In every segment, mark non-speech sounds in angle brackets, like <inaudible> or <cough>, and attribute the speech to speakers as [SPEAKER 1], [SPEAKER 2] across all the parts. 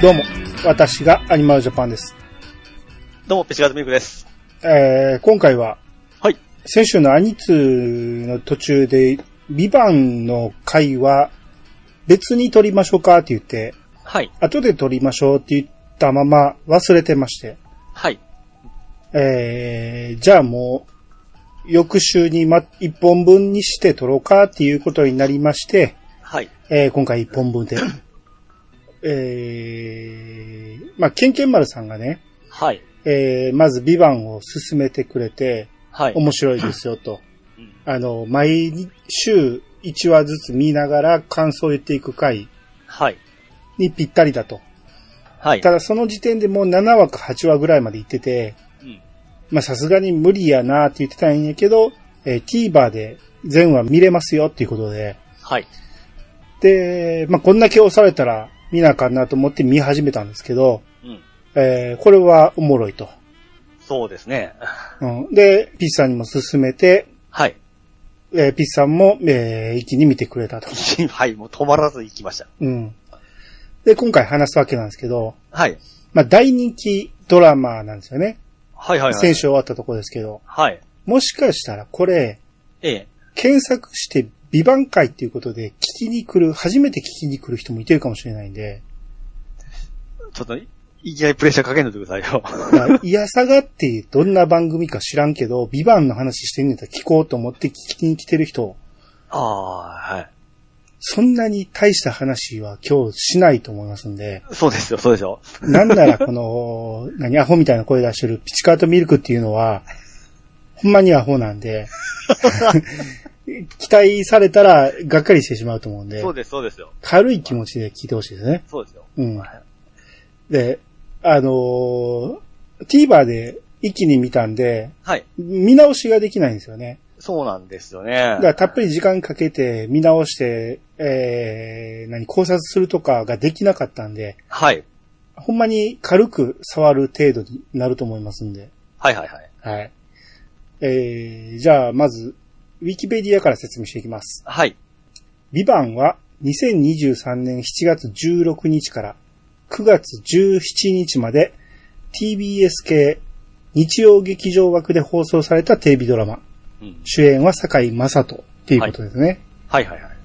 [SPEAKER 1] どうも、私がアニマルジャパンです。
[SPEAKER 2] どうも、ペシガーズミルクです。
[SPEAKER 1] えー、今回は、
[SPEAKER 2] はい。
[SPEAKER 1] 先週のアニツーの途中で、ビバンの回は、別に撮りましょうかって言って、
[SPEAKER 2] はい。
[SPEAKER 1] 後で撮りましょうって言ったまま忘れてまして、
[SPEAKER 2] はい。
[SPEAKER 1] えー、じゃあもう、翌週にま、一本分にして撮ろうかっていうことになりまして、
[SPEAKER 2] はい。
[SPEAKER 1] えー今回一本分で。えー、まあ、ケンケン丸さんがね、
[SPEAKER 2] はい。
[SPEAKER 1] えー、まずビバンを進めてくれて、
[SPEAKER 2] はい。
[SPEAKER 1] 面白いですよと
[SPEAKER 2] うん。
[SPEAKER 1] あの、毎週1話ずつ見ながら感想を言っていく回
[SPEAKER 2] はい。
[SPEAKER 1] にぴったりだと。
[SPEAKER 2] はい。
[SPEAKER 1] ただその時点でもう7話か8話ぐらいまで行ってて、
[SPEAKER 2] うん
[SPEAKER 1] まあさすがに無理やなって言ってたんやけど、えー TVer で全話見れますよっていうことで、
[SPEAKER 2] はい。
[SPEAKER 1] で、まあ、こんだけ押されたら見なあかんなと思って見始めたんですけど、
[SPEAKER 2] うん。
[SPEAKER 1] えーこれはおもろいと。
[SPEAKER 2] そうですね。 <laughs>
[SPEAKER 1] うん、で、ピッさんにも勧めて、
[SPEAKER 2] はい。
[SPEAKER 1] えーピッさんも、えー一気に見てくれたと。
[SPEAKER 2] <laughs> はい。もう止まらず行きました。
[SPEAKER 1] うん。で、今回話すわけなんですけど、
[SPEAKER 2] はい。
[SPEAKER 1] まあ、大人気ドラマなんですよね。
[SPEAKER 2] はいはいはい。
[SPEAKER 1] 先週終わったとこですけど、
[SPEAKER 2] はい。
[SPEAKER 1] もしかしたらこれ、
[SPEAKER 2] ええ。
[SPEAKER 1] 検索して美版会っていうことで聞きに来る、初めて聞きに来る人もいてるかもしれないんで、
[SPEAKER 2] ちょっと、いきなりプレッシャーかけんのでくださいよ。
[SPEAKER 1] まあ、 <laughs> いやさがってどんな番組か知らんけど、美版の話してんねんやったら聞こうと思って聞きに来てる人、
[SPEAKER 2] ああ、はい。
[SPEAKER 1] そんなに大した話は今日しないと思いますんで、
[SPEAKER 2] そうですよ、そうですよ。
[SPEAKER 1] なんならこの、何、アホみたいな声出してるピチカートミルクっていうのは、ほんまにアホなん
[SPEAKER 2] <laughs>
[SPEAKER 1] で、期待されたらがっかりしてしまうと思うんで
[SPEAKER 2] そ、うです、そうですよ。
[SPEAKER 1] 軽い気持ちで聞いてほしいですね。
[SPEAKER 2] そうですよ。
[SPEAKER 1] うん
[SPEAKER 2] はい。
[SPEAKER 1] で、あのー TVer で一気に見たんで、
[SPEAKER 2] はい。
[SPEAKER 1] 見直しができないんですよね。
[SPEAKER 2] そうなんですよね
[SPEAKER 1] だか。らたっぷり時間かけて見直して、えー、何、考察するとかができなかったんで、
[SPEAKER 2] はい。
[SPEAKER 1] ほんまに軽く触る程度になると思いますんで。
[SPEAKER 2] はいはいはい。
[SPEAKER 1] はい。えー、じゃあ、まず、ウィキペディアから説明していきます。
[SPEAKER 2] はい。
[SPEAKER 1] ビバンは2023年7月16日から9月17日まで TBS 系日曜劇場枠で放送されたテレビドラマ。
[SPEAKER 2] うん。
[SPEAKER 1] 主演は坂井正人っていうことですね。
[SPEAKER 2] はいはいはい。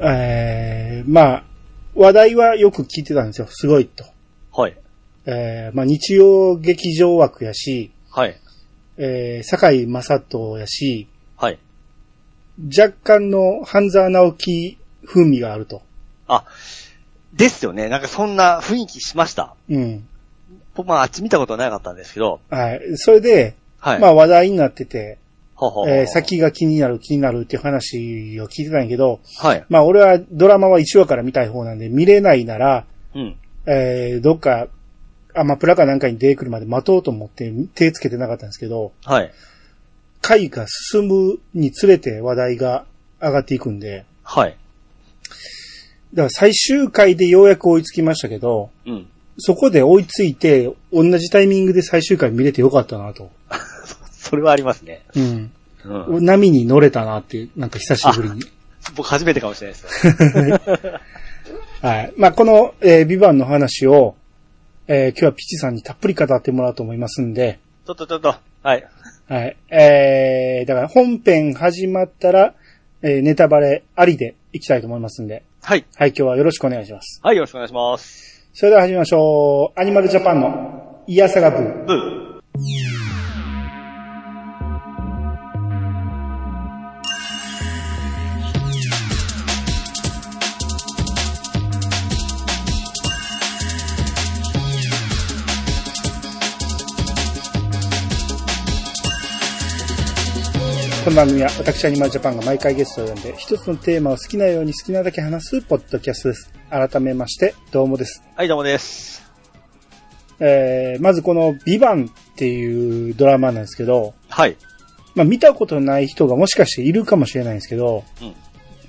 [SPEAKER 1] えー、まあ、話題はよく聞いてたんですよ。すごいと。
[SPEAKER 2] はい。
[SPEAKER 1] えー、まあ日曜劇場枠やし、
[SPEAKER 2] はい。
[SPEAKER 1] えー、坂井正人やし、
[SPEAKER 2] はい。
[SPEAKER 1] 若干の半沢直樹風味があると。
[SPEAKER 2] あ、ですよね。なんかそんな雰囲気しました。
[SPEAKER 1] うん。
[SPEAKER 2] 僕、まあ、あっち見たことなかったんですけど、
[SPEAKER 1] はい。それで、
[SPEAKER 2] はい。
[SPEAKER 1] まあ話題になってて、
[SPEAKER 2] ほうほうほう
[SPEAKER 1] えー先が気になる気になるっていう話を聞いてたんやけど、
[SPEAKER 2] はい。
[SPEAKER 1] まあ俺はドラマは1話から見たい方なんで見れないなら、
[SPEAKER 2] うん。
[SPEAKER 1] えーどっか、アマプラかなんかに出てくるまで待とうと思って手つけてなかったんですけど、
[SPEAKER 2] はい。
[SPEAKER 1] 回が進むにつれて話題が上がっていくんで、
[SPEAKER 2] はい。
[SPEAKER 1] だから最終回でようやく追いつきましたけど、
[SPEAKER 2] うん。
[SPEAKER 1] そこで追いついて、同じタイミングで最終回見れてよかったなと。
[SPEAKER 2] それはありますね。
[SPEAKER 1] うん。
[SPEAKER 2] うん。
[SPEAKER 1] 波に乗れたなって、なんか久しぶりに。
[SPEAKER 2] 僕初めてかもしれないですよ。
[SPEAKER 1] はい。まあ、この、えービバンの話を、えー今日はピチさんにたっぷり語ってもらおうと思いますんで、
[SPEAKER 2] ちょっとちょっと。はい。
[SPEAKER 1] はい。えー、だから本編始まったら、えーネタバレありでいきたいと思いますんで、
[SPEAKER 2] はい。
[SPEAKER 1] はい、今日はよろしくお願いします。
[SPEAKER 2] はい、よろしくお願いします。
[SPEAKER 1] それでは始めましょう。アニマルジャパンの、イヤサガブー。
[SPEAKER 2] ブー。
[SPEAKER 1] この番組は私アニマルジャパンが毎回ゲストを呼んで一つのテーマを好きなように好きなだけ話すポッドキャストです。改めましてどうもです。
[SPEAKER 2] はい、どうもです。
[SPEAKER 1] えー、まずこのビバンっていうドラマなんですけど、
[SPEAKER 2] はい。
[SPEAKER 1] まあ見たことない人がもしかしているかもしれないんですけど、
[SPEAKER 2] うん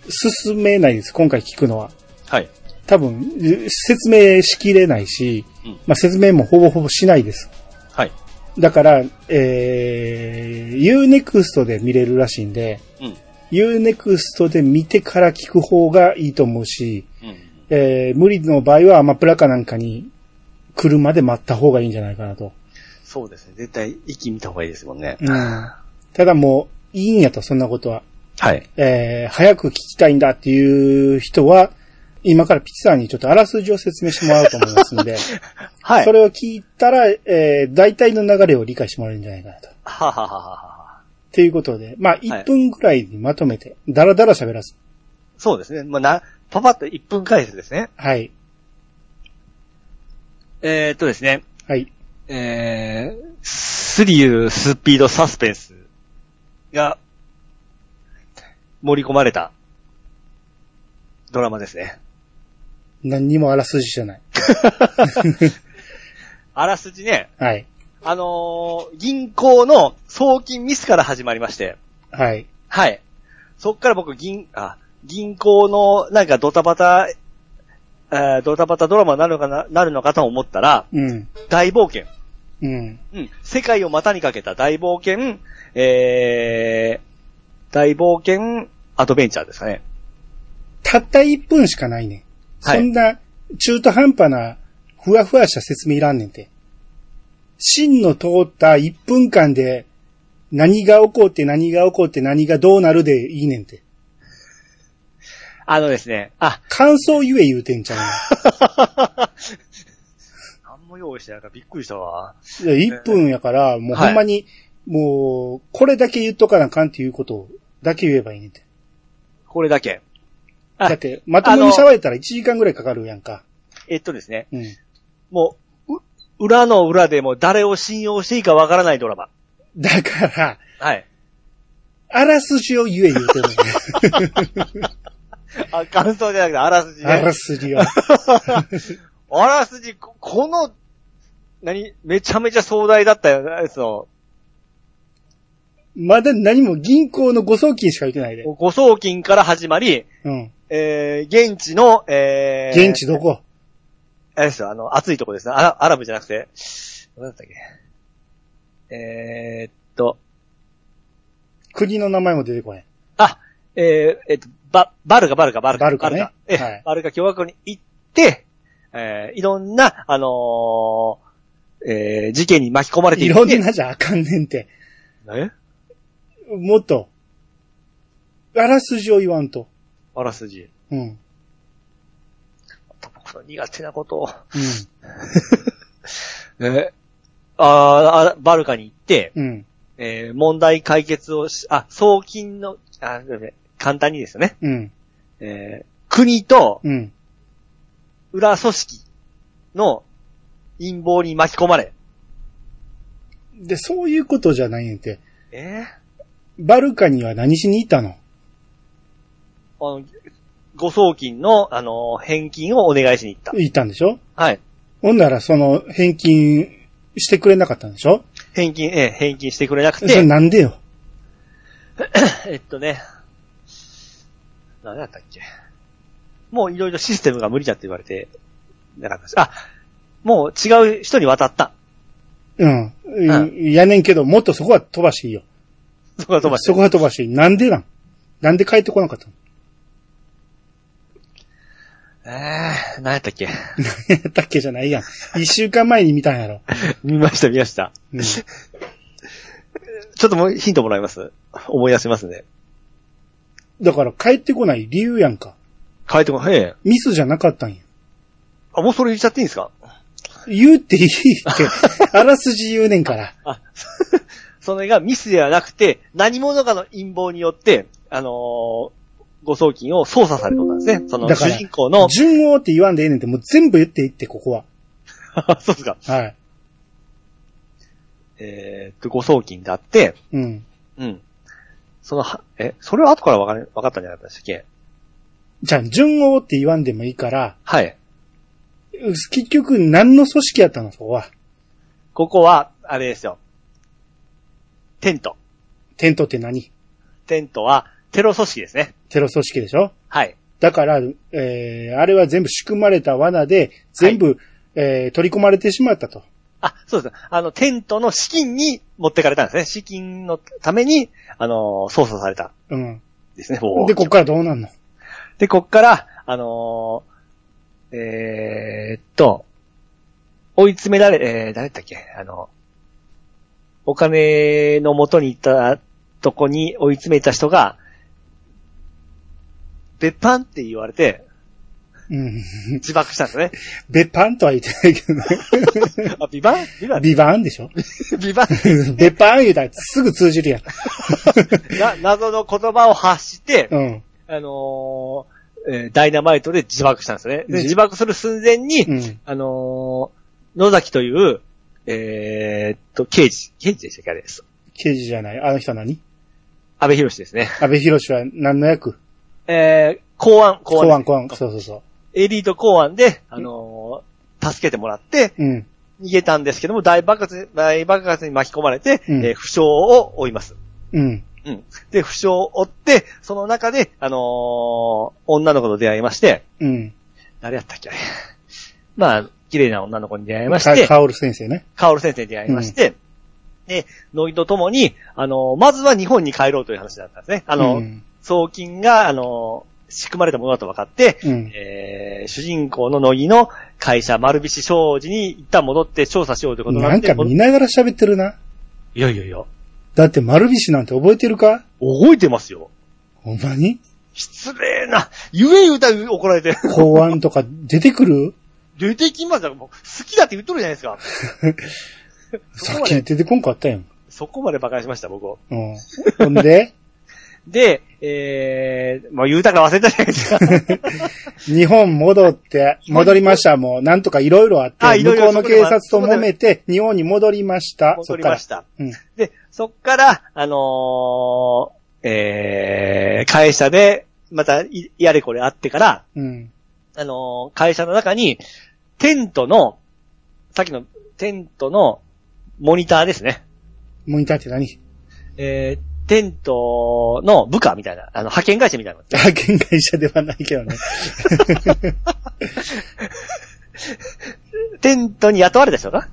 [SPEAKER 1] 進めないです、今回聞くのは。
[SPEAKER 2] はい。
[SPEAKER 1] 多分、説明しきれないし、
[SPEAKER 2] うん
[SPEAKER 1] まあ説明もほぼほぼしないです。
[SPEAKER 2] はい。
[SPEAKER 1] だから、えー、Unext で見れるらしいんで、
[SPEAKER 2] うん。
[SPEAKER 1] ユーネクストで見てから聞く方がいいと思うし、
[SPEAKER 2] うん。
[SPEAKER 1] えー無理の場合はアマプラかなんかに来るまで待った方がいいんじゃないかなと。
[SPEAKER 2] そうですね。絶対、息見た方がいいですもんね。
[SPEAKER 1] うん。ただもう、いいんやと、そんなことは。
[SPEAKER 2] はい。
[SPEAKER 1] えー早く聞きたいんだっていう人は、今からピチさんにちょっとあらすじを説明してもらおうと思いますの <laughs> で、
[SPEAKER 2] はい。
[SPEAKER 1] それを聞いたら、えー大体の流れを理解してもらえるんじゃないかなと。
[SPEAKER 2] ははははは。
[SPEAKER 1] ということで、まあ、1分くらいにまとめて、だらだら喋らす。
[SPEAKER 2] そうですね。まあ、な、パパッと1分解説ですね。
[SPEAKER 1] はい。
[SPEAKER 2] えー、っとですね。
[SPEAKER 1] はい。
[SPEAKER 2] えー、スリル、スピード、サスペンスが盛り込まれたドラマですね。
[SPEAKER 1] 何にもあらすじじゃない。
[SPEAKER 2] あらすじね、
[SPEAKER 1] はい。
[SPEAKER 2] あのー銀行の送金ミスから始まりまして、
[SPEAKER 1] はい。
[SPEAKER 2] はい。そっから僕銀、あ、銀行のなんかドタバタ、えードタバタドラマになるのかな、なるのかと思ったら、
[SPEAKER 1] うん。
[SPEAKER 2] 大冒険。
[SPEAKER 1] うん。
[SPEAKER 2] うん。世界を股にかけた大冒険、えー、大冒険アドベンチャーですかね。
[SPEAKER 1] たった1分しかないねん。
[SPEAKER 2] はい
[SPEAKER 1] そんな、中途半端な、ふわふわした説明いらんねんて。真の通った1分間で、何が起こって何が起こって何がどうなるでいいねんて。
[SPEAKER 2] あのですね、あ、
[SPEAKER 1] 感想ゆえ言うてんちゃ
[SPEAKER 2] 何も用意してないからびっくりしたわ。
[SPEAKER 1] う
[SPEAKER 2] <laughs>
[SPEAKER 1] ねん。いや1分やから、もう
[SPEAKER 2] はい
[SPEAKER 1] ほんまに、もう、これだけ言っとかなあかんっていうことだけ言えばいいねんて。
[SPEAKER 2] これだけ。あ
[SPEAKER 1] だって、まともに喋ったら1時間ぐらいかかるやんか。
[SPEAKER 2] えっとですね、
[SPEAKER 1] うん。
[SPEAKER 2] もう、う裏の裏でも誰を信用していいかわからないドラマ。
[SPEAKER 1] だから、
[SPEAKER 2] はい。
[SPEAKER 1] あらすじを言え言うてんねん。
[SPEAKER 2] <laughs> あ、感想じゃなくて、あらすじね。
[SPEAKER 1] あらすじを。
[SPEAKER 2] あらすじ、ここの、何めちゃめちゃ壮大だったやつの、
[SPEAKER 1] まだ何も銀行の誤送金しか言ってないで。
[SPEAKER 2] 誤送金から始まり、
[SPEAKER 1] うん。
[SPEAKER 2] えー、現地の、えー、
[SPEAKER 1] 現地どこ
[SPEAKER 2] あれですよ、あの、暑いとこですね。アラアラブじゃなくて、何だったっけ。えー、っと、
[SPEAKER 1] 国の名前も出てこない。
[SPEAKER 2] あ、えー、えっと、バ、バルカ、バルカ、バルカ。
[SPEAKER 1] バルカね
[SPEAKER 2] ええ
[SPEAKER 1] はい
[SPEAKER 2] バルカ共和国に行って、えー、いろんな、あのー、えー、事件に巻き込まれてい
[SPEAKER 1] い
[SPEAKER 2] っ
[SPEAKER 1] ろん
[SPEAKER 2] て。
[SPEAKER 1] なじゃあかんねんて。
[SPEAKER 2] え
[SPEAKER 1] もっと、あらすじを言わんと。
[SPEAKER 2] あらすじ。
[SPEAKER 1] うん。うん。
[SPEAKER 2] 僕の苦手なことを。えあーあ、バルカに行って、
[SPEAKER 1] うん。
[SPEAKER 2] えー、問題解決をし、あ、送金の、あ、ごめんなさい簡単にですよね。
[SPEAKER 1] うん。
[SPEAKER 2] えー、国と
[SPEAKER 1] うん。
[SPEAKER 2] 裏組織の陰謀に巻き込まれ。
[SPEAKER 1] で、そういうことじゃないねんて。
[SPEAKER 2] えー、
[SPEAKER 1] バルカには何しに行ったの
[SPEAKER 2] あの、誤送金の、あの、返金をお願いしに行った。
[SPEAKER 1] 行ったんでしょ
[SPEAKER 2] はい。
[SPEAKER 1] ほんなら、その、返金してくれなかったんでしょ
[SPEAKER 2] 返金、ええ、返金してくれなく
[SPEAKER 1] それ
[SPEAKER 2] て、
[SPEAKER 1] なんでよ。
[SPEAKER 2] <coughs> えっとね、何だったっけ。もういろいろシステムが無理だって言われて、なかったです。あ、もう違う人に渡った。
[SPEAKER 1] うん。うん、やねんけど、もっとそこは飛ばしていいよ。
[SPEAKER 2] そこが飛ばし
[SPEAKER 1] そこは飛ばしていい。なんでなんなんで帰ってこなかったの
[SPEAKER 2] ええ何やったっけ。 <laughs>
[SPEAKER 1] や <laughs> ったっけじゃないやん。一週間前に見たんやろ。
[SPEAKER 2] 見ました、見ました。
[SPEAKER 1] うん
[SPEAKER 2] ちょっともうヒントもらいます。思い出しますね。
[SPEAKER 1] だから帰ってこない理由やんか。
[SPEAKER 2] 変えても、へえ。
[SPEAKER 1] ミスじゃなかったんや。
[SPEAKER 2] あ、もうそれ言っちゃっていいんですか
[SPEAKER 1] 言うっていいって、あらすじ言うねんから。
[SPEAKER 2] あ、 <laughs> それがミスではなくて、何者かの陰謀によって、あのー誤送金を操作されたんですね。その
[SPEAKER 1] だか
[SPEAKER 2] 主
[SPEAKER 1] ら
[SPEAKER 2] 人公の、
[SPEAKER 1] 順応って言わんでええねんって、もう全部言っていいって、ここは。
[SPEAKER 2] <laughs> そうですか。
[SPEAKER 1] はい。
[SPEAKER 2] えーっと、誤送金であって、
[SPEAKER 1] うん。
[SPEAKER 2] うん。その、はえ、それは後からわかるわかったんじゃなかったでしたっけ
[SPEAKER 1] じゃあ、順応って言わんでもいいから、
[SPEAKER 2] はい。
[SPEAKER 1] う結局何の組織やったの、そこは。
[SPEAKER 2] ここは、あれですよ。テント。
[SPEAKER 1] テントって何
[SPEAKER 2] テントは、テロ組織ですね。
[SPEAKER 1] テロ組織でしょ
[SPEAKER 2] はい。
[SPEAKER 1] だから、えー、あれは全部仕組まれた罠で、全部、えー、取り込まれてしまったと。
[SPEAKER 2] あ、そうです。あの、テントの資金に持ってかれたんですね。資金のために、あのー操作されたん
[SPEAKER 1] うん。
[SPEAKER 2] ですね。
[SPEAKER 1] で、こっからどうなんの
[SPEAKER 2] で、こっから、あのえーっと、追い詰められ、えー、誰だっけあの、お金の元に行ったとこに追い詰めた人が、べっぱんって言われて、
[SPEAKER 1] うん。
[SPEAKER 2] 自爆したんですね。
[SPEAKER 1] 別班とは言ってない
[SPEAKER 2] <laughs>
[SPEAKER 1] けどね。
[SPEAKER 2] あ、ビバンビバン
[SPEAKER 1] ビバンで
[SPEAKER 2] <laughs>
[SPEAKER 1] しょ
[SPEAKER 2] ビバン
[SPEAKER 1] 別班言うたらすぐ通じるやん。
[SPEAKER 2] な謎の言葉を発して、
[SPEAKER 1] うん。
[SPEAKER 2] あのーえーダイナマイトで自爆したんですね。で
[SPEAKER 1] じ
[SPEAKER 2] 自爆する寸前に、
[SPEAKER 1] うん。
[SPEAKER 2] あのー野崎という、えーっと、刑事、刑事でしたっけあれです。
[SPEAKER 1] 刑事じゃない。あの人は何
[SPEAKER 2] 安倍博士ですね。
[SPEAKER 1] 安倍博士は何の役
[SPEAKER 2] えー、公安、公安。
[SPEAKER 1] 公安、公安。そうそうそ
[SPEAKER 2] エリート公安で、あのー助けてもらって、
[SPEAKER 1] う。うん。
[SPEAKER 2] 逃げたんですけども、大爆発、大爆発に巻き込まれて、
[SPEAKER 1] うん
[SPEAKER 2] えー負傷を負います。
[SPEAKER 1] うん。
[SPEAKER 2] うん。で、負傷を負って、その中で、あのー女の子と出会いまして、
[SPEAKER 1] うん。
[SPEAKER 2] 誰やったっけあれまあ、綺麗な女の子に出会いまし
[SPEAKER 1] か
[SPEAKER 2] て、
[SPEAKER 1] カオル先生ね。
[SPEAKER 2] カオル先生に出会いまして、で、ノイとともに、あのーまずは日本に帰ろうという話だったんですね。あ
[SPEAKER 1] あ
[SPEAKER 2] の、
[SPEAKER 1] うん。
[SPEAKER 2] 送金が、あのー仕組まれたものだと分かって、
[SPEAKER 1] うん。
[SPEAKER 2] えー主人公の乃木の会社丸菱商事に一旦戻って調査しようということに
[SPEAKER 1] な
[SPEAKER 2] なっ
[SPEAKER 1] ん
[SPEAKER 2] て、
[SPEAKER 1] か
[SPEAKER 2] 戻っ
[SPEAKER 1] 見ながら喋ってるな。
[SPEAKER 2] いやいやいや、
[SPEAKER 1] だって丸菱なんて覚えてるか
[SPEAKER 2] 覚えてますよ。
[SPEAKER 1] ほんまに
[SPEAKER 2] 失礼な、ゆえ歌う怒られて、
[SPEAKER 1] 公安とか出てくる
[SPEAKER 2] 出てきましたもう好きだって言っとるじゃないですか。 <laughs>
[SPEAKER 1] <laughs>
[SPEAKER 2] そ
[SPEAKER 1] さ
[SPEAKER 2] こ
[SPEAKER 1] っ
[SPEAKER 2] ま
[SPEAKER 1] き
[SPEAKER 2] で、
[SPEAKER 1] 出てこんかったやん。
[SPEAKER 2] そこまで馬鹿にしました、僕を。
[SPEAKER 1] うん。ほんで、
[SPEAKER 2] で、えー、まあ言うたから忘れたじゃないですか。
[SPEAKER 1] 日本戻って、戻りました。もう、なんとかいろいろあって、
[SPEAKER 2] あいろ
[SPEAKER 1] 向
[SPEAKER 2] い
[SPEAKER 1] こ
[SPEAKER 2] ろ
[SPEAKER 1] うの警察と揉めて、日本に戻りました。そ
[SPEAKER 2] 戻
[SPEAKER 1] っ
[SPEAKER 2] り
[SPEAKER 1] か
[SPEAKER 2] ま
[SPEAKER 1] ら
[SPEAKER 2] し。た。
[SPEAKER 1] うん。
[SPEAKER 2] で、そっから、あのー、えー、会社で、またい、やれこれあってから、
[SPEAKER 1] うん。
[SPEAKER 2] あのー会社の中に、テントの、さっきのテントのモニターですね。
[SPEAKER 1] モニターって何 <laughs>
[SPEAKER 2] えー、テントの部下みたいな、あの、派遣会社みたいな。
[SPEAKER 1] 派遣会社ではないけど
[SPEAKER 2] <laughs>
[SPEAKER 1] ね。
[SPEAKER 2] <laughs> テントに雇われた人か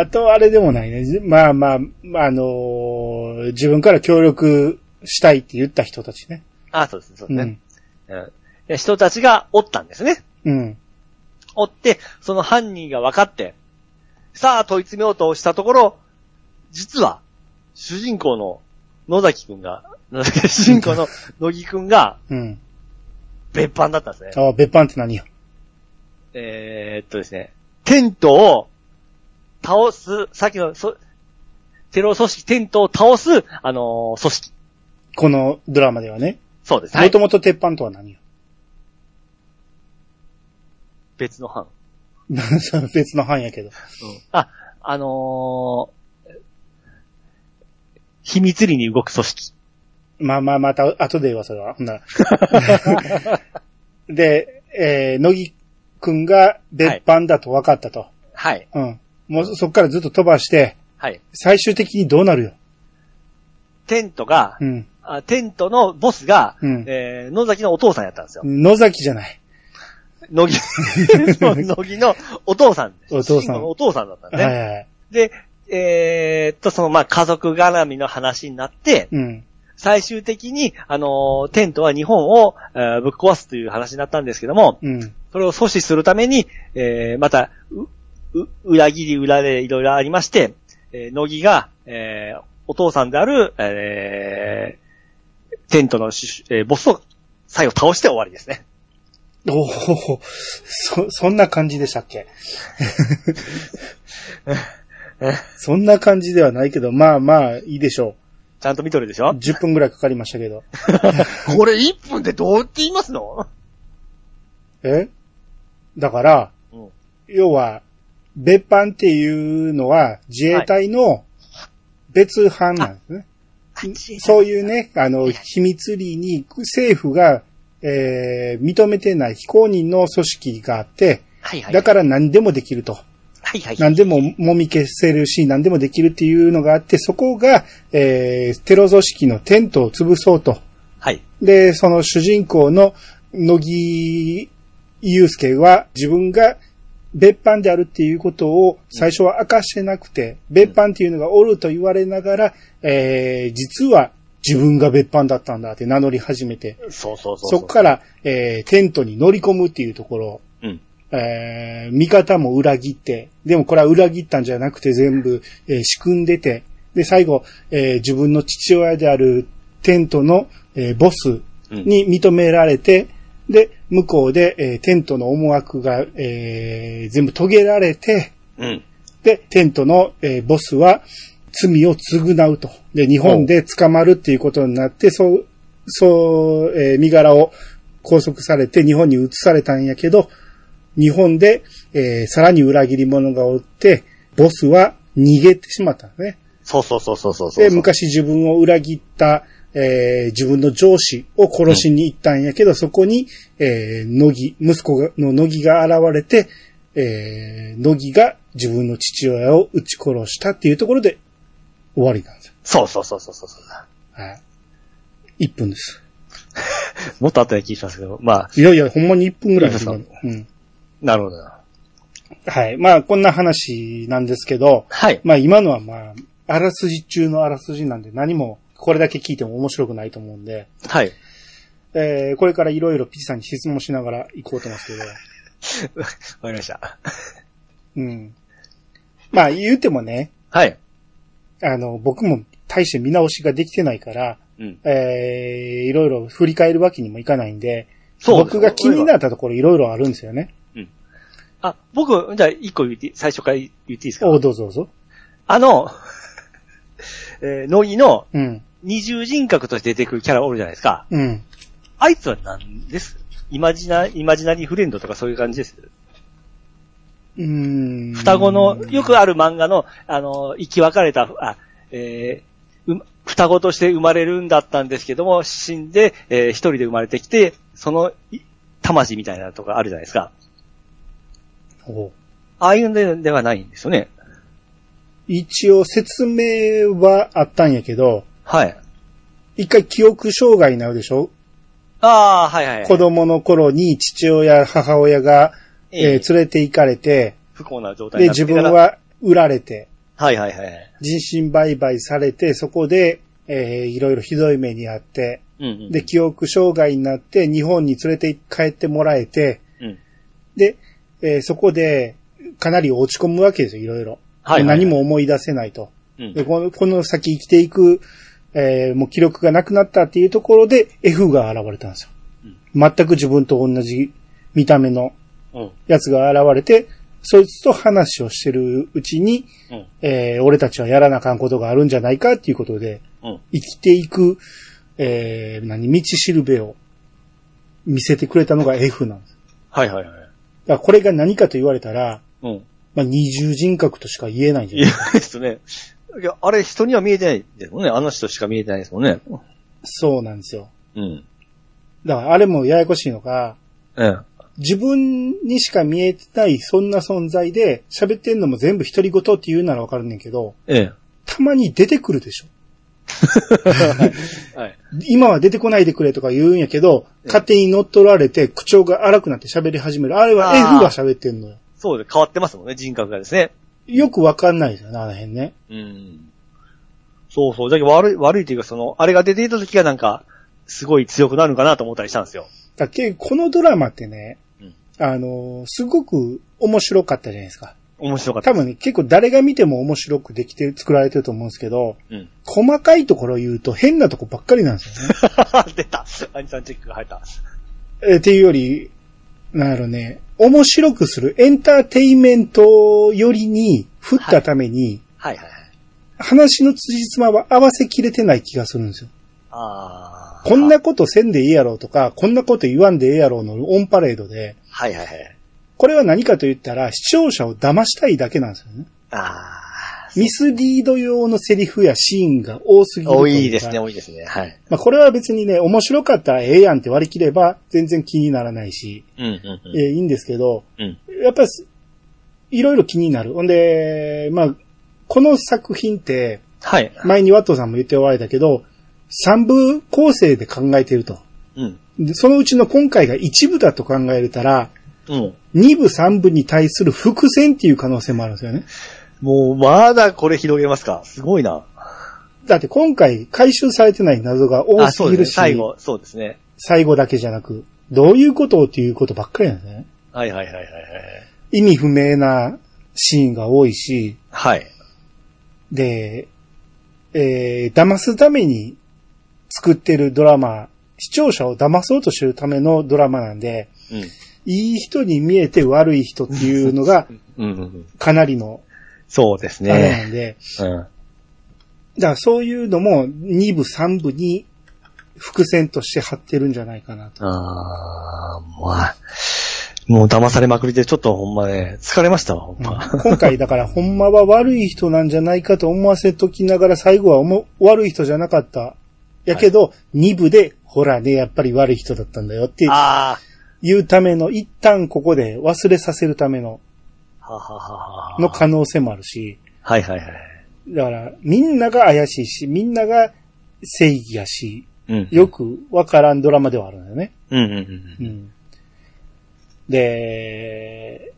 [SPEAKER 1] あと、あれでもないね。まあまあ、まあ、あのー自分から協力したいって言った人たちね。
[SPEAKER 2] あ、そうです、そう
[SPEAKER 1] う
[SPEAKER 2] です
[SPEAKER 1] ん
[SPEAKER 2] ね。。うんで人たちがおったんですね。
[SPEAKER 1] うん。
[SPEAKER 2] おって、その犯人が分かって、さあ問い詰めようとしたところ、実は、主人公の野崎くんが、野崎主人公の野木くんが
[SPEAKER 1] うん。
[SPEAKER 2] 別班だったんですね。
[SPEAKER 1] ああ、別班って何よ。
[SPEAKER 2] えー、っとですね、テントを倒す、さっきのそテロ組織、テントを倒す、あのー組織。
[SPEAKER 1] このドラマではね。
[SPEAKER 2] そうです。は
[SPEAKER 1] も
[SPEAKER 2] い
[SPEAKER 1] と。もと鉄板とは何よ。 <laughs>
[SPEAKER 2] 別の班。
[SPEAKER 1] 別の班やけど。
[SPEAKER 2] あ、あのー秘密裏に動く組織。
[SPEAKER 1] まあまあ、また、後で言わせるわ。ほ
[SPEAKER 2] <laughs>
[SPEAKER 1] んならで、えー、野木くんが別班だと分かったと。
[SPEAKER 2] はい。
[SPEAKER 1] うん。もうそっからずっと飛ばして、
[SPEAKER 2] はい。
[SPEAKER 1] 最終的にどうなるよ。
[SPEAKER 2] テントが、
[SPEAKER 1] うん。
[SPEAKER 2] あテントのボスが、
[SPEAKER 1] うん
[SPEAKER 2] えー野崎のお父さんやったんですよ。
[SPEAKER 1] 野崎じゃない。
[SPEAKER 2] 野
[SPEAKER 1] <laughs>
[SPEAKER 2] 木、そう野木のお父さんです。
[SPEAKER 1] お父さん
[SPEAKER 2] 主人公のお父さんだったんで
[SPEAKER 1] はい
[SPEAKER 2] ね。
[SPEAKER 1] はいはい。
[SPEAKER 2] で、えーっと、その、まあ、家族絡みの話になって、
[SPEAKER 1] うん。
[SPEAKER 2] 最終的に、あのーテントは日本を、えーぶっ壊すという話になったんですけども、
[SPEAKER 1] うん。
[SPEAKER 2] それを阻止するために、えーまた、う、う、裏切り裏でいろいろありまして、えー、乃木が、えーお父さんである、えーテントの主、えーボスを最後倒して終わりですね。
[SPEAKER 1] おおそ、そんな感じでしたっ
[SPEAKER 2] <laughs>
[SPEAKER 1] けそんな感じではないけど、まあまあ、いいでしょ
[SPEAKER 2] ちゃんと見とるでし
[SPEAKER 1] う。
[SPEAKER 2] ょ
[SPEAKER 1] 10分ぐらいかかりましたけど。
[SPEAKER 2] <laughs> これ1分でどうって言いますの
[SPEAKER 1] えだから、
[SPEAKER 2] うん
[SPEAKER 1] 要は、別班っていうのは自衛隊の別班なんですね。 <laughs> そういうね、あの、秘密裏に政府が、えー、認めてない非公認の組織があって、
[SPEAKER 2] はいはい。
[SPEAKER 1] だから何でもできると。
[SPEAKER 2] はいはい。
[SPEAKER 1] 何でも揉み消せるし、何でもできるっていうのがあって、そこが、えー、テロ組織のテントを潰そうと。
[SPEAKER 2] はい。
[SPEAKER 1] で、その主人公の乃木祐介は自分が別班であるっていうことを最初は明かしてなくて、別班っていうのがおると言われながら、えー、実は自分が別班だったんだって名乗り始めて、
[SPEAKER 2] そうそうそ
[SPEAKER 1] そ
[SPEAKER 2] う
[SPEAKER 1] こから、えー、テントに乗り込むっていうところ、
[SPEAKER 2] うん
[SPEAKER 1] えー味方も裏切って、でもこれは裏切ったんじゃなくて全部、えー仕組んでて、で、最後、えー自分の父親であるテントの、えーボスに認められて、で、向こうで、えーテントの思惑が、えー全部遂げられて、
[SPEAKER 2] うん。
[SPEAKER 1] で、テントの、えーボスは罪を償うと。で、日本で捕まるっていうことになって、そう、そう、えー身柄を拘束されて日本に移されたんやけど、日本で、えーさらに裏切り者がおって、ボスは逃げてしまったのね。
[SPEAKER 2] そうそうそうそうそうそう。
[SPEAKER 1] で、昔自分を裏切った、えー自分の上司を殺しに行ったんやけど、そこに、えー、乃木、息子がの乃木が現れて、えー、乃木が自分の父親を撃ち殺したっていうところで終わりなんですよ。
[SPEAKER 2] そうそうそうそうそうそう。
[SPEAKER 1] はい。1分です。
[SPEAKER 2] もっと後で気がしますけど、まあ、
[SPEAKER 1] いやいや、ほんまに1分ぐらいです。
[SPEAKER 2] いいです
[SPEAKER 1] うん。
[SPEAKER 2] なるほどな。
[SPEAKER 1] はい。まあ、こんな話なんですけど、
[SPEAKER 2] はい。
[SPEAKER 1] まあ今のはまあ、あらすじ中のあらすじなんで何もこれだけ聞いても面白くないと思うんで、
[SPEAKER 2] はい。
[SPEAKER 1] えーこれからいろいろピチさんに質問しながら行こうと思うんですけど、
[SPEAKER 2] わかりました。
[SPEAKER 1] うん。まあ言うてもね、
[SPEAKER 2] はい。
[SPEAKER 1] あの、僕も大して見直しができてないから、
[SPEAKER 2] うん。
[SPEAKER 1] えー、いろいろ振り返るわけにもいかないんで、
[SPEAKER 2] そう
[SPEAKER 1] 僕が気になったところいろいろあるんですよね。
[SPEAKER 2] あ、僕、じゃあ一個言って、最初から言っていいですか
[SPEAKER 1] おうどうぞどうぞ。
[SPEAKER 2] あの、 <laughs> えー、乃木の
[SPEAKER 1] うん。
[SPEAKER 2] 二重人格として出てくるキャラおるじゃないですか。
[SPEAKER 1] うん。
[SPEAKER 2] あいつは何ですイマジナ、イマジナリーフレンドとかそういう感じです。
[SPEAKER 1] うーん。
[SPEAKER 2] 双子の、よくある漫画の、あの、生き別れた、あ、えーう双子として生まれるんだったんですけども、死んで、えー一人で生まれてきて、その、い魂みたいなのとかあるじゃないですか。
[SPEAKER 1] おう
[SPEAKER 2] ああいうのではないんですよね。
[SPEAKER 1] 一応説明はあったんやけど、
[SPEAKER 2] はい。
[SPEAKER 1] 一回記憶障害になるでしょ
[SPEAKER 2] ああ、はいはいはい。
[SPEAKER 1] 子供の頃に父親、母親が、
[SPEAKER 2] え
[SPEAKER 1] え
[SPEAKER 2] ー
[SPEAKER 1] ー連れて行かれて、
[SPEAKER 2] 不幸な状態
[SPEAKER 1] で、
[SPEAKER 2] になって
[SPEAKER 1] 自
[SPEAKER 2] から
[SPEAKER 1] 分、は売られて、
[SPEAKER 2] はいはいはい。
[SPEAKER 1] 人身売買されて、そこで、えーいろいろひどい目にあって、
[SPEAKER 2] うん、うん。
[SPEAKER 1] で、記憶障害になって、日本に連れて帰ってもらえて、
[SPEAKER 2] うん、
[SPEAKER 1] で、えーそこで、かなり落ち込むわけですよ、いろいろ。
[SPEAKER 2] はいはいはい
[SPEAKER 1] 何も思い出せないと。
[SPEAKER 2] うん
[SPEAKER 1] で、この、この先生きていく、えーもう記録がなくなったっていうところで、F が現れたんですよ。全く自分と同じ見た目の
[SPEAKER 2] うん。
[SPEAKER 1] やつが現れて、そいつと話をしてるうちに、
[SPEAKER 2] うん。
[SPEAKER 1] えー俺たちはやらなあかんことがあるんじゃないかっていうことで、
[SPEAKER 2] うん。
[SPEAKER 1] 生きていく、えー、何、道しるべを見せてくれたのが F なんです。だ
[SPEAKER 2] はいはいはい。
[SPEAKER 1] からこれが何かと言われたら、
[SPEAKER 2] うん。
[SPEAKER 1] まあ、二重人格としか言えないんじ
[SPEAKER 2] い
[SPEAKER 1] ゃ
[SPEAKER 2] や
[SPEAKER 1] ない、
[SPEAKER 2] ですね。いや、あれ人には見えてないですもんね。あの人しか見えてないですもんね。
[SPEAKER 1] そうなんですよ。
[SPEAKER 2] うん。
[SPEAKER 1] だからあれもややこしいのが、
[SPEAKER 2] ええ。
[SPEAKER 1] 自分にしか見えてないそんな存在で喋ってんのも全部独り言って言うならわかるねんけど、
[SPEAKER 2] え
[SPEAKER 1] <laughs>
[SPEAKER 2] え。
[SPEAKER 1] たまに出てくるでしょ。
[SPEAKER 2] はい。
[SPEAKER 1] 今は出てこないでくれとか言うんやけど、勝手に乗っ取られて口調が荒くなって喋り始める。あれは
[SPEAKER 2] あー
[SPEAKER 1] F が喋ってんのよ。
[SPEAKER 2] そうで変わってますもんね、人格がですね。
[SPEAKER 1] よくわかんないですよね、あの辺ね。
[SPEAKER 2] うん。そうそう。だけど悪い、悪いというか、その、あれが出ていた時がなんか、すごい強くなるのかなと思ったりしたんですよ。
[SPEAKER 1] だけどこのドラマってね、
[SPEAKER 2] うん
[SPEAKER 1] あのー、すごく面白かったじゃないですか。
[SPEAKER 2] 面白かった。
[SPEAKER 1] 多分ね、結構誰が見ても面白くできて、作られてると思うんですけど、
[SPEAKER 2] うん。 <laughs>
[SPEAKER 1] 細かいところを言うと変なとこばっかりなんですよね。
[SPEAKER 2] 出た。アニさんチェックが入った。
[SPEAKER 1] えーっていうより、なんやろね、面白くするエンターテイメントよりに振ったために、
[SPEAKER 2] はいはいはい。
[SPEAKER 1] 話の辻褄は合わせきれてない気がするんですよ。
[SPEAKER 2] あー
[SPEAKER 1] こんなことせんでいいやろうとか、こんなこと言わんでええやろうのオンパレードで、
[SPEAKER 2] はいはいはい。
[SPEAKER 1] これは何かと言ったら視聴者を騙したいだけなんですよね。
[SPEAKER 2] あ
[SPEAKER 1] ミスリード用のセリフやシーンが多すぎ
[SPEAKER 2] ー
[SPEAKER 1] ると
[SPEAKER 2] 多
[SPEAKER 1] いうか
[SPEAKER 2] いですね、多いですね。はい。
[SPEAKER 1] まあこれは別にね、面白かったらええやんって割り切れば全然気にならないし、
[SPEAKER 2] うんうん
[SPEAKER 1] えーいいんですけど、
[SPEAKER 2] うん。うん。
[SPEAKER 1] やっぱりす、いろいろ気になる。ほんで、まあ、この作品って、
[SPEAKER 2] はい。
[SPEAKER 1] 前にワットさんも言っておられたけど、3部構成で考えてると。
[SPEAKER 2] うん。
[SPEAKER 1] でそのうちの今回が1部だと考えれたら、
[SPEAKER 2] うん。
[SPEAKER 1] 2部3部に対する伏線っていう可能性もあるんですよね。
[SPEAKER 2] もう、まだこれ広げますか。すごいな。
[SPEAKER 1] だって今回回収されてない謎が多
[SPEAKER 2] あ、
[SPEAKER 1] す
[SPEAKER 2] そう
[SPEAKER 1] ぎ
[SPEAKER 2] で
[SPEAKER 1] る
[SPEAKER 2] すね。
[SPEAKER 1] し、
[SPEAKER 2] 最後、そうですね。
[SPEAKER 1] 最後だけじゃなく、どういうことっていうことばっかりなんですね。
[SPEAKER 2] はいはいはいはいはい。
[SPEAKER 1] 意味不明なシーンが多いし、
[SPEAKER 2] はい。
[SPEAKER 1] で、えー、騙すために作ってるドラマ、視聴者を騙そうとしてるためのドラマなんで、いい人に見えて悪い人っていうのが
[SPEAKER 2] うん。うんうんうん。
[SPEAKER 1] かなりの
[SPEAKER 2] そうです
[SPEAKER 1] あれな
[SPEAKER 2] ね。
[SPEAKER 1] んで、
[SPEAKER 2] うん。
[SPEAKER 1] だからそういうのも2部3部に伏線として貼ってるんじゃないかな
[SPEAKER 2] <laughs>
[SPEAKER 1] と。
[SPEAKER 2] ああ、まあ、もう騙されまくりで、ちょっとほんまね、疲れましたわ、ほんま。
[SPEAKER 1] 今回だからほんまは悪い人なんじゃないかと思わせときながら最後はおも悪い人じゃなかった。やけど、2部で、ほらね、やっぱり悪い人だったんだよ
[SPEAKER 2] <laughs>
[SPEAKER 1] って
[SPEAKER 2] あ
[SPEAKER 1] いうための、一旦ここで忘れさせるための、
[SPEAKER 2] あ、はははは。
[SPEAKER 1] の可能性もあるし、
[SPEAKER 2] はいはいはい。
[SPEAKER 1] だから、みんなが怪しいし、みんなが正義やし、
[SPEAKER 2] うん。
[SPEAKER 1] よくわからんドラマではあるんだよね。
[SPEAKER 2] うんうんうん。
[SPEAKER 1] うん。で、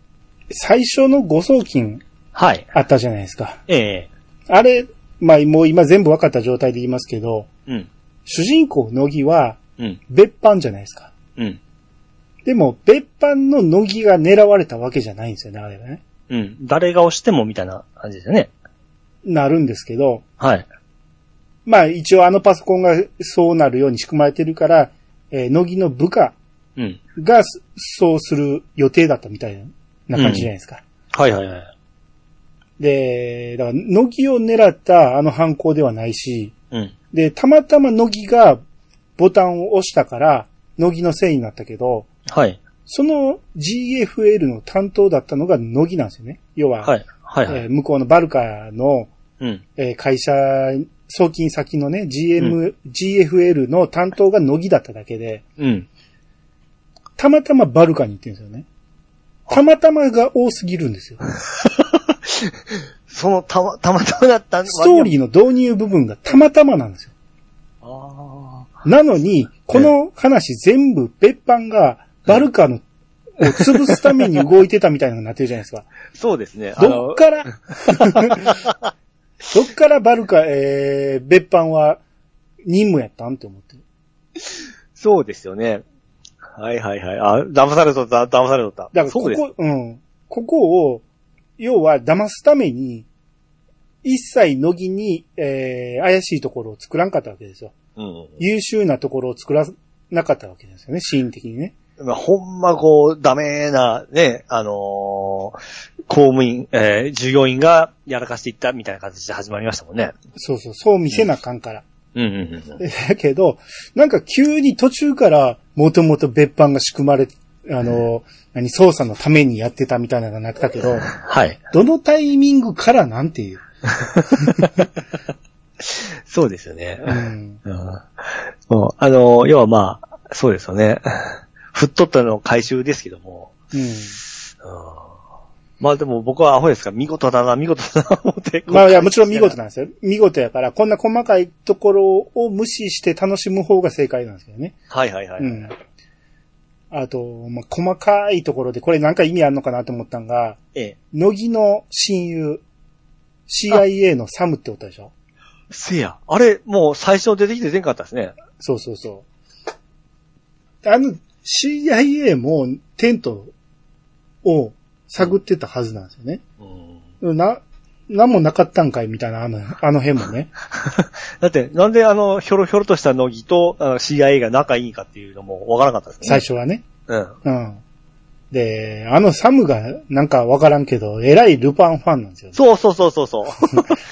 [SPEAKER 1] 最初の誤送金
[SPEAKER 2] はい。
[SPEAKER 1] あったじゃないですか。
[SPEAKER 2] ええ。
[SPEAKER 1] あれ、まあもう今全部分かった状態で言いますけど、
[SPEAKER 2] うん。
[SPEAKER 1] 主人公乃木は
[SPEAKER 2] うん。
[SPEAKER 1] 別班じゃないですか。
[SPEAKER 2] うん。
[SPEAKER 1] でも別班の乃木が狙われたわけじゃないんですよね、あれはね。
[SPEAKER 2] うん。誰が押してもみたいな感じですよね。
[SPEAKER 1] なるんですけど、
[SPEAKER 2] はい。
[SPEAKER 1] まあ一応あのパソコンがそうなるように仕組まれてるから、えー乃木の部下
[SPEAKER 2] うん。
[SPEAKER 1] がそそうする予定だったみたいな感じじゃないですか。
[SPEAKER 2] はいはいはい。
[SPEAKER 1] で、だから乃木を狙ったあの犯行ではないし、
[SPEAKER 2] うん。
[SPEAKER 1] で、たまたま乃木がボタンを押したから、乃木のせいになったけど、
[SPEAKER 2] はい。
[SPEAKER 1] その GFL の担当だったのが乃木なんですよね。要は、
[SPEAKER 2] はい。はいは
[SPEAKER 1] えー
[SPEAKER 2] い。
[SPEAKER 1] 向こうのバルカの、
[SPEAKER 2] うん。
[SPEAKER 1] えー会社、送金先のね、GM、GFL の担当が乃木だっただけで、
[SPEAKER 2] うん。
[SPEAKER 1] たまたまバルカに行ってるんですよね。たまたまが多すぎるんですよ。
[SPEAKER 2] その、たま、 <laughs> たまたまだった
[SPEAKER 1] ストー
[SPEAKER 2] ー。
[SPEAKER 1] リーの導入部分がたまたまなんですよ。
[SPEAKER 2] ああ。
[SPEAKER 1] なのに、この話全部別班がバルカの、を潰すために動いてたみたいなのになってるじゃないですか。
[SPEAKER 2] そうですね。 <laughs> あ
[SPEAKER 1] どっ
[SPEAKER 2] の、 <laughs>
[SPEAKER 1] から、どっからバルカ、えー、別班は任務やったんって思ってる。
[SPEAKER 2] そうですよね。はいはいはい。あ、騙されとった、騙されとった。
[SPEAKER 1] だから
[SPEAKER 2] そう
[SPEAKER 1] こ
[SPEAKER 2] です。
[SPEAKER 1] こ、うん。ここを、要は騙すために、一切乃木に、えー、怪しいところを作らんかったわけですよ。
[SPEAKER 2] うん。
[SPEAKER 1] 優秀なところを作らなかったわけですよね、シーン的にね。
[SPEAKER 2] まあ、ほんまこう、ダメな、ね、あのー公務員、えー従業員がやらかしていったみたいな形で始まりましたもんね。
[SPEAKER 1] そうそう、そう見せなあかんから。
[SPEAKER 2] うんうんうん。
[SPEAKER 1] だけど、なんか急に途中から、もともと別班が仕組まれ、あの、何、捜査のためにやってたみたいなのがなったけど、
[SPEAKER 2] はい。
[SPEAKER 1] どのタイミングからなんていう。
[SPEAKER 2] そうですよね。
[SPEAKER 1] うん。
[SPEAKER 2] うん。もうあのー要はまあ、そうですよね。 <laughs> 振っとったの回収ですけども。
[SPEAKER 1] うん。
[SPEAKER 2] うんまあでも僕はアホですから、見事だな、見事だな、思っ
[SPEAKER 1] <laughs>
[SPEAKER 2] て。
[SPEAKER 1] まあいや、もちろん見事なんですよ。見事やから、こんな細かいところを無視して楽しむ方が正解なんですけどね。
[SPEAKER 2] はいはいはい。
[SPEAKER 1] うん。あと、まあ、細かいところで、これなんか意味あるのかなと思ったんが、
[SPEAKER 2] ええ。
[SPEAKER 1] 乃木の親友、CIA のサムっておったでしょ
[SPEAKER 2] せや。あれ、もう最初出てきて出んかったですね。
[SPEAKER 1] そうそうそう。あの、CIA もテントを探ってたはずなんですよね。
[SPEAKER 2] うん。 <laughs>
[SPEAKER 1] な、なんもなかったんかいみたいな、あの、あの辺も
[SPEAKER 2] <laughs>
[SPEAKER 1] ね。
[SPEAKER 2] だって、なんであの、ひょろひょろとした乃木とあの CIA が仲いいんかっていうのもわからなかったです
[SPEAKER 1] 最
[SPEAKER 2] ね。
[SPEAKER 1] 初はね。
[SPEAKER 2] 最
[SPEAKER 1] うん。で、あのサムがなんかわからんけど、えらいルパンファンなんですよ
[SPEAKER 2] うん。。そうそうそうそう
[SPEAKER 1] <laughs>
[SPEAKER 2] そう。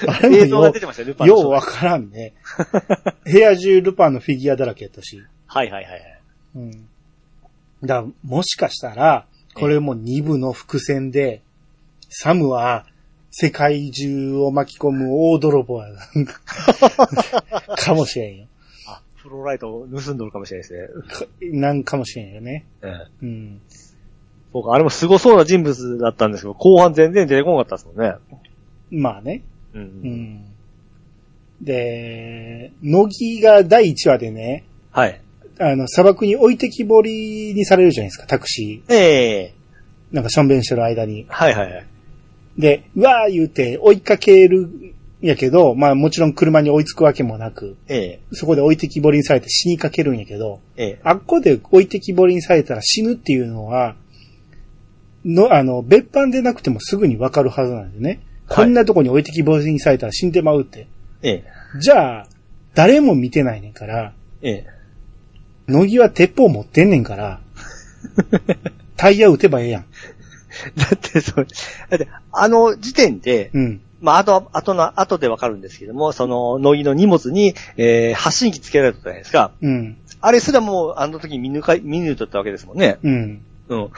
[SPEAKER 1] あれも
[SPEAKER 2] 映像が
[SPEAKER 1] よ
[SPEAKER 2] 出てましたよ、ルパ
[SPEAKER 1] う、
[SPEAKER 2] ンの
[SPEAKER 1] よ
[SPEAKER 2] 少年
[SPEAKER 1] うわからんね。部屋中ルパンのフィギュアだらけやったし。
[SPEAKER 2] はいはいはいはい。
[SPEAKER 1] うん。だからもしかしたら、これも2部の伏線で、サムは世界中を巻き込む大泥棒やな <laughs> かもしれんよ。
[SPEAKER 2] あ、フローライトを盗んどるかもしれないですね。
[SPEAKER 1] かなんかもしれんよね。
[SPEAKER 2] うん。
[SPEAKER 1] うん。
[SPEAKER 2] 僕、あれも凄そうな人物だったんですけど、後半全然出てこなかったですもんね。
[SPEAKER 1] まあね。
[SPEAKER 2] う。
[SPEAKER 1] うんん。で、乃木が第1話でね、
[SPEAKER 2] はい。
[SPEAKER 1] あの、砂漠に置いてきぼりにされるじゃないですか、タクシ
[SPEAKER 2] ええ
[SPEAKER 1] ー。なんかしょんべんしてる間に。
[SPEAKER 2] はいはいはい。
[SPEAKER 1] で、うわー言うて追いかけるんやけど、まあもちろん車に追いつくわけもなく、
[SPEAKER 2] ええ
[SPEAKER 1] そこで置いてきぼりにされて死にかけるんやけど、
[SPEAKER 2] ええ
[SPEAKER 1] あっこで置いてきぼりにされたら死ぬっていうのは、の、あの、別版でなくてもすぐにわかるはずなんでね。
[SPEAKER 2] は
[SPEAKER 1] こ
[SPEAKER 2] い
[SPEAKER 1] んなとこに置いてきぼりにされたら死んでまうって。
[SPEAKER 2] ええ。
[SPEAKER 1] じゃあ、誰も見てないねんから、
[SPEAKER 2] ええ。
[SPEAKER 1] 乃木は鉄砲持ってんねんから、タイヤ撃てばええやん。
[SPEAKER 2] <laughs> だって、そう、だって、あの時点で、
[SPEAKER 1] うん。
[SPEAKER 2] まあ、あと、あとの、後でわかるんですけども、その、乃木の荷物に、えー、発信機つけられたじゃないですか。
[SPEAKER 1] うん。
[SPEAKER 2] あれすらもう、あの時見抜か、見抜いとったわけですもんね。
[SPEAKER 1] うん。
[SPEAKER 2] うん。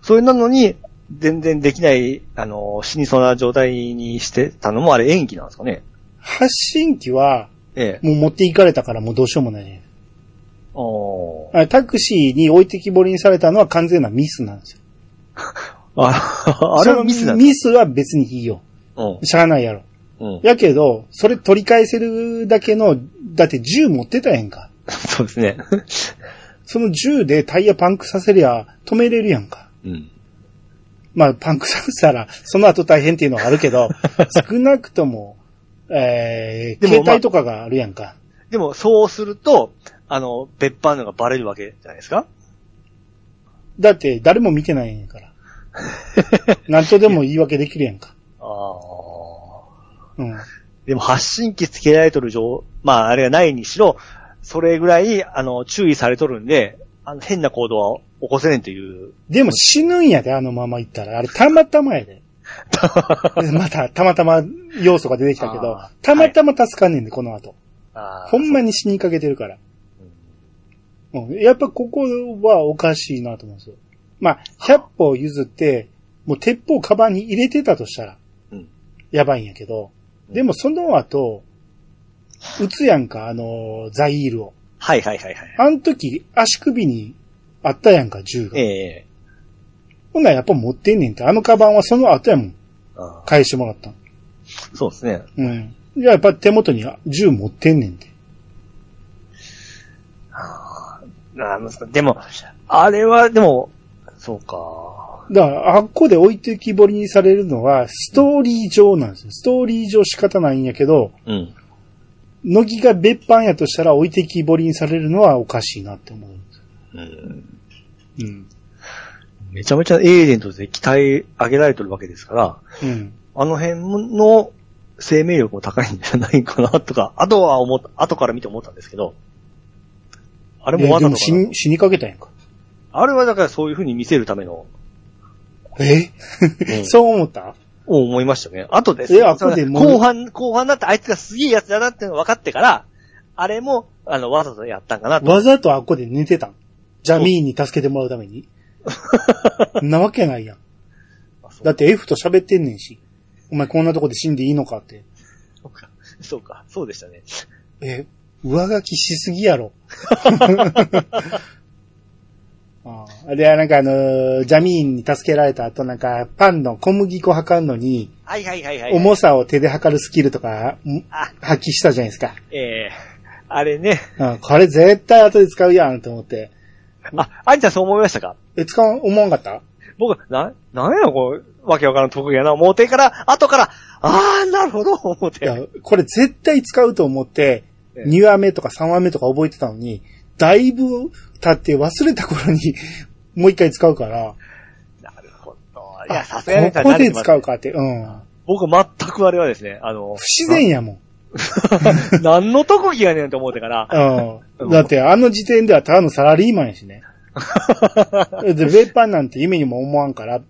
[SPEAKER 2] それなのに、全然できない、あの、死にそうな状態にしてたのも、あれ演技なんですかね。
[SPEAKER 1] 発信機は、
[SPEAKER 2] ええ。
[SPEAKER 1] もう持っていかれたからもうどうしようもないね。
[SPEAKER 2] おー。
[SPEAKER 1] あれタクシーに置いてきぼりにされたのは完全なミスなんですよ。
[SPEAKER 2] あ、あれはミス
[SPEAKER 1] そ
[SPEAKER 2] だ
[SPEAKER 1] の
[SPEAKER 2] ね。
[SPEAKER 1] ミスは別にいいよ。
[SPEAKER 2] うん。
[SPEAKER 1] しゃあないやろ。
[SPEAKER 2] うん。
[SPEAKER 1] やけど、それ取り返せるだけの、だって銃持ってたやんか。
[SPEAKER 2] そうですね。
[SPEAKER 1] その銃でタイヤパンクさせりゃ止めれるやんか。
[SPEAKER 2] うん。
[SPEAKER 1] まあ、パンクさせたら、その後大変っていうのはあるけ
[SPEAKER 2] <laughs>
[SPEAKER 1] ど、少なくとも、えー、
[SPEAKER 2] でも
[SPEAKER 1] 携帯とかがあるやんか。
[SPEAKER 2] でも、そうすると、あの、別班のがバレるわけじゃないです <laughs> か。
[SPEAKER 1] だって、誰も見てないんやから。なんとでも言い訳できるやんか。
[SPEAKER 2] ああ。
[SPEAKER 1] うん。
[SPEAKER 2] でも発信機つけられとる状、まああれがないにしろ、それぐらい、あの、注意されとるんで、あの、変な行動は起こせねんと <laughs> いう。
[SPEAKER 1] でも死ぬんやで、あのまま行ったら。あれ、たまたまや
[SPEAKER 2] <laughs>
[SPEAKER 1] で。また、たまたま要素が出てきたけど
[SPEAKER 2] あー、
[SPEAKER 1] たまたま助かんねんで、この後。
[SPEAKER 2] あー
[SPEAKER 1] ほんまに死にかけてるから。うん、やっぱここはおかしいなと思うんですよ。まあ、100歩譲って、もう鉄砲カバンに入れてたとしたら
[SPEAKER 2] うん、
[SPEAKER 1] やばいんやけど、
[SPEAKER 2] うん
[SPEAKER 1] でもその後、撃つやんか、あのーザイールを。
[SPEAKER 2] はいはいはいはい。
[SPEAKER 1] あの時、足首にあったやんか、銃が。
[SPEAKER 2] ええ
[SPEAKER 1] ほんならやっぱ持ってんねんって。あのカバンはその後やもん。
[SPEAKER 2] あ
[SPEAKER 1] 返してもらったの
[SPEAKER 2] ーそうですね。
[SPEAKER 1] うん。じゃあやっぱ手元に銃持ってんねんって。
[SPEAKER 2] あーそうでも、あれは、でも、そうか。
[SPEAKER 1] だから、あっこで置いてきぼりにされるのは、ストーリー上なんですよ。ストーリー上仕方ないんやけど、
[SPEAKER 2] うん。
[SPEAKER 1] 乃木が別班やとしたら置いてきぼりにされるのはおかしいなって思うんですよ。
[SPEAKER 2] うん
[SPEAKER 1] うん。
[SPEAKER 2] めちゃめちゃエージェントで鍛え上げられとるわけですから、
[SPEAKER 1] うん。
[SPEAKER 2] あの辺の生命力も高いんじゃないかなとか、あとは思った、後から見て思ったんですけど、あれ
[SPEAKER 1] いや
[SPEAKER 2] もわ
[SPEAKER 1] で
[SPEAKER 2] ざと
[SPEAKER 1] も
[SPEAKER 2] か
[SPEAKER 1] 死
[SPEAKER 2] な
[SPEAKER 1] に、死にかけたんやんか。
[SPEAKER 2] あれはだからそういう風に見せるための、
[SPEAKER 1] <laughs> え、
[SPEAKER 2] うん
[SPEAKER 1] そう思った
[SPEAKER 2] を思いましたね。後です。
[SPEAKER 1] え後でもう
[SPEAKER 2] 後半、後半だってあいつがすげえやつだなっていうのが分かってから、あれも、あの、わざとやったんかなと。
[SPEAKER 1] わざとあっこで寝てたんジャミーンに助けてもらうため
[SPEAKER 2] <laughs>
[SPEAKER 1] にんなわけないやん。だってて F と喋ってんねんし。お前こんなとこで死んでいいのかって。
[SPEAKER 2] そうか。 <laughs> そうか。そうでしたね。
[SPEAKER 1] え、上書きしすぎやろ。 <laughs> ああで、なんかあのージャミーンに助けられた後、なんか、パンの小麦粉測るのに、
[SPEAKER 2] はいはいはいはい。
[SPEAKER 1] 重さを手で測るスキルとか、ん
[SPEAKER 2] あ、
[SPEAKER 1] 発揮したじゃないですか。
[SPEAKER 2] ええあれね。
[SPEAKER 1] うん、これ絶対後で使うやんと思って。
[SPEAKER 2] あ、アニちゃんそう思いましたか
[SPEAKER 1] え、使う、思わんかった
[SPEAKER 2] 僕、な、なんやこう、わけわからん特技やな、思うてから、後から、あー、なるほど、思う
[SPEAKER 1] いや
[SPEAKER 2] て。、
[SPEAKER 1] これ絶対使うと思って、
[SPEAKER 2] ええ
[SPEAKER 1] 2話目とか3話目とか覚えてたのに、だいぶ経って忘れた頃に、もう一回使うから、
[SPEAKER 2] なるほど。いや、さ
[SPEAKER 1] あ
[SPEAKER 2] すがに
[SPEAKER 1] ここで使う。かって、うん。
[SPEAKER 2] 僕、全くあれはですね、あの、
[SPEAKER 1] 不自然やもん。
[SPEAKER 2] な <laughs> 何の特技やねんと思うてから、 <laughs>
[SPEAKER 1] うん。だって、あの時点ではただのサラリーマンやし
[SPEAKER 2] <laughs>
[SPEAKER 1] ね。で、ベッパンなんて夢にも思わんから、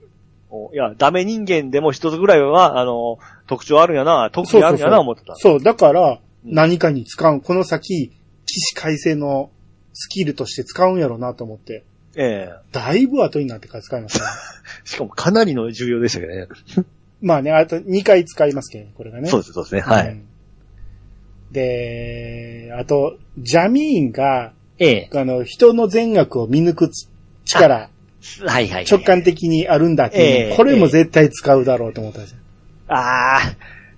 [SPEAKER 2] おいや、ダメ人間でも一つぐらいは、あの、特徴あるんやな、特技あるんやな、思ってた。
[SPEAKER 1] そう、だから、
[SPEAKER 2] うん
[SPEAKER 1] 何かに使う、この先、起死回生のスキルとして使うんやろうなと思って、
[SPEAKER 2] ええ
[SPEAKER 1] だいぶ後になってから使いま
[SPEAKER 2] <laughs>
[SPEAKER 1] したね。
[SPEAKER 2] しかも、かなりの重要でしたけどね。
[SPEAKER 1] まあね、あと2回使いますけどね、これがね。
[SPEAKER 2] そうです、そうですね。は
[SPEAKER 1] う
[SPEAKER 2] い。
[SPEAKER 1] んで、あと、ジャミーンが、
[SPEAKER 2] ええ
[SPEAKER 1] あの、人の善悪を見抜く力、
[SPEAKER 2] はいはいはい。
[SPEAKER 1] 直感的にあるんだっていう
[SPEAKER 2] ええ
[SPEAKER 1] これも絶対使うだろうと思ったんですよ
[SPEAKER 2] あ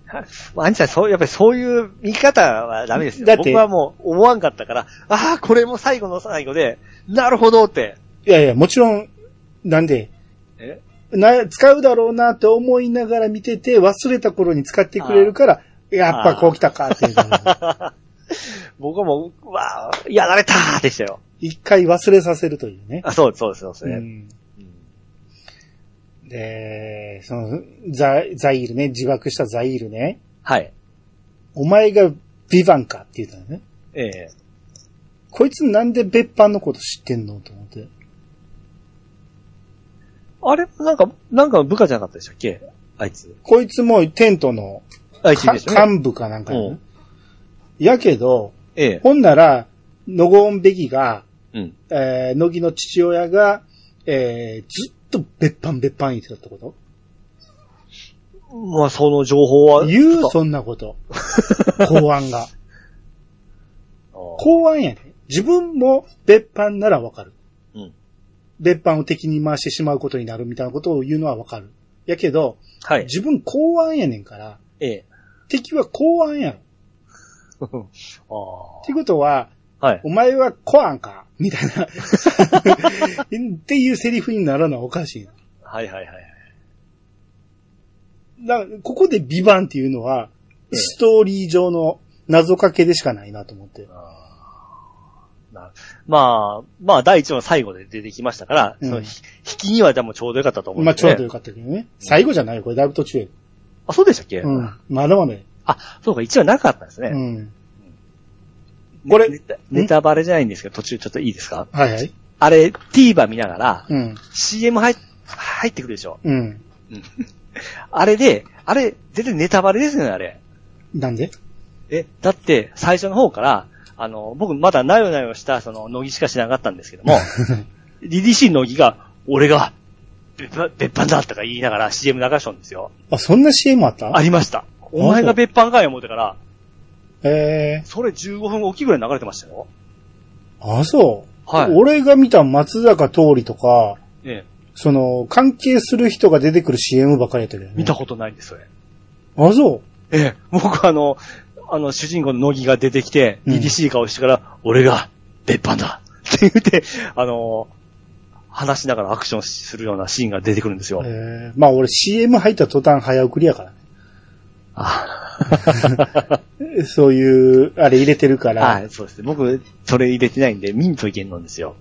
[SPEAKER 2] あ、アンチさん、そう、やっぱりそういう見方はダメですよ。
[SPEAKER 1] だって
[SPEAKER 2] 僕はもう思わんかったから、ああ、これも最後の最後で、なるほどって。 <laughs>
[SPEAKER 1] いやいや、もちろん、なんで、
[SPEAKER 2] え
[SPEAKER 1] な、使うだろうなって思いながら見てて、忘れた頃に使ってくれるから、やっぱこう来たかって
[SPEAKER 2] <laughs>
[SPEAKER 1] いうのが
[SPEAKER 2] 僕はもう、うわあ、やられたーでしたよ。
[SPEAKER 1] 一回忘れさせるというね。
[SPEAKER 2] あ、そうです、そうです、そうです
[SPEAKER 1] う
[SPEAKER 2] ね。
[SPEAKER 1] ん
[SPEAKER 2] うん
[SPEAKER 1] えー、その、ザ、ザイールね、自爆したザイールね、
[SPEAKER 2] はい。
[SPEAKER 1] お前がビバンかって言ったのね。
[SPEAKER 2] ええ
[SPEAKER 1] こいつなんで別班のこと知ってんのと思って。
[SPEAKER 2] あれなんか、なんか部下じゃなかったでしたっけあいつ。
[SPEAKER 1] こいつもテントの、
[SPEAKER 2] あいつ
[SPEAKER 1] か
[SPEAKER 2] でしょ、ね、
[SPEAKER 1] 幹部かなんか
[SPEAKER 2] う
[SPEAKER 1] やね
[SPEAKER 2] ん。
[SPEAKER 1] やけど、
[SPEAKER 2] ええ
[SPEAKER 1] ほんなら、ノゴンベギが、
[SPEAKER 2] うん。
[SPEAKER 1] えー、乃木の父親が、えー、ずっと別班別班言ってたってこと
[SPEAKER 2] まあ、その情報は。
[SPEAKER 1] 言う、そんなこと。公安が。 <laughs>
[SPEAKER 2] こ
[SPEAKER 1] 公安やね。自分も別班ならわかる。
[SPEAKER 2] うん
[SPEAKER 1] 別班を敵に回してしまうことになるみたいなことを言うのはわかる。やけど、
[SPEAKER 2] はい。
[SPEAKER 1] 自分公安やねんから、
[SPEAKER 2] ええ。 <laughs>
[SPEAKER 1] 敵は公安やろ。
[SPEAKER 2] ああ。
[SPEAKER 1] ってことは、
[SPEAKER 2] はい。
[SPEAKER 1] お前は公安かみたいな。 <laughs> っていうセリフにならなおかしいな。
[SPEAKER 2] はいはいはい。
[SPEAKER 1] だからここでビバンっていうのは、
[SPEAKER 2] ええ
[SPEAKER 1] ストーリー上の謎かけでしかないなと思って。
[SPEAKER 2] なまあ、まあ、第一話の最後で出てきましたから、
[SPEAKER 1] うん
[SPEAKER 2] その引きにはでもちょうどよかったと思うん
[SPEAKER 1] まあ
[SPEAKER 2] です
[SPEAKER 1] ち
[SPEAKER 2] ね。
[SPEAKER 1] ょうどよかったけどね。最後じゃないよ、これだいぶ途中や。
[SPEAKER 2] あ、そうでしたっけ、
[SPEAKER 1] うん。まだまだや。
[SPEAKER 2] あ、そうか、一話なかったんですね。
[SPEAKER 1] うん。
[SPEAKER 2] これ
[SPEAKER 1] ね
[SPEAKER 2] ネタ、ネタバレじゃないんですけど、途中ちょっといいですか
[SPEAKER 1] はいはい。
[SPEAKER 2] あれ、TVer 見ながら、
[SPEAKER 1] うん。
[SPEAKER 2] CM 入っ入ってくるでしょ。
[SPEAKER 1] うん。
[SPEAKER 2] あれで、あれ、全然ネタバレですよね、あれ。
[SPEAKER 1] なんで
[SPEAKER 2] え、だって、最初の方から、あの、僕まだなよなよした、その、乃木しかしなかったんですけ
[SPEAKER 1] <laughs>
[SPEAKER 2] ども、DDC 乃木が、俺が、別班別班だとか言いながら CM 流しとんですよ。
[SPEAKER 1] あ、そんな CM あった
[SPEAKER 2] ありました。お前が別班かい思ってから、
[SPEAKER 1] ええ
[SPEAKER 2] それ15分おきぐらい流れてましたよ。
[SPEAKER 1] あ、そう。
[SPEAKER 2] はい
[SPEAKER 1] 俺が見た松坂通りとか、
[SPEAKER 2] ええ、
[SPEAKER 1] その、関係する人が出てくる CM ばっかりやったけどね。
[SPEAKER 2] 見たことないんです、それ。
[SPEAKER 1] あ、そ
[SPEAKER 2] ええ、僕あの、あの、主人公の乃木が出てきて、
[SPEAKER 1] うん
[SPEAKER 2] 凛々しい顔してから、俺が、別班だって言って、あの、話しながらアクションするようなシーンが出てくるんですよ
[SPEAKER 1] う。え。えまあ俺 CM 入った途端早送りやからね
[SPEAKER 2] あ
[SPEAKER 1] え。そういう、あれ入れてるから、
[SPEAKER 2] <laughs> はい、 <laughs> そうですね。僕、それ入れてないんで、ミントいけんのんですよ。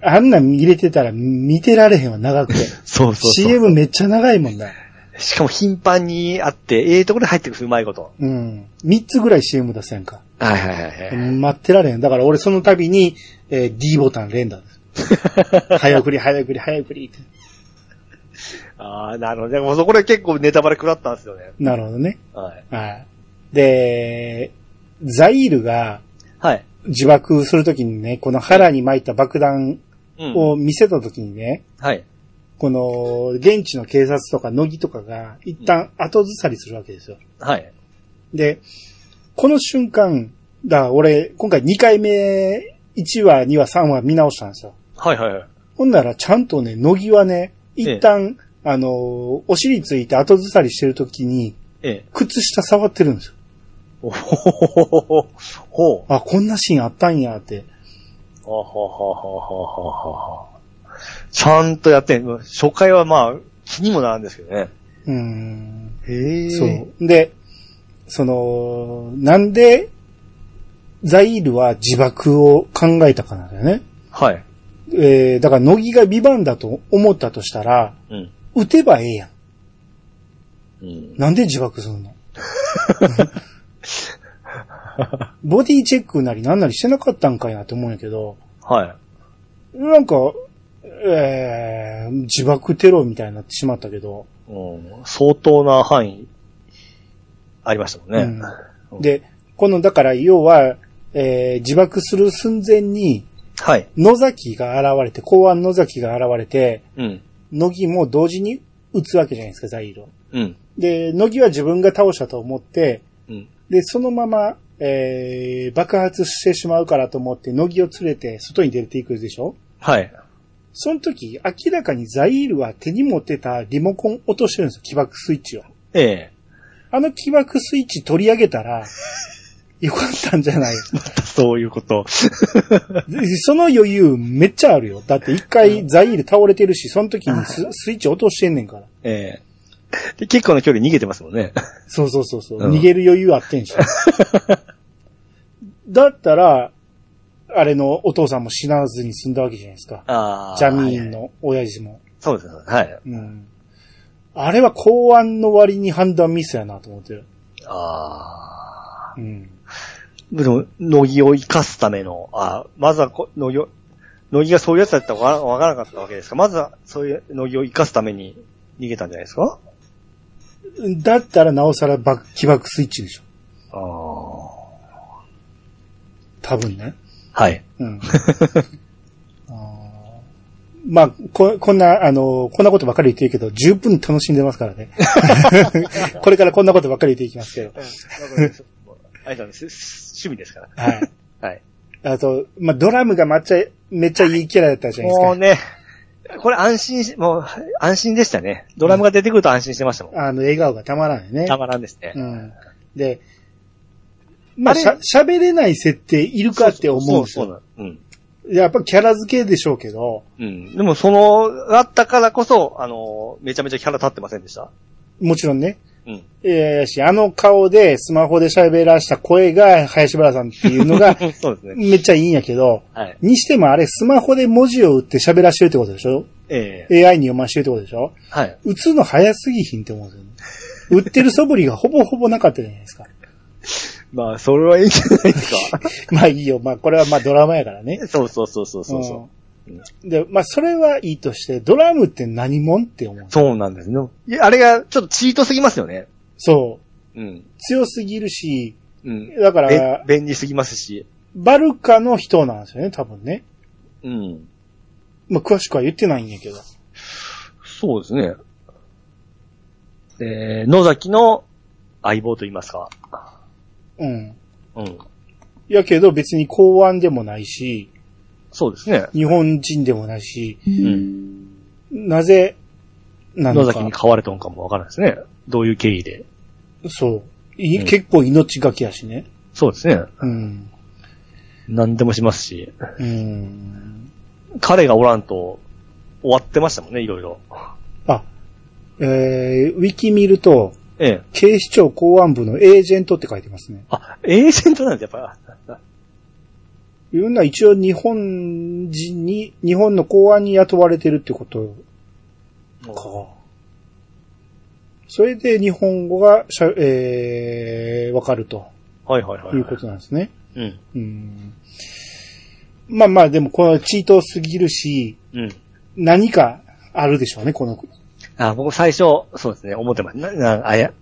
[SPEAKER 1] あんなん入れてたら見てられへんわ、長くて。
[SPEAKER 2] <laughs> そうそうそう。
[SPEAKER 1] CM めっちゃ長いもんだ。
[SPEAKER 2] しかも頻繁にあって、ええところで入ってくる、うまいこと。
[SPEAKER 1] うん。3つぐらい CM 出せんか。
[SPEAKER 2] はいはいはい <laughs> はい。
[SPEAKER 1] 待ってられへん。だから俺その度に、えー D ボタン連打
[SPEAKER 2] <laughs>
[SPEAKER 1] です。早送り、早送り、早送りって。
[SPEAKER 2] ああ、なるほど。でもそこで結構ネタバレ食らったんですよね。
[SPEAKER 1] なるほどね。
[SPEAKER 2] はい。
[SPEAKER 1] はい。で、ザイールが
[SPEAKER 2] はい。
[SPEAKER 1] 自爆するときにね、この腹に巻いた爆弾
[SPEAKER 2] うん。
[SPEAKER 1] を見せたときにね、
[SPEAKER 2] はい。
[SPEAKER 1] この、現地の警察とか乃木とかが一旦後ずさりするわけですよ。
[SPEAKER 2] はい。
[SPEAKER 1] で、この瞬間、だから俺、今回2回目、1話、2話、3話見直したんですよ。
[SPEAKER 2] はいはいはい。
[SPEAKER 1] ほんなら、ちゃんとね、乃木はね、一旦、あのー、お尻ついて後ずさりしてるときに、
[SPEAKER 2] ええ。
[SPEAKER 1] 靴下触ってるんですよ。
[SPEAKER 2] おほほほほほほ。ほう。
[SPEAKER 1] あ、こんなシーンあったんやって。
[SPEAKER 2] ほほほほほほほ。ちゃんとやってん。初回はまあ、気にもならんですけどね。
[SPEAKER 1] うーん。
[SPEAKER 2] へえ。
[SPEAKER 1] そう。。で、その、なんで、ザイールは自爆を考えたかなんだよね。
[SPEAKER 2] はい。
[SPEAKER 1] えー、だから、乃木がビバンだと思ったとしたら、
[SPEAKER 2] うん。
[SPEAKER 1] 撃てばええやん。
[SPEAKER 2] うん。
[SPEAKER 1] なんで自爆するのボディチェックなりなんなりしてなかったんかいなって思うんやけど、
[SPEAKER 2] はい。
[SPEAKER 1] なんか、えー、自爆テロみたいになってしまったけど、
[SPEAKER 2] うん、相当な範囲、ありましたもんね。
[SPEAKER 1] うんで、この、だから要は、えー、自爆する寸前に、
[SPEAKER 2] はい。
[SPEAKER 1] 野崎が現れて、公安野崎が現れて、
[SPEAKER 2] うん。
[SPEAKER 1] 乃木も同時に撃つわけじゃないですか、ザイールを。
[SPEAKER 2] うん。
[SPEAKER 1] で、乃木は自分が倒したと思って、
[SPEAKER 2] うん。
[SPEAKER 1] で、そのまま、えー、爆発してしまうからと思って、乃木を連れて外に出ていくでしょ
[SPEAKER 2] はい。
[SPEAKER 1] その時、明らかにザイールは手に持ってたリモコン落としてるんですよ、起爆スイッチを。
[SPEAKER 2] え <laughs> え
[SPEAKER 1] あの起爆スイッチ取り上げたら、よかったんじゃない
[SPEAKER 2] そういうこと。
[SPEAKER 1] でその余裕めっちゃあるよ。だって一回ザイール倒れてるし、その時にススイッチ落としてんねんから。
[SPEAKER 2] ええで、結構な距離逃げてますもんね。
[SPEAKER 1] そうそうそうそう。
[SPEAKER 2] うん
[SPEAKER 1] 逃げる余裕あってん <laughs> じゃん。だったら、あれのお父さんも死
[SPEAKER 2] <laughs>
[SPEAKER 1] なずに済んだわけじゃないですか。
[SPEAKER 2] ああ。
[SPEAKER 1] ジャミーン。の親父も。
[SPEAKER 2] そうです。はい。
[SPEAKER 1] うん。あれは公安の割に判断ミスやなと思ってる。
[SPEAKER 2] ああ。
[SPEAKER 1] うん。
[SPEAKER 2] でも、乃木を生かすための、あまずはこ、乃木を、乃木がそういうやつだったらわからわからなかったわけですかまずは、そういう乃木を生かすために逃げたんじゃないですか
[SPEAKER 1] だったらなおさらバッキバックスイッチでしょ。
[SPEAKER 2] ああ。
[SPEAKER 1] 多分ね。
[SPEAKER 2] はい。
[SPEAKER 1] <laughs> うん。あーまあ、こ、こんな、あの、こんなことばっかり言ってるけど、十分楽しんでますから <laughs> ね。これからこんなことばっかり言っていきますけど。
[SPEAKER 2] あれなんです。趣味ですから。
[SPEAKER 1] はい。
[SPEAKER 2] はい。
[SPEAKER 1] あと、まあ、ドラムがめっちゃ、めっちゃいいキャラだったじゃないですか。
[SPEAKER 2] もうね、これ安心し、もう安心でしたね。ドラムが出てくると安心してましたもん。
[SPEAKER 1] あの、笑顔がたまらんよね。
[SPEAKER 2] たまらんですね。
[SPEAKER 1] うん。で、まあ、
[SPEAKER 2] あれ
[SPEAKER 1] しゃ、喋れない設定いるかって思うんです
[SPEAKER 2] そう
[SPEAKER 1] よ。
[SPEAKER 2] そうそうなの
[SPEAKER 1] やっぱキャラ付けでしょうけど、
[SPEAKER 2] うん。うん。でもその、あったからこそ、あの、めちゃめちゃキャラ立ってませんでした。
[SPEAKER 1] もちろんね。
[SPEAKER 2] うん。
[SPEAKER 1] えー、し、あの顔でスマホで喋らした声が林原さんっていうのが
[SPEAKER 2] <laughs> そうですね。
[SPEAKER 1] めっちゃいいんやけど、
[SPEAKER 2] はい。
[SPEAKER 1] にしてもあれスマホで文字を打って喋らしてるってことでしょ
[SPEAKER 2] ええ
[SPEAKER 1] ?AI に読ましてるってことでしょ
[SPEAKER 2] はい。
[SPEAKER 1] 打つの早すぎひんって思うんですよね。打ってる素振りがほぼほぼなかったじゃないですか。
[SPEAKER 2] まあ、それはいいんじゃないですか。
[SPEAKER 1] <laughs> まあいいよ。まあこれはまあドラマやからね。
[SPEAKER 2] <laughs> そうそうそうそうそうそう。
[SPEAKER 1] うんで、まあそれはいいとして、ドラムって何もんって思う。
[SPEAKER 2] そうなんですね。いや、あれがちょっとチートすぎますよね。
[SPEAKER 1] そ
[SPEAKER 2] うん。
[SPEAKER 1] う。強すぎるし、
[SPEAKER 2] うん。
[SPEAKER 1] だから
[SPEAKER 2] べ、便利すぎますし。
[SPEAKER 1] バルカの人なんですよね、多分ね。
[SPEAKER 2] うん。
[SPEAKER 1] まあ詳しくは言ってないんやけど。
[SPEAKER 2] そうですね。えー、野崎の相棒と言いますか。
[SPEAKER 1] うん。
[SPEAKER 2] うん。
[SPEAKER 1] やけど別に公安でもないし、
[SPEAKER 2] そうですね。
[SPEAKER 1] 日本人でもないし、
[SPEAKER 2] うん。
[SPEAKER 1] なぜ、な
[SPEAKER 2] 野
[SPEAKER 1] の
[SPEAKER 2] 崎
[SPEAKER 1] か
[SPEAKER 2] に。買われたのかもわからないですね。どういう経緯で。
[SPEAKER 1] そう。い
[SPEAKER 2] うん
[SPEAKER 1] 結構命がけやしね。
[SPEAKER 2] そうですね。
[SPEAKER 1] うん。
[SPEAKER 2] 何でもしますし。
[SPEAKER 1] うん。
[SPEAKER 2] 彼がおらんと終わってましたもんね、いろいろ。
[SPEAKER 1] あ、えー、ウィキ見ると、
[SPEAKER 2] ええ。
[SPEAKER 1] 警視庁公安部のエージェントって書いてますね。
[SPEAKER 2] あ、エージェントなんてやっぱ、
[SPEAKER 1] いろんな一応日本人に、日本の公安に雇われてるってことか。それで日本語がしゃ、えー、わかると
[SPEAKER 2] はいはいはい。
[SPEAKER 1] いうことなんですね。
[SPEAKER 2] うん。
[SPEAKER 1] うん。まあまあでもこのチートすぎるし、
[SPEAKER 2] うん。
[SPEAKER 1] 何かあるでしょうね、この。
[SPEAKER 2] あ、僕最初、そうですね、思ってました。な、な、あや、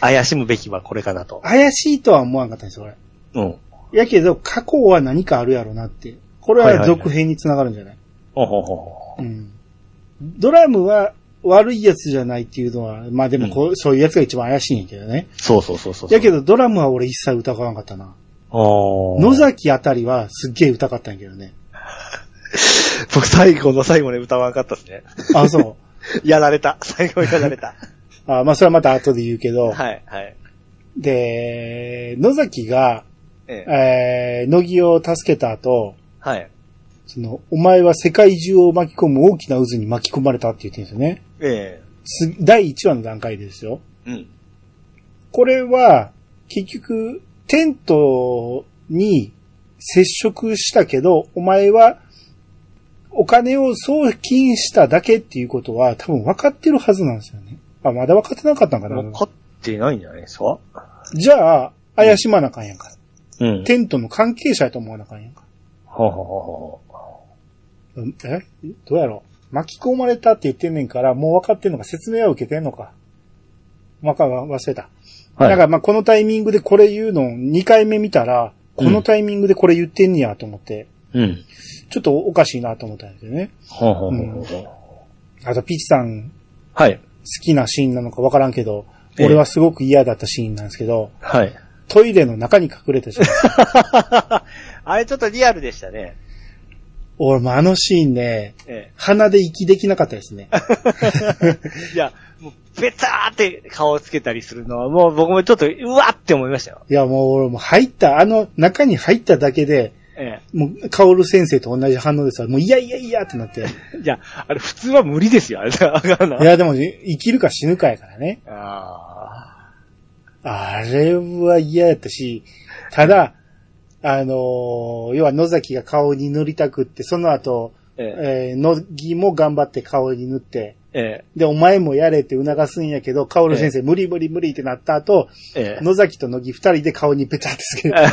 [SPEAKER 2] 怪しむべきはこれかなと。
[SPEAKER 1] 怪しいとは思わんかったんですよ、これ。
[SPEAKER 2] うん。
[SPEAKER 1] やけど過去は何かあるやろなって。これ
[SPEAKER 2] はい
[SPEAKER 1] は
[SPEAKER 2] はいはい
[SPEAKER 1] 続編につながるんじゃない,、
[SPEAKER 2] ほうほうほうほ
[SPEAKER 1] うん。ドラムは悪いやつじゃないっていうのは、まあでもこう、そういうやつが一番怪しいんやけどね。
[SPEAKER 2] う。そうそうそうそう。
[SPEAKER 1] やけどドラムは俺一切疑わなかったな。
[SPEAKER 2] おー
[SPEAKER 1] 野崎あたりはすっげえ疑ったんやけどね。
[SPEAKER 2] <laughs> 僕最後の最後で歌わなかったですね。 <laughs>
[SPEAKER 1] あ、そう。
[SPEAKER 2] やられた。最後にやられた。
[SPEAKER 1] あまあ <laughs> それはまた後で言うけど。
[SPEAKER 2] はい、はい。
[SPEAKER 1] で、野崎が、
[SPEAKER 2] え
[SPEAKER 1] え
[SPEAKER 2] え。
[SPEAKER 1] ー、乃木を助けた後、
[SPEAKER 2] はい。
[SPEAKER 1] その、お前は世界中を巻き込む大きな渦に巻き込まれたって言ってるんですよね。
[SPEAKER 2] え
[SPEAKER 1] す第1話の段階ですよ。
[SPEAKER 2] え。うん。
[SPEAKER 1] これは、結局、テントに接触したけど、お前は、お金を送金しただけっていうことは、多分分かってるはずなんですよね。あ、まだ分かってなかったんかな
[SPEAKER 2] 分。かってないんじゃないですか
[SPEAKER 1] じゃあ、怪しまなあかんやんか。
[SPEAKER 2] うん。
[SPEAKER 1] テントの関係者やと思わなあかんやんか。
[SPEAKER 2] ほうほうほうほ
[SPEAKER 1] うんえどうやろう巻き込まれたって言ってんねんから、もう分かってんのか、説明は受けてんのか。わか、忘れた。
[SPEAKER 2] う。はい。
[SPEAKER 1] だからまあこのタイミングでこれ言うのを2回目見たら、このタイミングでこれ言ってんねやと思って、
[SPEAKER 2] うん。
[SPEAKER 1] ちょっとおかしいなと思ったんですよね。
[SPEAKER 2] ほうほうほうほうほう。
[SPEAKER 1] あと、ピチさん
[SPEAKER 2] はい。
[SPEAKER 1] 好きなシーンなのかわからんけど、
[SPEAKER 2] ええ
[SPEAKER 1] 俺はすごく嫌だったシーンなんですけど、
[SPEAKER 2] はい。
[SPEAKER 1] トイレの中に隠れてしまう。
[SPEAKER 2] <laughs> あれちょっとリアルでしたね。
[SPEAKER 1] <laughs> 俺もあのシーンね、
[SPEAKER 2] え
[SPEAKER 1] 鼻で息できなかったですね。
[SPEAKER 2] <laughs> え。いや、もう、ベターって顔をつけたりするのは、もう僕もちょっと、うわって思いましたよ。
[SPEAKER 1] いやもう俺も入った、あの中に入っただけで、
[SPEAKER 2] え
[SPEAKER 1] もう、カオル先生と同じ反応ですわ。もう、いやいやいやってなって。い
[SPEAKER 2] え。いや、あれ普通は無理ですよ、あれ。あかんな。
[SPEAKER 1] や、でも、生きるか死ぬかやからね。
[SPEAKER 2] あ
[SPEAKER 1] あれは嫌やったし、ただ、あのー要は野崎が顔に塗りたくって、その後、
[SPEAKER 2] ーええ。
[SPEAKER 1] えー、野木も頑張って顔に塗って、
[SPEAKER 2] え
[SPEAKER 1] で、お前もやれって促すんやけど、カオル先生、無理無理無理ってなった後、
[SPEAKER 2] え、ええ。
[SPEAKER 1] 野崎と野木二人で顔にペタってつける。あ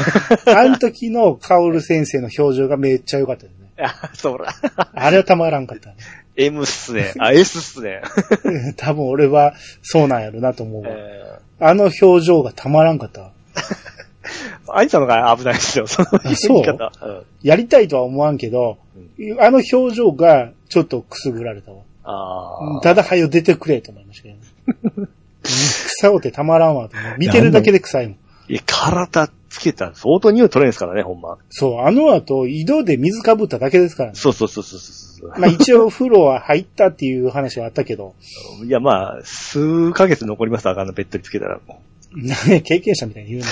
[SPEAKER 1] の時のカオル先生の表情がめっちゃ良かったよ
[SPEAKER 2] <laughs>
[SPEAKER 1] ね。
[SPEAKER 2] <laughs> あ、そうだ。
[SPEAKER 1] あれはたまらんか
[SPEAKER 2] <laughs>
[SPEAKER 1] った、
[SPEAKER 2] M っすね。あ、S っすね。
[SPEAKER 1] ね。多分俺はそうなんやろなと思うわ。
[SPEAKER 2] え
[SPEAKER 1] あの表情がたまらんかった。
[SPEAKER 2] え。あいさんのが危ないですよ。その言い方。うん。
[SPEAKER 1] やりたいとは思わんけど、あの表情がちょっとくすぐられたわ。
[SPEAKER 2] ああ。
[SPEAKER 1] ただ早よ出てくれと思いましたけど
[SPEAKER 2] <laughs>
[SPEAKER 1] ね。臭おてたまらんわと思う。見てるだけで臭いもん。
[SPEAKER 2] いや、体つけたら相当匂い取れんですからね、ほんま。
[SPEAKER 1] そう、あの後、井戸で水かぶっただけですからね。
[SPEAKER 2] そうそうそうそうそう
[SPEAKER 1] まあ一応風呂は入ったっていう話はあったけど、
[SPEAKER 2] そう。いや、まあ、数ヶ月残ります、あかんのベッドにつけたら。も
[SPEAKER 1] ね経験者みたいに言う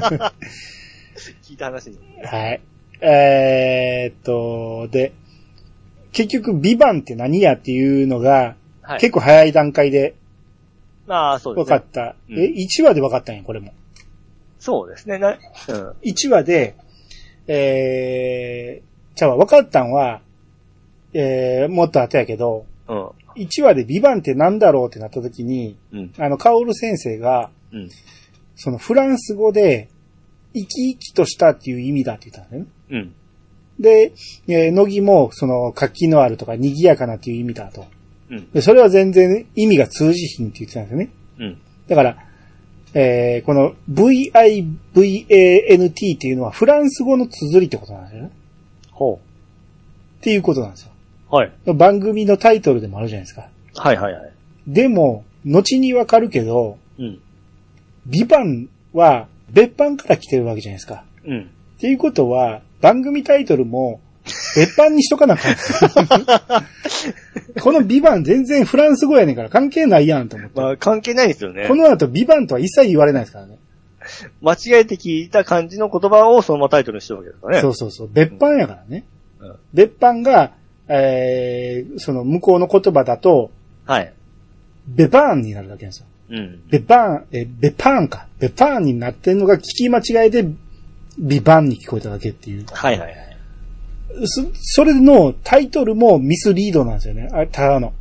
[SPEAKER 2] う聞いた話に。
[SPEAKER 1] な。はい。えーっと、で、結局、ビバンって何やっていうのが、
[SPEAKER 2] はい。
[SPEAKER 1] 結構早い段階で
[SPEAKER 2] 構、ああ、そうで
[SPEAKER 1] 分
[SPEAKER 2] す
[SPEAKER 1] か
[SPEAKER 2] ね
[SPEAKER 1] っ。た。
[SPEAKER 2] うん
[SPEAKER 1] え、1話で分かったんや、これも。
[SPEAKER 2] そうですね。なうん。
[SPEAKER 1] 1話で、えー、じゃあ分かったんは、えー、もっと後やけど、
[SPEAKER 2] うん。
[SPEAKER 1] 1話でビバンって何だろうってなった時に、
[SPEAKER 2] うん。
[SPEAKER 1] あの、カオル先生が、
[SPEAKER 2] うん。
[SPEAKER 1] そのフランス語で、生き生きとしたっていう意味だって言ったんだよね。
[SPEAKER 2] うん。
[SPEAKER 1] で、えー、乃木も、その、活気のあるとか、賑やかなっていう意味だと。
[SPEAKER 2] うん。
[SPEAKER 1] で、それは全然意味が通じひんって言ってたんですよね。
[SPEAKER 2] うん。
[SPEAKER 1] だから、えーこの VIVANT っていうのはフランス語の綴りってことなんですよね。
[SPEAKER 2] ほ
[SPEAKER 1] っていうことなんです
[SPEAKER 2] う。はい。
[SPEAKER 1] よ。番組のタイトルでもあるじゃないですか。
[SPEAKER 2] はいはいはい。
[SPEAKER 1] でも、後にわかるけど、
[SPEAKER 2] うん。
[SPEAKER 1] ビバンは別版から来てるわけじゃないですか。
[SPEAKER 2] うん。
[SPEAKER 1] っていうことは、番組タイトルも、別版にしとかなあかんですよ
[SPEAKER 2] <laughs>
[SPEAKER 1] このビバン全然フランス語やねんから関係ないやんと思って。
[SPEAKER 2] まあ、関係ないですよね
[SPEAKER 1] こ。の後ビバンとは一切言われないですからね。
[SPEAKER 2] 間違えて聞いた感じの言葉をそのままタイトルにしてるわけですからね。
[SPEAKER 1] そうそうそう。別版やからね。
[SPEAKER 2] うん
[SPEAKER 1] 別版が、えー、その向こうの言葉だと、
[SPEAKER 2] はい。
[SPEAKER 1] ベバーンになるだけなんですよ。
[SPEAKER 2] うん。
[SPEAKER 1] ベバーン、え、ベパーンか。ベパーンになってんのが聞き間違いで、ビバンに聞こえただけっていう。
[SPEAKER 2] はいはいはい。
[SPEAKER 1] そ、それのタイトルもミスリードなんですよね。あただの。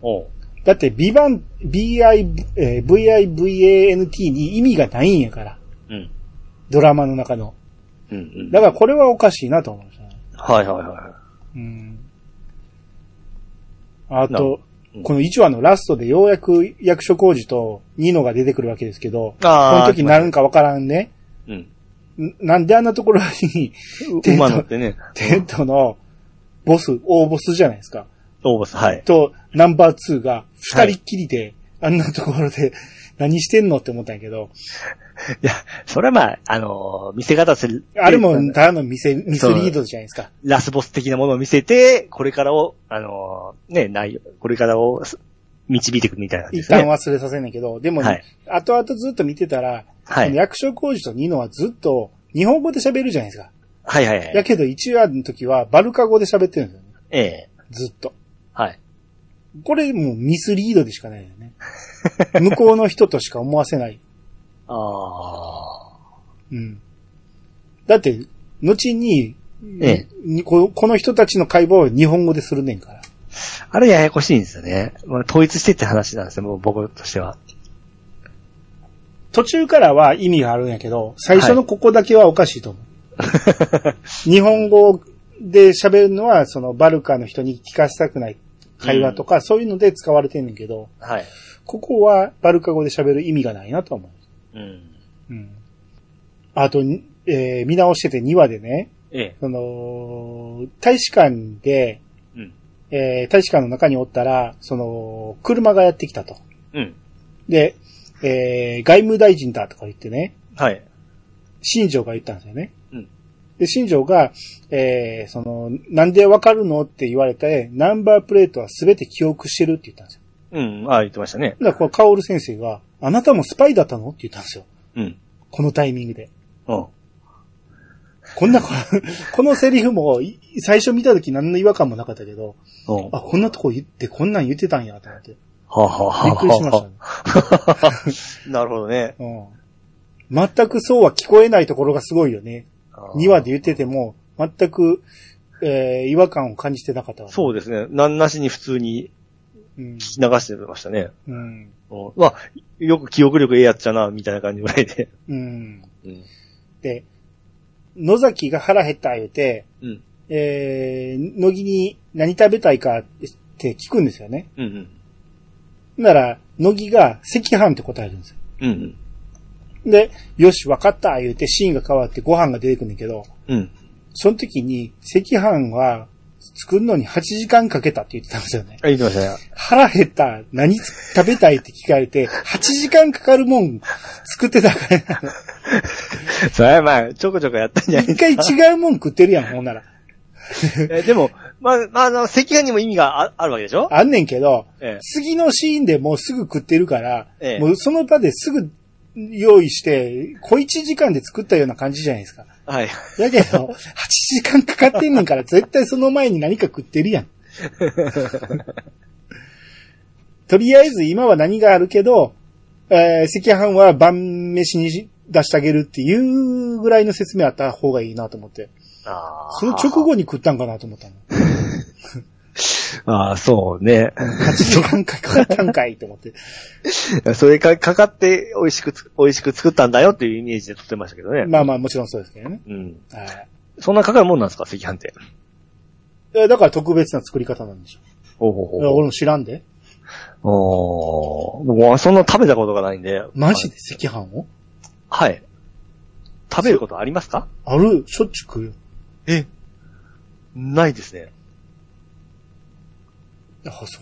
[SPEAKER 2] おう。
[SPEAKER 1] だって、ビバン、BI、えー VIVANT に意味がないんやから。
[SPEAKER 2] うん。
[SPEAKER 1] ドラマの中の。
[SPEAKER 2] うんうん。
[SPEAKER 1] だからこれはおかしいなと思いましたね。
[SPEAKER 2] はいはいは
[SPEAKER 1] うん。あ
[SPEAKER 2] な
[SPEAKER 1] と、
[SPEAKER 2] うん
[SPEAKER 1] この1話のラストでようやく役所工事とニノが出てくるわけですけど、こ
[SPEAKER 2] い。ああ。
[SPEAKER 1] の時なるんかわからんね。
[SPEAKER 2] うん。
[SPEAKER 1] んなんであんなところに、テン
[SPEAKER 2] 馬乗っ
[SPEAKER 1] ト、
[SPEAKER 2] てね。
[SPEAKER 1] テントのボス、大ボスじゃないですか。
[SPEAKER 2] オーバス、はい。
[SPEAKER 1] と、ナンバー2が二人っきりで、あんなところで <laughs> 何してんのって思ったんやけど、
[SPEAKER 2] いや、それはまあ、あのー見せ方する。
[SPEAKER 1] あれもただのミセミスリードじゃないですか。
[SPEAKER 2] ラスボス的なものを見せて、これからを、あのーね、内容、これからをす導いていくみたいな感じで
[SPEAKER 1] 一
[SPEAKER 2] すね。
[SPEAKER 1] 旦忘れさせんねんけど、でも、
[SPEAKER 2] はい
[SPEAKER 1] 後々ずっと見てたら、
[SPEAKER 2] はい
[SPEAKER 1] その役所広司とニノはずっと日本語で喋るじゃないですか。
[SPEAKER 2] はいはいは
[SPEAKER 1] や
[SPEAKER 2] い。
[SPEAKER 1] けど1話の時はバルカ語で喋ってるんですよね。
[SPEAKER 2] ええ。
[SPEAKER 1] ずっと。
[SPEAKER 2] はい。
[SPEAKER 1] これもうミスリードでしかないよ
[SPEAKER 2] <laughs>
[SPEAKER 1] ね。向こうの人としか思わせない。
[SPEAKER 2] ああ。
[SPEAKER 1] うん。だって、後に、
[SPEAKER 2] ええ。
[SPEAKER 1] にここの人たちの会話を日本語でするねんから。
[SPEAKER 2] あれややこしいんですよね。まあ、統一してって話なんですよ、もう僕とし
[SPEAKER 1] <laughs>
[SPEAKER 2] ては。
[SPEAKER 1] 途中からは意味があるんやけど、最初のここだけはおかしいと思う。日本語で喋るのは、そのバルカの人に聞かせたくない会話とか、そういうので使われてんねんけど、
[SPEAKER 2] はい。
[SPEAKER 1] ここはバルカ語で喋る意味がないなと思
[SPEAKER 2] うん。
[SPEAKER 1] う。うん。あと、にえー見直してて2話でね、
[SPEAKER 2] ええ。
[SPEAKER 1] その、大使館で、
[SPEAKER 2] うん。
[SPEAKER 1] えー大使館の中におったら、その、車がやってきたと。
[SPEAKER 2] うん。
[SPEAKER 1] で、えー外務大臣だとか言ってね、
[SPEAKER 2] はい。
[SPEAKER 1] 新庄が言ったんですよね。
[SPEAKER 2] うん
[SPEAKER 1] で、新庄が、えーその、なんでわかるのって言われて、ナンバープレートはすべて記憶してるって言ったんですよ。
[SPEAKER 2] うん。ああ、言ってましたね。
[SPEAKER 1] だからこのカオル先生が、あなたもスパイだったのって言ったんですよ。
[SPEAKER 2] うん。
[SPEAKER 1] このタイミングで。
[SPEAKER 2] うん。
[SPEAKER 1] こんな、ここのセリフも、い最初見た時何の違和感もなかったけど、
[SPEAKER 2] うん。は
[SPEAKER 1] あ、こんなとこ言って、こんなん言ってたんや、と思って。び
[SPEAKER 2] あ、はあはあ、
[SPEAKER 1] っくりしましたね。
[SPEAKER 2] した。 <laughs> なるほどね。
[SPEAKER 1] うん。全くそうは聞こえないところがすごいよね。2話
[SPEAKER 2] で。
[SPEAKER 1] で言ってても、全く、えー違和感を感じてなかったわ。
[SPEAKER 2] そうですね。なんなしに普通に
[SPEAKER 1] うん。
[SPEAKER 2] 聞き流してましたね。
[SPEAKER 1] うん。
[SPEAKER 2] うんまあ、よく記憶力ええやっちゃな、みたいな感じぐらいで。
[SPEAKER 1] うん。
[SPEAKER 2] うん。
[SPEAKER 1] で、野崎が腹減った言うて、
[SPEAKER 2] うん。
[SPEAKER 1] えー、乃木に何食べたいかって聞くんですよね。
[SPEAKER 2] うんうん。
[SPEAKER 1] なら、乃木が赤飯って答えるんですよ。
[SPEAKER 2] うん。
[SPEAKER 1] で、よし、わかった言うてシーンが変わってご飯が出てくるんだけど、
[SPEAKER 2] うん。
[SPEAKER 1] その時に赤飯は作るのに8時間かけたって言ってたんですよね。
[SPEAKER 2] あ、言ってましたね。
[SPEAKER 1] 腹減った、何食べたいって聞かれて、8時間かかるもん作ってたから、
[SPEAKER 2] <laughs> それはまあ、ちょこちょこやったんじゃない
[SPEAKER 1] 一回違うもん食ってるやん、ほんなら。
[SPEAKER 2] <laughs> えでも、まあ、まあ、あの、赤飯にも意味がああるわけでしょ
[SPEAKER 1] あんねんけど、
[SPEAKER 2] え
[SPEAKER 1] 次のシーンでもうすぐ食ってるから、
[SPEAKER 2] ええ
[SPEAKER 1] もうその場ですぐ用意して、小一時間で作ったような感じじゃないですか。
[SPEAKER 2] え。はい。
[SPEAKER 1] だけど、8時間かかってんねんから、絶対その前に何か食ってるやん。とりあえず今は何があるけど、えー、赤飯は晩飯にし出してあげるっていうぐらいの説明あった方がいいなと思って。
[SPEAKER 2] あ
[SPEAKER 1] その直後に食ったんかなと思ったの。
[SPEAKER 2] ああ、そうね。
[SPEAKER 1] 8時間かかったんかいと思って。
[SPEAKER 2] それか、かかって、美味しくつ、美味しく作ったんだよっていうイメージで撮ってましたけどね。
[SPEAKER 1] まあまあもちろんそうですけどね。
[SPEAKER 2] うん。
[SPEAKER 1] はい
[SPEAKER 2] そんなかかるもんなんですか赤飯って。
[SPEAKER 1] えだから特別な作り方なんでしょ。
[SPEAKER 2] ほうほ
[SPEAKER 1] いや俺も知らんで。
[SPEAKER 2] うほう。おー。僕はそんな食べたことがないんで。
[SPEAKER 1] マジで赤飯を
[SPEAKER 2] はい。食べることありますか
[SPEAKER 1] あるしょっちゅう食うよ。
[SPEAKER 2] えないですね。
[SPEAKER 1] あ、そ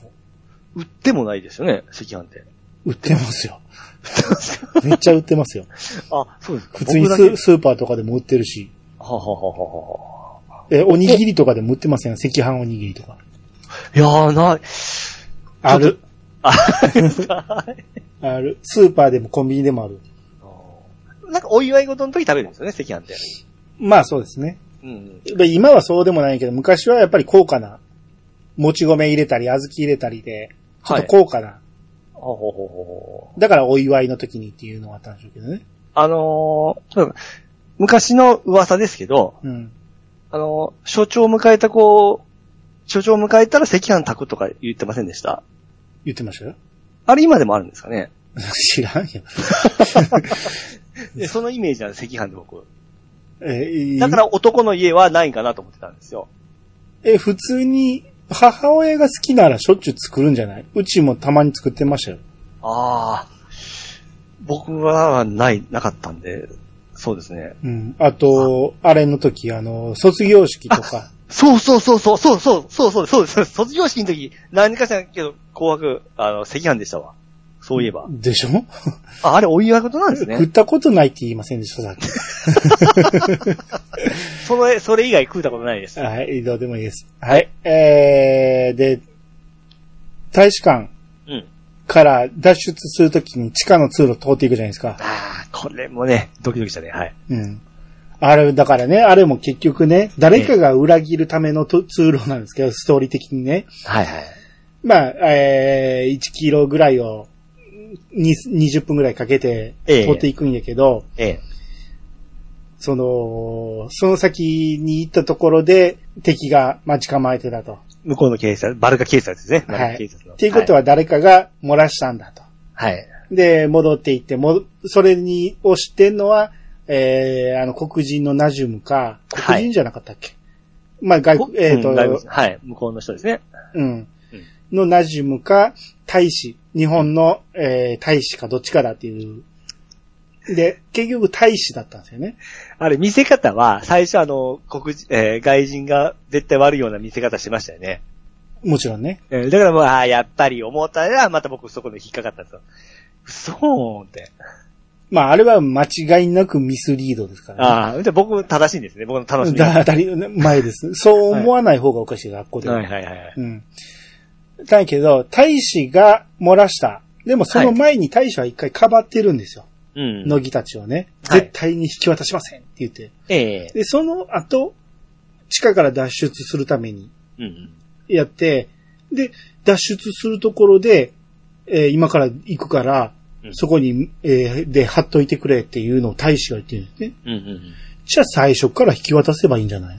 [SPEAKER 1] う。
[SPEAKER 2] 売ってもないですよね、赤飯って。
[SPEAKER 1] 売ってますよ。 <laughs> めっちゃ売ってますよ。
[SPEAKER 2] あ、そうですか。
[SPEAKER 1] 普通に
[SPEAKER 2] 僕だ
[SPEAKER 1] ス
[SPEAKER 2] け
[SPEAKER 1] ースーパーとかでも売ってるし、
[SPEAKER 2] ははははは。
[SPEAKER 1] え、おにぎりとかでも売ってません赤飯おにぎりとか。
[SPEAKER 2] いやー、ない。
[SPEAKER 1] ある。
[SPEAKER 2] あ、
[SPEAKER 1] ある。スーパーでもコンビニでもある。
[SPEAKER 2] なんかお祝い事の時食べるんですよね、赤飯って。
[SPEAKER 1] まあそうですね。
[SPEAKER 2] うん。
[SPEAKER 1] で今はそうでもないけど、昔はやっぱり高価な、もち米入れたり、小豆入れたりで、ちょっと高価な、
[SPEAKER 2] ほうほうほうほう。
[SPEAKER 1] だからお祝いの時にっていうのがあったんでしょうけどね。
[SPEAKER 2] あのー、昔の噂ですけど、
[SPEAKER 1] うん。
[SPEAKER 2] あのー、所長を迎えた子、所長を迎えたら赤飯炊くとか言ってませんでした
[SPEAKER 1] 言ってましたよ。 <laughs>
[SPEAKER 2] あれ今でもあるんですかね
[SPEAKER 1] 知らんよ。
[SPEAKER 2] えそのイメージなんです、赤飯で僕。
[SPEAKER 1] えー
[SPEAKER 2] だから男の家はないかなと思ってたんですよ。
[SPEAKER 1] え、普通に、母親が好きならしょっちゅう作るんじゃないうちもたまに作ってましたよ。
[SPEAKER 2] ああ。僕はない、なかったんで、そうですね。
[SPEAKER 1] うん。あと、あれの時、あの、卒業式とか、
[SPEAKER 2] そうそうそうそう、そうそう、そうそう、そうです。卒業式の時、何かしらけど、紅白、あの、赤飯でしたわ。そういえば。
[SPEAKER 1] でしょ
[SPEAKER 2] あ、あれお祝い事なんです
[SPEAKER 1] 食っ
[SPEAKER 2] ね。
[SPEAKER 1] たことないって言いませんでした、さっ <laughs> き。
[SPEAKER 2] <laughs> その、それ以外食うたことないです。
[SPEAKER 1] はい、どうでもいいです。はい。えー、で、大使館
[SPEAKER 2] うん。
[SPEAKER 1] から脱出するときに地下の通路通っていくじゃないですか。
[SPEAKER 2] ああ、これもね、ドキドキしたね。はい。
[SPEAKER 1] うん。あれ、だからね、あれも結局ね、誰かが裏切るためのと通路なんですけど、ストーリー的にね。
[SPEAKER 2] はいはい。
[SPEAKER 1] まあ、えー、1キロぐらいを、に20分ぐらいかけて、
[SPEAKER 2] ええ
[SPEAKER 1] 通っていくんやけど、
[SPEAKER 2] ええ。
[SPEAKER 1] その、その先に行ったところで、敵が待ち構えてたと。
[SPEAKER 2] 向こうの警察、バルカ警察ですね。バル
[SPEAKER 1] は
[SPEAKER 2] カ
[SPEAKER 1] い。
[SPEAKER 2] 警察の。
[SPEAKER 1] っていうことは誰かが漏らしたんだと。
[SPEAKER 2] はい。はい。
[SPEAKER 1] で、戻っていって、も、それに、をしてんのは、えー、あの、黒人のナジュムか、黒人じゃなかったっけ、まあ、外国、えっ、
[SPEAKER 2] う
[SPEAKER 1] と、
[SPEAKER 2] ん外国人はい。向こうの人ですね。
[SPEAKER 1] うん。のナジュムか、大使、日本の、えー、大使かどっちかだっていう。で、結局大使だったんですよね。
[SPEAKER 2] あれ、見せ方は、最初あの、黒人、えー外人が絶対悪いような見せ方してましたよね。
[SPEAKER 1] もちろんね。
[SPEAKER 2] えーだからもう、ああ、やっぱり思ったら、また僕そこで引っかかったんですよ。嘘ーんって。
[SPEAKER 1] まあ、あれは間違いなくミスリードですから、ね。
[SPEAKER 2] ああ、じゃあ僕正しいんですね。僕の楽しみ。は
[SPEAKER 1] だ、当たり前です。
[SPEAKER 2] <laughs>
[SPEAKER 1] そう思わない方がおかしい、学校
[SPEAKER 2] い
[SPEAKER 1] では。
[SPEAKER 2] はいはいはい。
[SPEAKER 1] うん。だけど、大使が漏らした。でもその前に大使は一回かばってるんですよ。
[SPEAKER 2] うん。
[SPEAKER 1] 乃木たちをね。
[SPEAKER 2] はい
[SPEAKER 1] 絶対に引き渡しませんって言って。
[SPEAKER 2] ええ
[SPEAKER 1] で、その後、地下から脱出するために、
[SPEAKER 2] うん。
[SPEAKER 1] やって、で、脱出するところで、えー今から行くから、
[SPEAKER 2] うん
[SPEAKER 1] そこに、えーで、貼っといてくれっていうのを大使が言ってるんですね。
[SPEAKER 2] うんうんうん。 <laughs>
[SPEAKER 1] じゃあ最初から引き渡せばいいんじゃない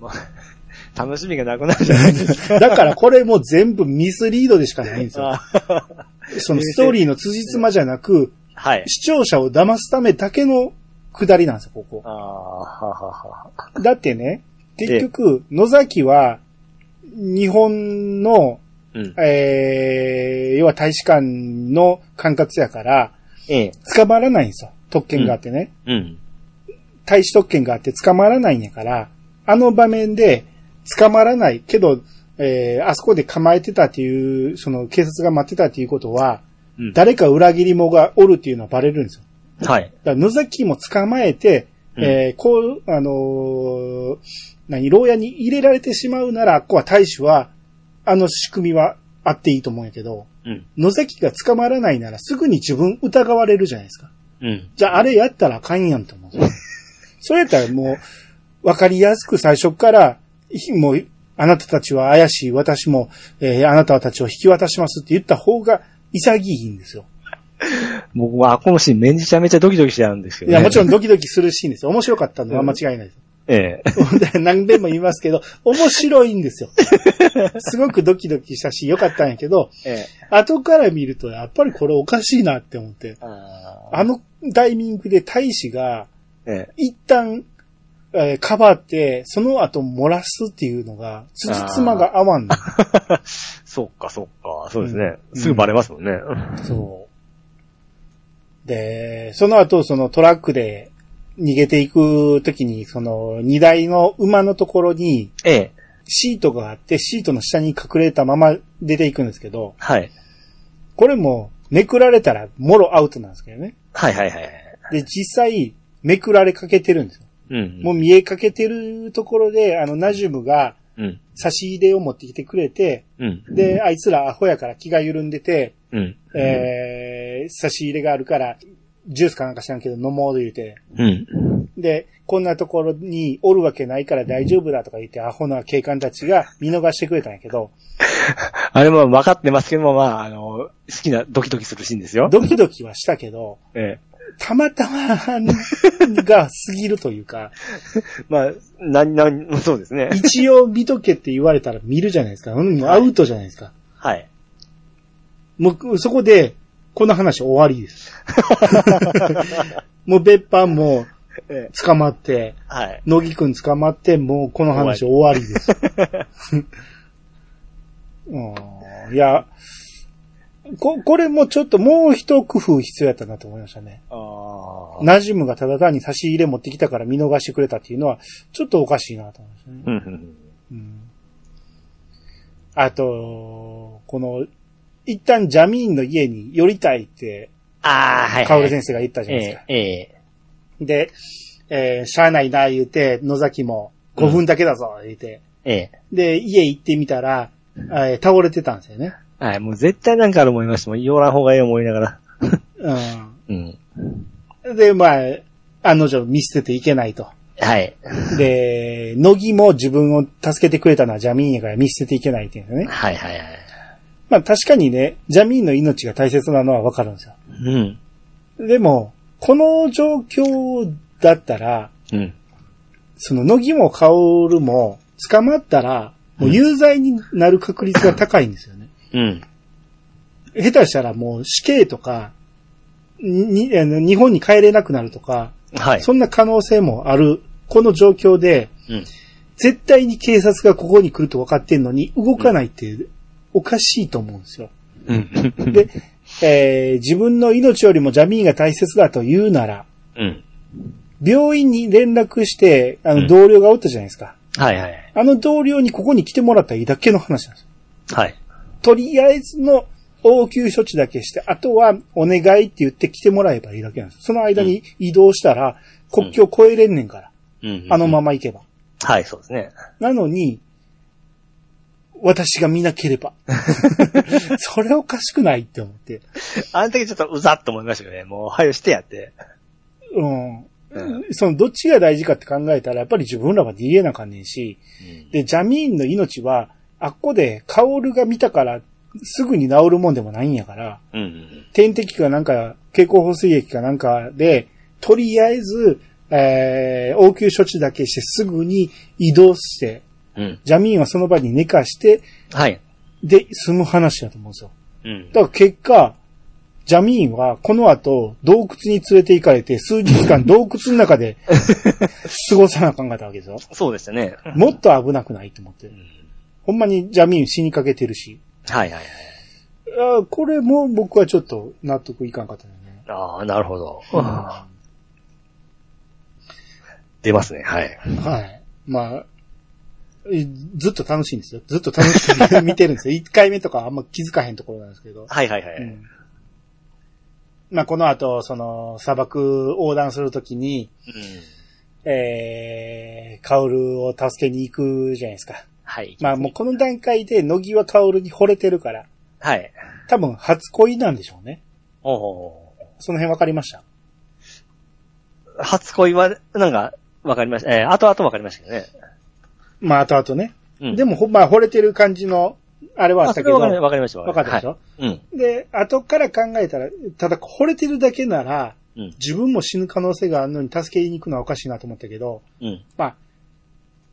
[SPEAKER 2] まあ楽しみがなくなるじゃないですか。
[SPEAKER 1] だからこれもう全部ミスリードでしかないんですよ。
[SPEAKER 2] あ
[SPEAKER 1] そのストーリーの辻褄じゃなく、
[SPEAKER 2] <laughs> はい。
[SPEAKER 1] 視聴者を騙すためだけの下りなんですよ、ここ
[SPEAKER 2] あ。あ、はははは。
[SPEAKER 1] だってね、結局、野崎は、日本の、
[SPEAKER 2] うん。
[SPEAKER 1] えー、要は大使館の管轄やから、
[SPEAKER 2] ええ。
[SPEAKER 1] 捕まらないんですよ。特権があってね。
[SPEAKER 2] うん。
[SPEAKER 1] 大使特権があって捕まらないんやから、あの場面で捕まらないけど、えー、あそこで構えてたっていう、その警察が待ってたっていうことは、
[SPEAKER 2] うん
[SPEAKER 1] 誰か裏切り者がおるっていうのはバレるんですよ。
[SPEAKER 2] はい。
[SPEAKER 1] だから野崎も捕まえて、
[SPEAKER 2] うん
[SPEAKER 1] えーこう、あのー何、牢屋に入れられてしまうなら、あっこは大使は、あの仕組みはあっていいと思うんやけど、
[SPEAKER 2] うん。
[SPEAKER 1] 野崎が捕まらないならすぐに自分疑われるじゃないですか。
[SPEAKER 2] うん。
[SPEAKER 1] じゃああれやったらあかんやんと思う。それやったらもう、わかりやすく最初から、ひもう、あなたたちは怪しい、私も、えーあなたたちを引き渡しますって言った方が潔いんですよ。
[SPEAKER 2] 僕はこのシーンめちゃめちゃドキドキしちゃうんですけ
[SPEAKER 1] い
[SPEAKER 2] ど、
[SPEAKER 1] や、もちろ
[SPEAKER 2] ん。
[SPEAKER 1] んドキドキするシーンですよ。面白かったのは間違いないです。
[SPEAKER 2] ええ。
[SPEAKER 1] 何遍も言いますけど、面白いんです <laughs> よ。すごくドキドキしたし、良かったんやけど、
[SPEAKER 2] ええ。
[SPEAKER 1] 後から見ると、やっぱりこれおかしいなって思って。
[SPEAKER 2] あ
[SPEAKER 1] あのタイミングで大使が、
[SPEAKER 2] え <laughs>
[SPEAKER 1] 一旦、えーかばって、その後漏らすっていうのが、辻褄が合わんの。
[SPEAKER 2] え。そうか、そうか。そうですね。
[SPEAKER 1] うん
[SPEAKER 2] すぐバレますもんね。
[SPEAKER 1] そう。で、その後、そのトラックで逃げていくときに、その荷台の馬のところに
[SPEAKER 2] ええ。
[SPEAKER 1] シートがあって、シートの下に隠れたまま出ていくんですけど、
[SPEAKER 2] はい。
[SPEAKER 1] これもめくられたらもろアウトなんですけどね。
[SPEAKER 2] はいはいはい。
[SPEAKER 1] で、実際、めくられかけてるんですよ。
[SPEAKER 2] うん。
[SPEAKER 1] もう見えかけてるところで、あの、ナジュムが
[SPEAKER 2] うん。
[SPEAKER 1] 差し入れを持ってきてくれて、
[SPEAKER 2] うん。
[SPEAKER 1] で、あいつらアホやから気が緩んでて、
[SPEAKER 2] うん。
[SPEAKER 1] えー、差し入れがあるから、ジュースかなんか知らんけど飲もうと言うて。
[SPEAKER 2] うん。
[SPEAKER 1] で、こんなところにおるわけないから大丈夫だとか言って、アホな警官たちが見逃してくれたんやけど、
[SPEAKER 2] あれも分かってますけども、まあ、あの、好きなドキドキするシーンですよ。
[SPEAKER 1] ドキドキはしたけど、
[SPEAKER 2] え
[SPEAKER 1] たまたまが過ぎるという
[SPEAKER 2] <laughs>
[SPEAKER 1] か、
[SPEAKER 2] え。まあ、なん、なん、そうですね。
[SPEAKER 1] 一応見とけって言われたら見るじゃないですか。うん、アウトじゃないですか。
[SPEAKER 2] はい。
[SPEAKER 1] もう、そこで、この話終わり
[SPEAKER 2] <laughs>
[SPEAKER 1] です。 <laughs> もう、別班も
[SPEAKER 2] ええ。
[SPEAKER 1] 捕まって、
[SPEAKER 2] はい。
[SPEAKER 1] 乃木くん捕まって、もうこの話終わりです。
[SPEAKER 2] <laughs>
[SPEAKER 1] うんいや、こ、これもちょっともう一工夫必要やったなと思いましたね。
[SPEAKER 2] ああ。
[SPEAKER 1] ナジムがただ単に差し入れ持ってきたから見逃してくれたっていうのは、ちょっとおかしいなと思いましたね。
[SPEAKER 2] うんうん。
[SPEAKER 1] うんあと、この、一旦ジャミーンの家に寄りたいって、
[SPEAKER 2] ああ、はい。
[SPEAKER 1] カオル先生が言ったじゃないですか。
[SPEAKER 2] ええ、え
[SPEAKER 1] で、えー、しゃあないな言うて、野崎も5分だけだぞ言うて。
[SPEAKER 2] え、ええ。
[SPEAKER 1] で、家行ってみたら、えー倒れてたんですよね。
[SPEAKER 2] はい、もう絶対なんかある思いました。もう言わらん方がいい思いながら。
[SPEAKER 1] う
[SPEAKER 2] うん。
[SPEAKER 1] ん。で、まあ、案の定見捨てていけないと。
[SPEAKER 2] はい。
[SPEAKER 1] で、乃木も自分を助けてくれたのはジャミーンやから見捨てていけないっていうんですよね。
[SPEAKER 2] はいはいはい。
[SPEAKER 1] まあ確かにね、ジャミーンの命が大切なのはわかるんですよ。
[SPEAKER 2] うん。
[SPEAKER 1] でも、この状況だったら、
[SPEAKER 2] うん。
[SPEAKER 1] その、乃木も薫も捕まったら、もう有罪になる確率が高いんですよね。
[SPEAKER 2] うん。
[SPEAKER 1] 下手したらもう死刑とか、に、あの日本に帰れなくなるとか、
[SPEAKER 2] はい。
[SPEAKER 1] そんな可能性もある、この状況で、
[SPEAKER 2] うん。
[SPEAKER 1] 絶対に警察がここに来ると分かってんのに、動かないって、おかしいと思うんですよ。
[SPEAKER 2] うん。
[SPEAKER 1] で、えー自分の命よりもジャミーンが大切だと言うなら、
[SPEAKER 2] うん。
[SPEAKER 1] 病院に連絡して、あ
[SPEAKER 2] う
[SPEAKER 1] の、
[SPEAKER 2] ん
[SPEAKER 1] 同僚がおったじゃないですか。
[SPEAKER 2] はいはい。
[SPEAKER 1] あの同僚にここに来てもらったらいいだけの話なんですよ。
[SPEAKER 2] はい。
[SPEAKER 1] とりあえずの応急処置だけして、あとはお願いって言って来てもらえばいいだけなんですよ。その間に移動したら、国境越えれんねんから、
[SPEAKER 2] うん。
[SPEAKER 1] あのま
[SPEAKER 2] ま。
[SPEAKER 1] ま行けば。
[SPEAKER 2] はい、そうですね。
[SPEAKER 1] なのに、私が見なけれ
[SPEAKER 2] <laughs>
[SPEAKER 1] ば。それおかしくないって思って。
[SPEAKER 2] あの時ちょっとうざっと思いましたけどね。もう、はよしてやって。
[SPEAKER 1] うん。
[SPEAKER 2] うん。
[SPEAKER 1] その、どっちが大事かって考えたら、やっぱり自分らは DA なあかんねんし、で、ジャミーンの命は、あっこで、カオルが見たから、すぐに治るもんでもないんやから、
[SPEAKER 2] うん。
[SPEAKER 1] 点滴かなんか、蛍光補水液かなんかで、とりあえず、えー、応急処置だけしてすぐに移動して、
[SPEAKER 2] うん。
[SPEAKER 1] ジャミーンはその場に寝かして、
[SPEAKER 2] はい。
[SPEAKER 1] で、済む話だと思うんですよ。
[SPEAKER 2] うん
[SPEAKER 1] だ。から結果、ジャミーンはこの後洞窟に連れて行かれて数日間洞窟の中
[SPEAKER 2] <laughs>
[SPEAKER 1] で過ごさなあかんかったわけですよ。
[SPEAKER 2] そうでしたね。
[SPEAKER 1] もっと危なくないと思って
[SPEAKER 2] う。ん
[SPEAKER 1] ほんまにジャミーン死にかけてるし。
[SPEAKER 2] はいはいはい。
[SPEAKER 1] あーこれも僕はちょっと納得いかんかったよね。
[SPEAKER 2] ああ、なるほど。
[SPEAKER 1] は
[SPEAKER 2] 出ますね。はい。
[SPEAKER 1] い。まあ、えずっと楽しいんですよ。ずっと楽しく見てるん
[SPEAKER 2] <laughs>
[SPEAKER 1] ですよ。1回目とかあんま気づかへんところなんですけど。
[SPEAKER 2] はいはいは
[SPEAKER 1] う
[SPEAKER 2] い。
[SPEAKER 1] んまあこの後、その砂漠横断するときに、えー、カオルを助けに行くじゃないですか。
[SPEAKER 2] はい。
[SPEAKER 1] まあもうこの段階で、乃木はカオルに惚れてるから、
[SPEAKER 2] はい。
[SPEAKER 1] 多分初恋なんでしょうね。
[SPEAKER 2] おお
[SPEAKER 1] その辺わかりました
[SPEAKER 2] ー。初恋は、なんか、わかりました。えー、後々わかりましたけどね。
[SPEAKER 1] まあ後々ね。
[SPEAKER 2] うん。
[SPEAKER 1] でもほ、まあ惚れてる感じの、あれはあ
[SPEAKER 2] あ、
[SPEAKER 1] った
[SPEAKER 2] そ
[SPEAKER 1] け
[SPEAKER 2] れ
[SPEAKER 1] ど、
[SPEAKER 2] はわかり
[SPEAKER 1] わ
[SPEAKER 2] わかりました。
[SPEAKER 1] かったでしょ、
[SPEAKER 2] はいうん。
[SPEAKER 1] で、後から考えたら、ただ惚れてるだけなら、
[SPEAKER 2] うん。
[SPEAKER 1] 自分も死ぬ可能性があるのに助けに行くのはおかしいなと思ったけど、
[SPEAKER 2] うん。
[SPEAKER 1] まあ、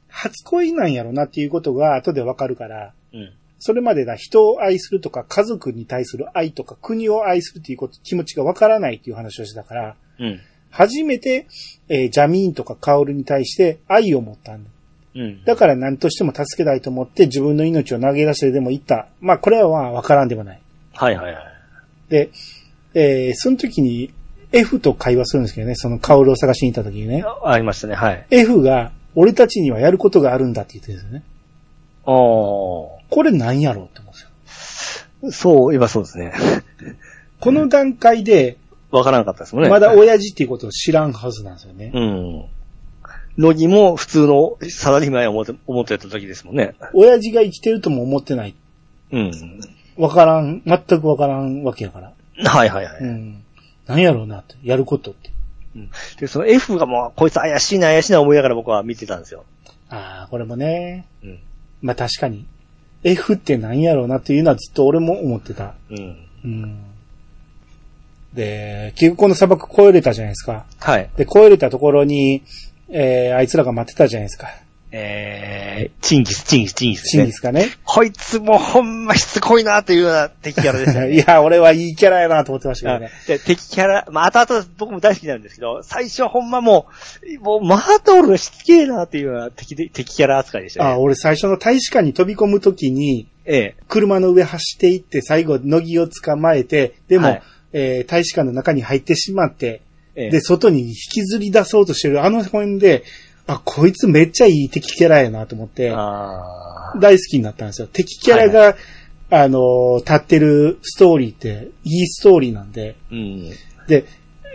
[SPEAKER 1] 初恋なんやろなっていうことが後でわかるから、
[SPEAKER 2] うん。
[SPEAKER 1] それまでだ人を愛するとか家族に対する愛とか国を愛するっていうこと、気持ちがわからないっていう話をしてたから、
[SPEAKER 2] うん。
[SPEAKER 1] 初めて、えージャミーンとかカオルに対して愛を持ったんだ。
[SPEAKER 2] うん。
[SPEAKER 1] だから何としても助けたいと思って自分の命を投げ出してでも行った。まあこれはまあわからんでもない。
[SPEAKER 2] はいはいはい。
[SPEAKER 1] で、えーその時に F と会話するんですけどね、そのカオルを探しに行った時にね。
[SPEAKER 2] あありましたね。はい。
[SPEAKER 1] F が、俺たちにはやることがあるんだって言ってるんですよね。
[SPEAKER 2] おー。
[SPEAKER 1] これなんやろうって思うんですよ。
[SPEAKER 2] そう、今そうですね。
[SPEAKER 1] この段階で、
[SPEAKER 2] わからなかったですもんね。
[SPEAKER 1] まだ親父っていうことを知らんはずなんですよね。
[SPEAKER 2] うん。乃木も普通のサラリーマンや思って、思ってた時ですもんね。
[SPEAKER 1] 親父が生きてるとも思ってない。
[SPEAKER 2] うん。
[SPEAKER 1] わからん、全くわからんわけやから。
[SPEAKER 2] はいはいはい。
[SPEAKER 1] うん。なんやろうなって、やることって。
[SPEAKER 2] で、その F がもう、こいつ怪しいな怪しいな思いながら僕は見てたんですよ。
[SPEAKER 1] ああ、これもね。
[SPEAKER 2] うん。
[SPEAKER 1] まあ確かに。F ってなんやろうなっていうのはずっと俺も思ってた。
[SPEAKER 2] うん。
[SPEAKER 1] うん。で、結局この砂漠越えれたじゃないですか。
[SPEAKER 2] はい。
[SPEAKER 1] で、越えれたところに、えー、あいつらが待ってたじゃないですか。
[SPEAKER 2] えー、チンギス、チンギス、チンギス、ね。
[SPEAKER 1] シンギスかね。
[SPEAKER 2] こいつもうほんましつこいなっていうような敵キャラでした
[SPEAKER 1] <laughs>
[SPEAKER 2] ね。
[SPEAKER 1] いや、俺はいいキャラやなと思ってましたけ
[SPEAKER 2] あ
[SPEAKER 1] どね。
[SPEAKER 2] で敵キャラ、まあ、後々僕も大好きなんですけど、最初ほんまもう、もう、また俺がしつけえなっていうような敵で、敵キャラ扱いでした
[SPEAKER 1] あ、
[SPEAKER 2] ね。
[SPEAKER 1] 俺最初の大使館に飛び込むときに、
[SPEAKER 2] ええ。
[SPEAKER 1] 車の上走っていって、最後、乃木を捕まえて、でも、
[SPEAKER 2] はい
[SPEAKER 1] えー大使館の中に入ってしまって、
[SPEAKER 2] ええ、
[SPEAKER 1] で、外に引きずり出そうとしてるあの辺で、あ、こいつめっちゃいい敵キャラやなと思って、
[SPEAKER 2] ああ。
[SPEAKER 1] 大好きになったんですよ。敵キャラが、あのー立ってるストーリーって、いいストーリーなんで、
[SPEAKER 2] うん。
[SPEAKER 1] で、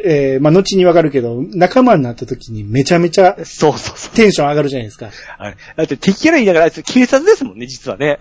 [SPEAKER 1] えーまあ、後にわかるけど、仲間になった時にめちゃめちゃ
[SPEAKER 2] そうそうそう。
[SPEAKER 1] テンション上がるじゃないですか。
[SPEAKER 2] あれだって敵キャラ言いながらあいつ警察ですもんね、実はね。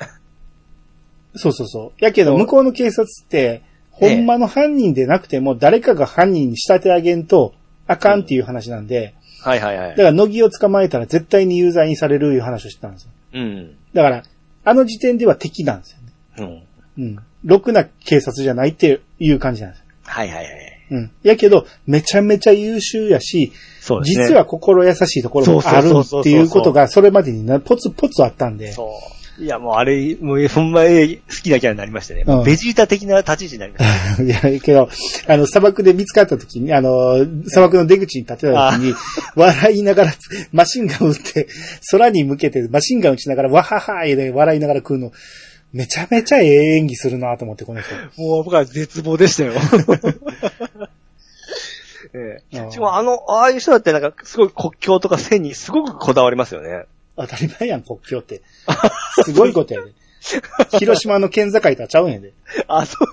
[SPEAKER 1] そうそうそう。やけど、向こうの警察って、ほんまの犯人でなくても、誰かが犯人に仕立て上げんと、あかんっていう話なんで、
[SPEAKER 2] はいはいは
[SPEAKER 1] だか。ら、乃木を捕まえたら絶対に有罪にされるいう話をしてたんですよ。
[SPEAKER 2] うん。
[SPEAKER 1] だから、あの時点では敵なんですよね。
[SPEAKER 2] うん。
[SPEAKER 1] うん。ろくな警察じゃないっていう感じなんですよ。
[SPEAKER 2] はいはいはい。
[SPEAKER 1] うん。やけど、めちゃめちゃ優秀やし、
[SPEAKER 2] そうですね。
[SPEAKER 1] 実は心優しいところもあるっていうことが、それまでになポツポツあったんで、
[SPEAKER 2] そう。いや、もうあれ、もうほんまに好きなキャラになりましたね。
[SPEAKER 1] うん
[SPEAKER 2] ベジータ的な立ち位置になりました。
[SPEAKER 1] <laughs> いや、けど、あの、砂漠で見つかった時に、あの、砂漠の出口に立てた時に、笑いながら、マシンガン撃って、空に向けてマシンガン撃ちながら、わははーで笑いながら食うの、めちゃめちゃええ演技するなと思って、この人。
[SPEAKER 2] <laughs> もう僕は絶望でしたよ。 <laughs>
[SPEAKER 1] あ
[SPEAKER 2] ええ、
[SPEAKER 1] ー
[SPEAKER 2] しかもあの、ああいう人だってなんか、すごい国境とか線にすごくこだわりますよね。
[SPEAKER 1] 当たり前やん、国境 <laughs> って。すごいことやで。広島の県境とはちゃうんやで。
[SPEAKER 2] <laughs> あ、そう、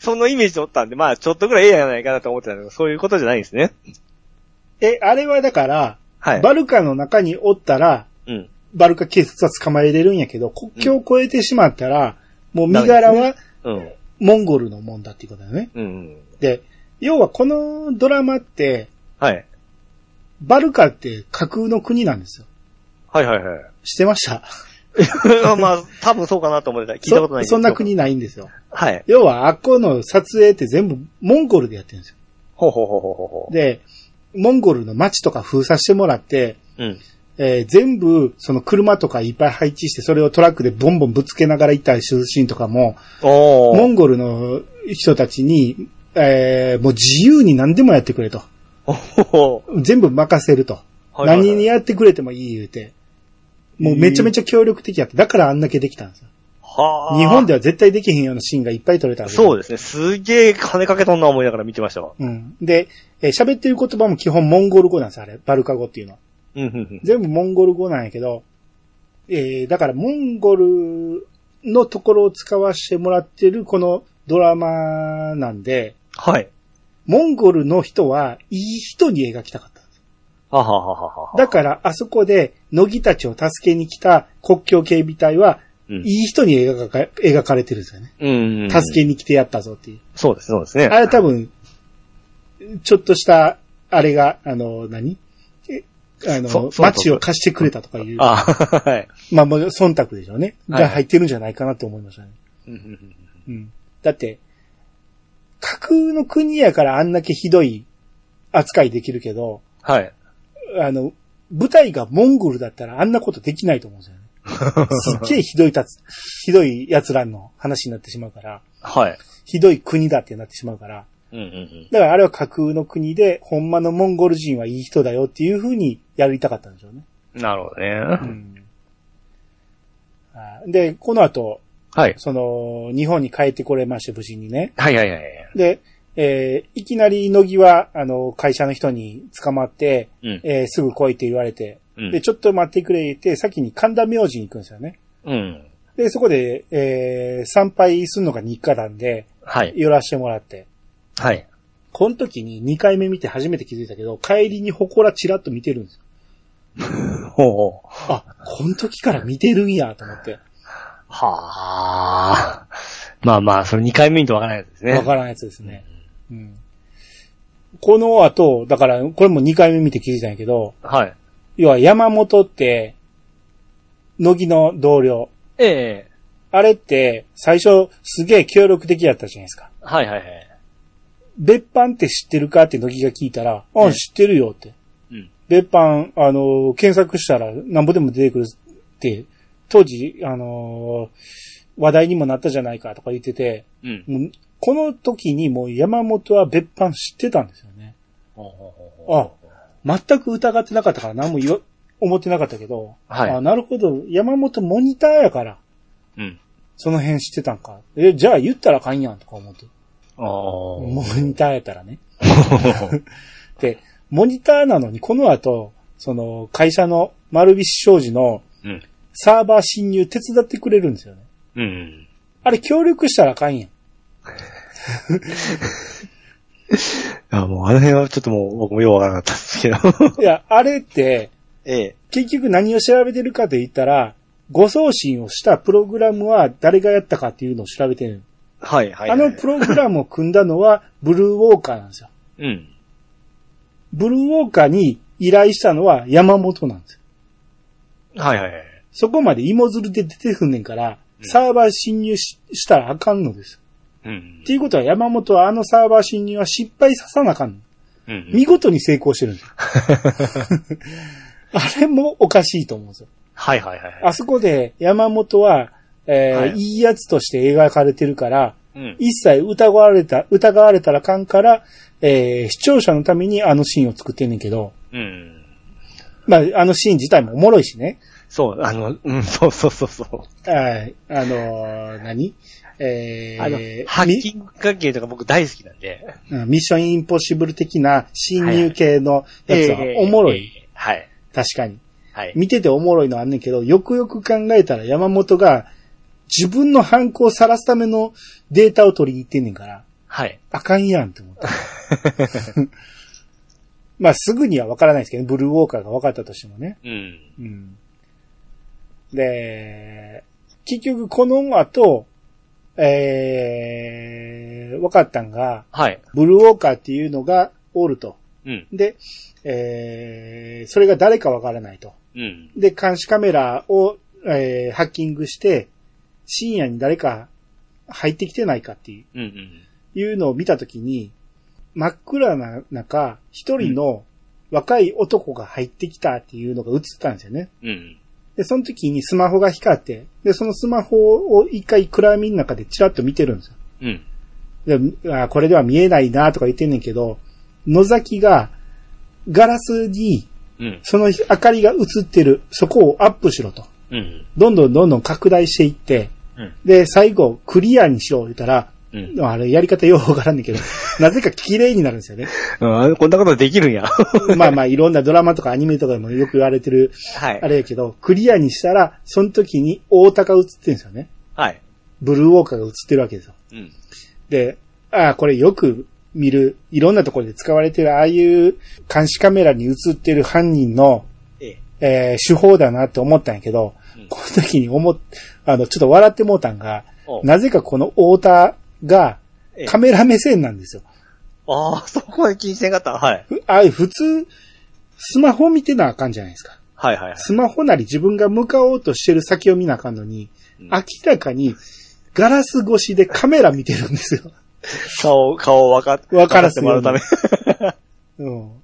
[SPEAKER 2] そのイメージでおったんで、まあ、ちょっとぐらいええやないかなと思ってたんだけど、そういうことじゃないんですね。
[SPEAKER 1] え、あれはだから、
[SPEAKER 2] はい。
[SPEAKER 1] バルカの中におったら、
[SPEAKER 2] うん。
[SPEAKER 1] バルカ警察は捕まえれるんやけど、国境を越えてしまったら、もう身柄は
[SPEAKER 2] うん。
[SPEAKER 1] モンゴルのもんだっていうことだよね。
[SPEAKER 2] うん。
[SPEAKER 1] で、要はこのドラマって、
[SPEAKER 2] はい。
[SPEAKER 1] バルカって架空の国なんですよ。
[SPEAKER 2] はいはいはい。
[SPEAKER 1] してました。
[SPEAKER 2] ま <laughs> あ、多分そうかなと思ってた。聞いたことない
[SPEAKER 1] そそんな国。ないんですよ。
[SPEAKER 2] はい。
[SPEAKER 1] 要は、あっこの撮影って全部モンゴルでやってるんですよ。
[SPEAKER 2] ほうほうほうほうほうほ
[SPEAKER 1] で、モンゴルの街とか封鎖してもらって、
[SPEAKER 2] う。うん。
[SPEAKER 1] えー全部、その車とかいっぱい配置して、それをトラックでボンボンぶつけながら行ったりするシーンとかも、
[SPEAKER 2] お
[SPEAKER 1] モ
[SPEAKER 2] ー。
[SPEAKER 1] ンゴルの人たちに、えーもう自由に何でもやってくれと。
[SPEAKER 2] おー
[SPEAKER 1] 全部任せると。
[SPEAKER 2] はいはいはい
[SPEAKER 1] 何にやってくれてもいい言うて。もうめちゃめちゃ協力的やって、だからあんだけできたんですよ。
[SPEAKER 2] はあ。
[SPEAKER 1] 日本では絶対できへんようなシーンがいっぱい撮れたわけ
[SPEAKER 2] そうですね。すげえ金かけとんな思いながら見てましたわ。
[SPEAKER 1] うん。で、えー喋ってる言葉も基本モンゴル語なんですよ、あれ。バルカ語っていうのは。
[SPEAKER 2] うん、うん、うん。
[SPEAKER 1] 全部モンゴル語なんやけど、えー、だからモンゴルのところを使わせてもらってるこのドラマなんで、
[SPEAKER 2] はい。
[SPEAKER 1] モンゴルの人はいい人に描きたかった。
[SPEAKER 2] はははははは。
[SPEAKER 1] だから、あそこで、乃木たちを助けに来た国境警備隊は、
[SPEAKER 2] うん
[SPEAKER 1] いい人に描か描かれてるんですよね。
[SPEAKER 2] うん。
[SPEAKER 1] 助けに来てやったぞっていう。
[SPEAKER 2] そうです、そうですね。
[SPEAKER 1] あれ多分、ちょっとした、あれが、あの、何えあ
[SPEAKER 2] そ
[SPEAKER 1] の
[SPEAKER 2] う、そう
[SPEAKER 1] 街を貸してくれたとかいう、
[SPEAKER 2] あはい。
[SPEAKER 1] まあ、もう忖度でしょうね。
[SPEAKER 2] はい
[SPEAKER 1] が入ってるんじゃないかなと思いましたね。
[SPEAKER 2] うんうんうん
[SPEAKER 1] うん。だって、架空の国やからあんだけひどい扱いできるけど、
[SPEAKER 2] はい。
[SPEAKER 1] あの、舞台がモンゴルだったらあんなことできないと思うんですよね。すっげえひどいたつ、ひどい奴らの話になってしまうから、
[SPEAKER 2] はい。
[SPEAKER 1] ひどい国だってなってしまうから、
[SPEAKER 2] うんうんうん。
[SPEAKER 1] だからあれは架空の国で、ほんまのモンゴル人はいい人だよっていう風にやりたかったんでしょうね。
[SPEAKER 2] なるほど
[SPEAKER 1] う
[SPEAKER 2] ね。
[SPEAKER 1] んあーで、この後、
[SPEAKER 2] はい。
[SPEAKER 1] その、日本に帰ってこれまして、無事にね。
[SPEAKER 2] はいはいはいはい。
[SPEAKER 1] で、えーいきなり、乃木は、あの、会社の人に捕まって、
[SPEAKER 2] うん。
[SPEAKER 1] えーすぐ来いって言われて、
[SPEAKER 2] うん
[SPEAKER 1] で、ちょっと待ってくれ言って、先に神田明神に行くんですよね。
[SPEAKER 2] うん。
[SPEAKER 1] で、そこで、えー参拝するのが日課なんで、
[SPEAKER 2] はい。
[SPEAKER 1] 寄らせてもらって。
[SPEAKER 2] はい。
[SPEAKER 1] この時に2回目見て初めて気づいたけど、帰りに祠チラッと見てるんですよ。
[SPEAKER 2] ほうほう。
[SPEAKER 1] あ、この時から見てるんや、と思って。
[SPEAKER 2] はあ。まあまあ、それ2回目にとわからないやつですね。
[SPEAKER 1] わからんやつですね。うん。この後、だから、これも2回目見て気づいたんやけど、
[SPEAKER 2] はい。
[SPEAKER 1] 要は山本って、乃木の同僚。
[SPEAKER 2] ええ
[SPEAKER 1] あれって、最初、すげえ協力的やったじゃないですか。
[SPEAKER 2] はいはいはい。
[SPEAKER 1] 別班って知ってるかって乃木が聞いたら、あ、
[SPEAKER 2] ね
[SPEAKER 1] 知ってるよって。
[SPEAKER 2] うん。
[SPEAKER 1] 別班、あの、検索したらなんぼでも出てくるって、当時、あの、話題にもなったじゃないかとか言ってて、
[SPEAKER 2] うん。
[SPEAKER 1] もうこの時にもう山本は別班知ってたんですよね。
[SPEAKER 2] ほうほうほうほう
[SPEAKER 1] あ、全く疑ってなかったから何も言わ思ってなかったけど、
[SPEAKER 2] はい
[SPEAKER 1] あなるほど、山本モニターやから、
[SPEAKER 2] うん。
[SPEAKER 1] その辺知ってたんか。え、じゃあ言ったらあかんやんとか思って。
[SPEAKER 2] ああ。
[SPEAKER 1] モニターやったらね。で、モニターなのに、この後、その、会社の丸菱商事の
[SPEAKER 2] うん。
[SPEAKER 1] サーバー侵入手伝ってくれるんですよね。
[SPEAKER 2] うん。
[SPEAKER 1] あれ協力したらあかんやん。
[SPEAKER 2] あもうあの辺はちょっともう僕もようわからなかったんですけど。
[SPEAKER 1] いや、あれって、
[SPEAKER 2] ええ。
[SPEAKER 1] 結局何を調べてるかと言ったら、誤送信をしたプログラムは誰がやったかっていうのを調べてる。
[SPEAKER 2] はいはい、
[SPEAKER 1] あのプログラムを組んだのはブルーウォーカーなんですよ。
[SPEAKER 2] うん。
[SPEAKER 1] ブルーウォーカーに依頼したのは山本なんですよ。
[SPEAKER 2] はいはいはい。
[SPEAKER 1] そこまで芋づるで出てくんねんから、
[SPEAKER 2] うん
[SPEAKER 1] サーバー侵入ししたらあかんのですよ。
[SPEAKER 2] うん
[SPEAKER 1] っ。ていうことは山本はあのサーバー侵入は失敗ささなあかんの。
[SPEAKER 2] うん
[SPEAKER 1] 見事に成功してるん
[SPEAKER 2] <laughs>
[SPEAKER 1] ですよ。あれもおかしいと思うんですよ。
[SPEAKER 2] はいはいはいはい。
[SPEAKER 1] あそこで山本は、えー
[SPEAKER 2] はい
[SPEAKER 1] い、いやつとして描かれてるから、
[SPEAKER 2] うん。
[SPEAKER 1] 一切疑われた、疑われたらあかんから、えー視聴者のためにあのシーンを作ってんねんけど、
[SPEAKER 2] うん。
[SPEAKER 1] まあ、あのシーン自体もおもろいしね。
[SPEAKER 2] そう、あの、うん、そうそうそうそう。
[SPEAKER 1] はい。あのー何えー
[SPEAKER 2] あの、ハッキング関係とか僕大好きなんで。
[SPEAKER 1] うんミッションインポッシブル的な侵入系のやつはおもろい。
[SPEAKER 2] ええ。はい。
[SPEAKER 1] 確かに。
[SPEAKER 2] はい。
[SPEAKER 1] 見てておもろいのはあんねんけど、よくよく考えたら山本が自分の犯行を晒すためのデータを取りに行ってんねんから、
[SPEAKER 2] はい。
[SPEAKER 1] あかんやんって思った。まあすぐにはわからないですけどね、ブルーウォーカーが分かったとしてもね。
[SPEAKER 2] うん。
[SPEAKER 1] うん。で、結局この後、えー、分かったんが、
[SPEAKER 2] はい。
[SPEAKER 1] ブルーウォーカーっていうのがおると。
[SPEAKER 2] うん。
[SPEAKER 1] で、えー、それが誰かわからないと。
[SPEAKER 2] うん。
[SPEAKER 1] で、監視カメラを、えーハッキングして、深夜に誰か入ってきてないかってい
[SPEAKER 2] うん。うん。
[SPEAKER 1] うのを見たときに、真っ暗な中、一人の若い男が入ってきたっていうのが映ったんですよね。
[SPEAKER 2] うん。
[SPEAKER 1] で、その時にスマホが光って、で、そのスマホを一回暗闇の中でチラッと見てるんですよ。
[SPEAKER 2] うん。
[SPEAKER 1] であーこれでは見えないなとか言ってんねんけど、野崎がガラスに
[SPEAKER 2] うん。
[SPEAKER 1] その明かりが映ってる、そこをアップしろと。
[SPEAKER 2] うん。
[SPEAKER 1] どんどんどんどん拡大していって、
[SPEAKER 2] うん
[SPEAKER 1] で、最後、クリアにしよう言ったら、
[SPEAKER 2] うん。
[SPEAKER 1] あれ、やり方ようわからん
[SPEAKER 2] <laughs>
[SPEAKER 1] ねんけど、なぜか綺麗になるんですよね。
[SPEAKER 2] うん、こんなことできるんや。
[SPEAKER 1] まあまあ、いろんなドラマとかアニメとかでもよく言われてる、
[SPEAKER 2] はい
[SPEAKER 1] あ。れやけど、クリアにしたら、その時に大田が映ってるんですよね。
[SPEAKER 2] はい。
[SPEAKER 1] ブルーウォーカーが映ってるわけですよ。
[SPEAKER 2] うん。
[SPEAKER 1] で、ああ、これよく見る、いろんなところで使われてる、ああいう監視カメラに映ってる犯人の、
[SPEAKER 2] ええ。
[SPEAKER 1] えー手法だなって思ったんやけど、
[SPEAKER 2] うん
[SPEAKER 1] この時に思っ、あの、ちょっと笑ってもうたんが、
[SPEAKER 2] お
[SPEAKER 1] なぜかこの太田が
[SPEAKER 2] ええ
[SPEAKER 1] カメラ目線なんですよ。
[SPEAKER 2] ああ、そこまで気にしてんかった。はい。
[SPEAKER 1] ふあ普通、スマホ見てなあかんじゃないですか。
[SPEAKER 2] は
[SPEAKER 1] <laughs>
[SPEAKER 2] いはいはい。
[SPEAKER 1] スマホなり自分が向かおうとしてる先を見なあかんのに、
[SPEAKER 2] うん
[SPEAKER 1] 明らかにガラス越しでカメラ見てるんですよ。
[SPEAKER 2] 顔、顔を分か、
[SPEAKER 1] 分からせ
[SPEAKER 2] 分
[SPEAKER 1] ように
[SPEAKER 2] かってもらうため。
[SPEAKER 1] うん。
[SPEAKER 2] <laughs>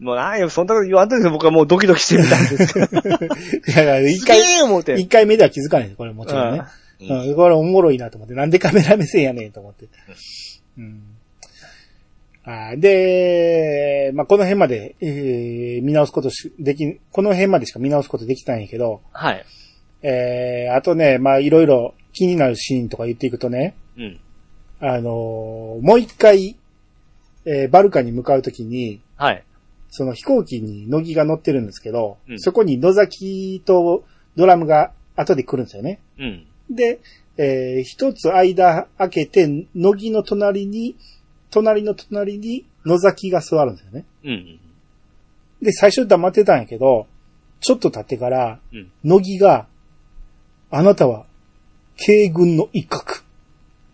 [SPEAKER 2] もうなんや、そんなこと言わんとですよ僕はもうドキドキしてみたんですけど。
[SPEAKER 1] いや、だから <laughs> 一
[SPEAKER 2] すげ
[SPEAKER 1] 回、
[SPEAKER 2] え思うて。
[SPEAKER 1] 一回目では気づかないですこれもちろんね。
[SPEAKER 2] う
[SPEAKER 1] うん、これおもろいなと思って、なんでカメラ目線やねんと思って。うん。あーで、まあ、この辺まで、えー見直すことし、できん、この辺までしか見直すことできたんやけど、
[SPEAKER 2] はい。
[SPEAKER 1] えー、あとね、まあ、いろいろ気になるシーンとか言っていくとね、
[SPEAKER 2] うん。
[SPEAKER 1] あのーもう一回、えーバルカに向かうときに、
[SPEAKER 2] はい。
[SPEAKER 1] その飛行機に乃木が乗ってるんですけど、
[SPEAKER 2] うん
[SPEAKER 1] そこに野崎とドラムが後で来るんですよね。
[SPEAKER 2] うん。
[SPEAKER 1] で、えー一つ間開けて、乃木の隣に、隣の隣に野崎が座るんですよね。
[SPEAKER 2] うん。
[SPEAKER 1] で、最初黙ってたんやけど、ちょっと経ってから、
[SPEAKER 2] うん
[SPEAKER 1] 乃木が、あなたは、慶軍の一角、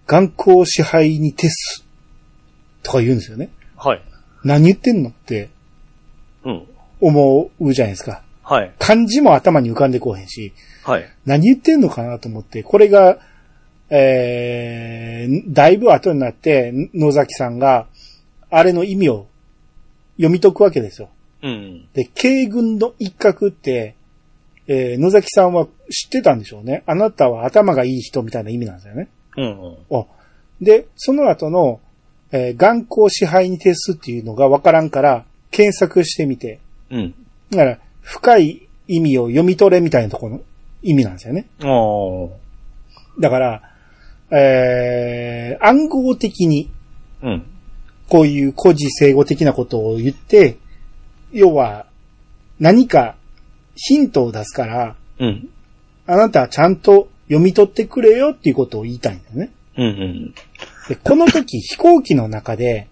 [SPEAKER 1] 眼光支配に徹す、とか言うんですよね。
[SPEAKER 2] はい。
[SPEAKER 1] 何言ってんのって
[SPEAKER 2] うん。
[SPEAKER 1] 思うじゃないですか。
[SPEAKER 2] はい。
[SPEAKER 1] 漢字も頭に浮かんでこうへんし、
[SPEAKER 2] はい。
[SPEAKER 1] 何言ってんのかなと思って、これが、えー、だいぶ後になって、野崎さんが、あれの意味を読み解くわけですよ。
[SPEAKER 2] うん。
[SPEAKER 1] で、慶軍の一角って、えー、野崎さんは知ってたんでしょうね。あなたは頭がいい人みたいな意味なんですよね。
[SPEAKER 2] うん。
[SPEAKER 1] あで、その後の、えー、眼光支配に徹すっていうのがわからんから、検索してみて、
[SPEAKER 2] うん。
[SPEAKER 1] だから、深い意味を読み取れみたいなところの意味なんですよね。
[SPEAKER 2] おー。
[SPEAKER 1] だから、えー、暗号的に、
[SPEAKER 2] うん。
[SPEAKER 1] こういう古事成語的なことを言って、要は、何かヒントを出すから、
[SPEAKER 2] うん。
[SPEAKER 1] あなたはちゃんと読み取ってくれよっていうことを言いたいんだよね。
[SPEAKER 2] うん。
[SPEAKER 1] で、この時飛行機の中で、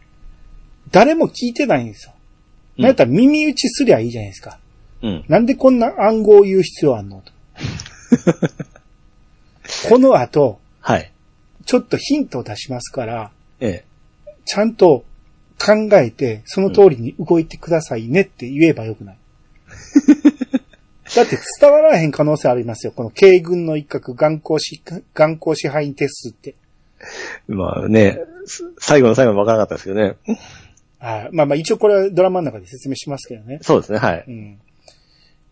[SPEAKER 1] 誰も聞いてないんですよ。
[SPEAKER 2] うん
[SPEAKER 1] なんやったら耳打ちすりゃいいじゃないですか。
[SPEAKER 2] うん。
[SPEAKER 1] なんでこんな暗号を言う必要あん
[SPEAKER 2] <laughs>
[SPEAKER 1] のと。この後、
[SPEAKER 2] はい。
[SPEAKER 1] ちょっとヒントを出しますから、
[SPEAKER 2] ええ。
[SPEAKER 1] ちゃんと考えて、その通りに動いてくださいねって言えばよくない。だって伝わらへん可能性ありますよ。この慶軍の一角、眼光支、眼光支配に徹すって。
[SPEAKER 2] まあね、す最後の最後わからなかったですけどね。
[SPEAKER 1] あーまあまあ一応これはドラマの中で説明しますけどね。
[SPEAKER 2] そうですね、はい。
[SPEAKER 1] うん。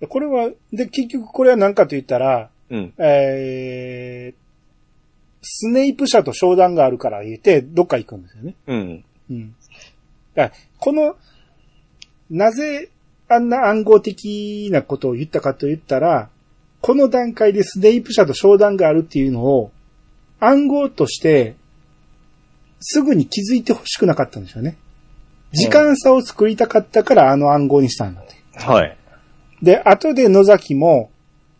[SPEAKER 1] これは、で、結局これは何かと言ったら、
[SPEAKER 2] うん。
[SPEAKER 1] えー、スネイプ社と商談があるから言って、どっか行くんですよね。
[SPEAKER 2] うん。
[SPEAKER 1] うん。だからこの、なぜあんな暗号的なことを言ったかと言ったら、この段階でスネイプ社と商談があるっていうのを、暗号として、すぐに気づいてほしくなかったんですよね。時間差を作りたかったからあの暗号にしたんだって。
[SPEAKER 2] はい。
[SPEAKER 1] で、後で野崎も、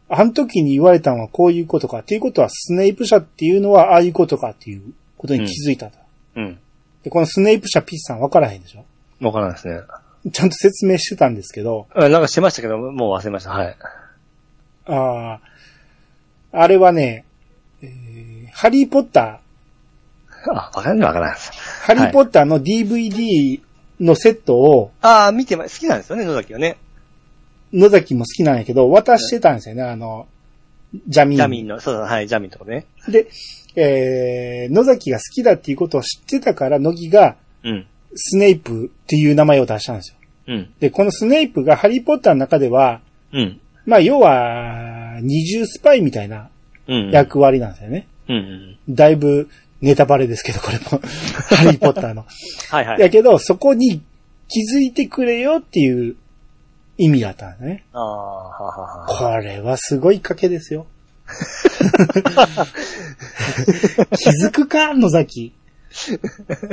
[SPEAKER 1] あの時に言われたのはこういうことか。っていうことは、スネイプ社っていうのはああいうことかっていうことに気づいたと。
[SPEAKER 2] うん。
[SPEAKER 1] で、このスネイプ社ピッチさん分からへんでしょ
[SPEAKER 2] わからないですね。
[SPEAKER 1] ちゃんと説明してたんですけど、
[SPEAKER 2] あなんかしてましたけど、もう忘れました。はい。
[SPEAKER 1] ああ、あれはね、えーハリーポッタ
[SPEAKER 2] あ、わかんないわからないです。
[SPEAKER 1] ー、ハリーポッターの DVD のセットを
[SPEAKER 2] ああ、見てま、好きなんですよね、野崎はね。
[SPEAKER 1] 野崎も好きなんやけど、渡してたんですよね、あの、ジャミン。
[SPEAKER 2] ジャミンの、そうそう、はい、ジャミンとかね。
[SPEAKER 1] で、えー野崎が好きだっていうことを知ってたから、乃木が
[SPEAKER 2] うん。
[SPEAKER 1] スネイプっていう名前を出したんですよ。
[SPEAKER 2] うん。
[SPEAKER 1] で、このスネイプがハリーポッターの中では、
[SPEAKER 2] うん。
[SPEAKER 1] まあ、要は、二重スパイみたいな
[SPEAKER 2] うん。
[SPEAKER 1] 役割なんですよね。
[SPEAKER 2] うんうん。
[SPEAKER 1] だいぶ、ネタバレですけど、これ
[SPEAKER 2] <laughs>
[SPEAKER 1] も。ハリーポッターの。
[SPEAKER 2] はいはい。
[SPEAKER 1] やけど、そこに気づいてくれよっていう意味があったんだね。
[SPEAKER 2] ああ、ははは。
[SPEAKER 1] これはすごい賭けです
[SPEAKER 2] <laughs>
[SPEAKER 1] よ。気づくか野崎。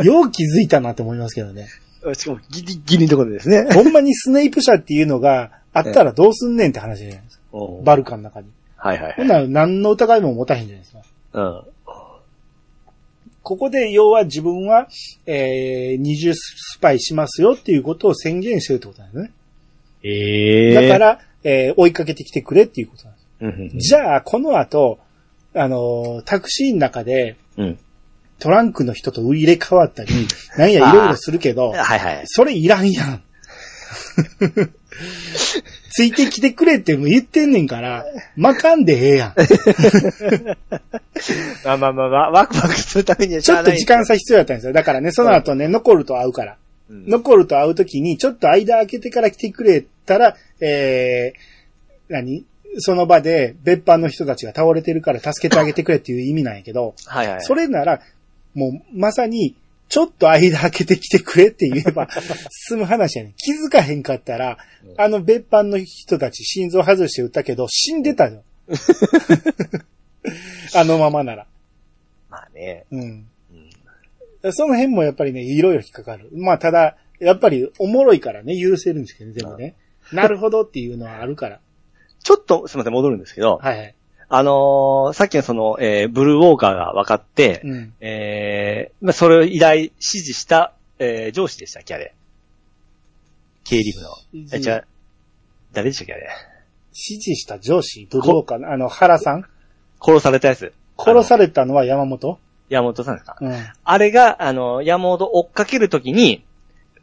[SPEAKER 1] よう気づいたなって思いますけどね。
[SPEAKER 2] しかも、ギリギリのところですね。
[SPEAKER 1] ほんまにスネイプ社っていうのがあったらどうすんねんって話じゃないですか。バルカンの中に。
[SPEAKER 2] はいはい
[SPEAKER 1] ほんなら何の疑いも持たへんじゃないですか。
[SPEAKER 2] はい。
[SPEAKER 1] ここで要は自分は、えー、二重スパイしますよっていうことを宣言してるってことなんですね。
[SPEAKER 2] うん。ええ。
[SPEAKER 1] だか、ら、えー追いかけてきてくれっていうことなんです。
[SPEAKER 2] うんうん
[SPEAKER 1] じゃあ、この後、あのータクシーの中で、
[SPEAKER 2] うん。
[SPEAKER 1] トランクの人と入れ替わったり、なんやいろいろするけど
[SPEAKER 2] うん。、はいはい。
[SPEAKER 1] それいらんや
[SPEAKER 2] <laughs>
[SPEAKER 1] ん。ついてきてくれっても言ってんねんから、まかんでええやん。
[SPEAKER 2] まあまあまあ、まあワクワクするためには
[SPEAKER 1] ちょっと時間差必要だったんですよ。だからね、その後ね、残ると会うから。
[SPEAKER 2] の、
[SPEAKER 1] 残ると会うときに、ちょっと間開けてから来てくれたら、えー、何その場で、別班の人たちが倒れてるから助けてあげてくれっていう意味なんやけど、
[SPEAKER 2] はいはい。
[SPEAKER 1] それなら、もう、まさに、ちょっと間開けてきてくれって言え
[SPEAKER 2] <laughs>
[SPEAKER 1] ば、進む話やねん。気づかへんかったら、あの別班の人たち心臓外して撃ったけど、死んでた
[SPEAKER 2] <laughs>
[SPEAKER 1] よ。あのままなら。
[SPEAKER 2] まあね。
[SPEAKER 1] うん。
[SPEAKER 2] うん
[SPEAKER 1] その辺もやっぱりね、いろいろ引っかかる。まあ、ただ、やっぱりおもろいからね、許せるんですけどね、全部ね。なるほどっていうのはあるから。
[SPEAKER 2] ちょっと、すみません、戻るんですけど、
[SPEAKER 1] はいはい。
[SPEAKER 2] あのーさっきのその、えーブルーウォーカーが分かって、
[SPEAKER 1] うん。
[SPEAKER 2] えーまあ、それを依頼、指示した、えー上司でしたっけ、あれ。経理部の。
[SPEAKER 1] 指
[SPEAKER 2] え、
[SPEAKER 1] 示
[SPEAKER 2] じゃ誰でしたっけ、あれ。
[SPEAKER 1] 指示した上司、武道家の、あの、原さん
[SPEAKER 2] 殺されたやつ。
[SPEAKER 1] 殺されたのは山本
[SPEAKER 2] あの山本さんですか。
[SPEAKER 1] うん。
[SPEAKER 2] あれが、あの、山本を追っかけるときに、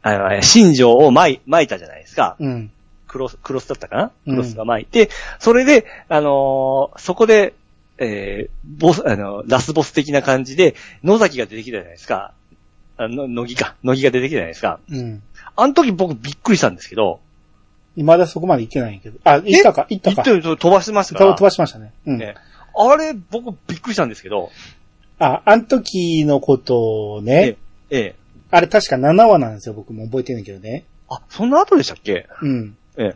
[SPEAKER 2] あの、新庄をまい、まいたじゃないですか。
[SPEAKER 1] うん。
[SPEAKER 2] クロス、クロスだったかな
[SPEAKER 1] うん
[SPEAKER 2] クロスがまいて、それで、あのーそこで、えーボス、あの、ラスボス的な感じで、野崎が出てきたじゃないですか。あの、乃木か。乃木が出てきたじゃないですか。
[SPEAKER 1] うん。
[SPEAKER 2] あの時僕びっくりしたんですけど、
[SPEAKER 1] まだそこまで行ってないんやけど。あ、行ったか、行った
[SPEAKER 2] 一
[SPEAKER 1] か。
[SPEAKER 2] 頭飛ばしてましたから。
[SPEAKER 1] 飛ばしましたね。うん。
[SPEAKER 2] ねあれ、僕びっくりしたんですけど、
[SPEAKER 1] あ、あの時のことを
[SPEAKER 2] え
[SPEAKER 1] ね、
[SPEAKER 2] ええ。
[SPEAKER 1] あれ確か7話なんですよ、僕も覚えてんねんけどね。
[SPEAKER 2] あ、そんな後でしたっけ
[SPEAKER 1] うん。
[SPEAKER 2] ええ。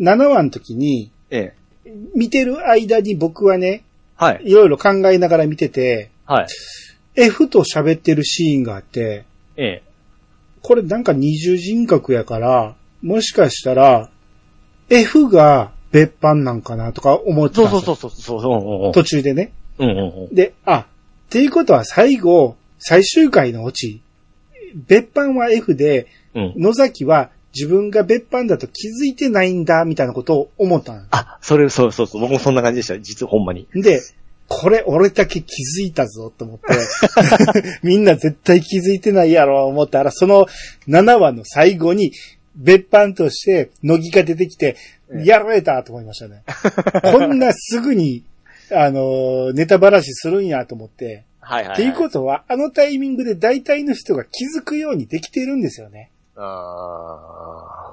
[SPEAKER 1] 7話の時に、
[SPEAKER 2] ええ。
[SPEAKER 1] 見てる間に僕はね、
[SPEAKER 2] はい。
[SPEAKER 1] いろいろ考えながら見てて、
[SPEAKER 2] はい。
[SPEAKER 1] え、ふと喋ってるシーンがあって、
[SPEAKER 2] ええ。
[SPEAKER 1] これなんか二重人格やから、もしかしたら、F が別班なんかなとか思ってたん
[SPEAKER 2] そ
[SPEAKER 1] ですよ
[SPEAKER 2] うそうそうそうそうそう。
[SPEAKER 1] 途中でね。
[SPEAKER 2] うんうんうん。
[SPEAKER 1] で、あ、っていうことは最後、最終回のオチ、別班は F で、
[SPEAKER 2] うん。
[SPEAKER 1] 野崎は自分が別班だと気づいてないんだ、みたいなことを思ったん
[SPEAKER 2] あ、それ、そうそうそう。僕もそんな感じでした。実はほんまに。
[SPEAKER 1] で、これ俺だけ気づいたぞと
[SPEAKER 2] <laughs>
[SPEAKER 1] 思って、みんな絶対気づいてないやろ思ったら、その7話の最後に、別班として、乃木が出てきて、
[SPEAKER 2] うん
[SPEAKER 1] やられたと思いました
[SPEAKER 2] <laughs>
[SPEAKER 1] ね。こんなすぐに、あのー、ネタばらしするんやと思って。
[SPEAKER 2] はいはい、はい。
[SPEAKER 1] っていうことは、あのタイミングで大体の人が気づくようにできてるんですよね。
[SPEAKER 2] あ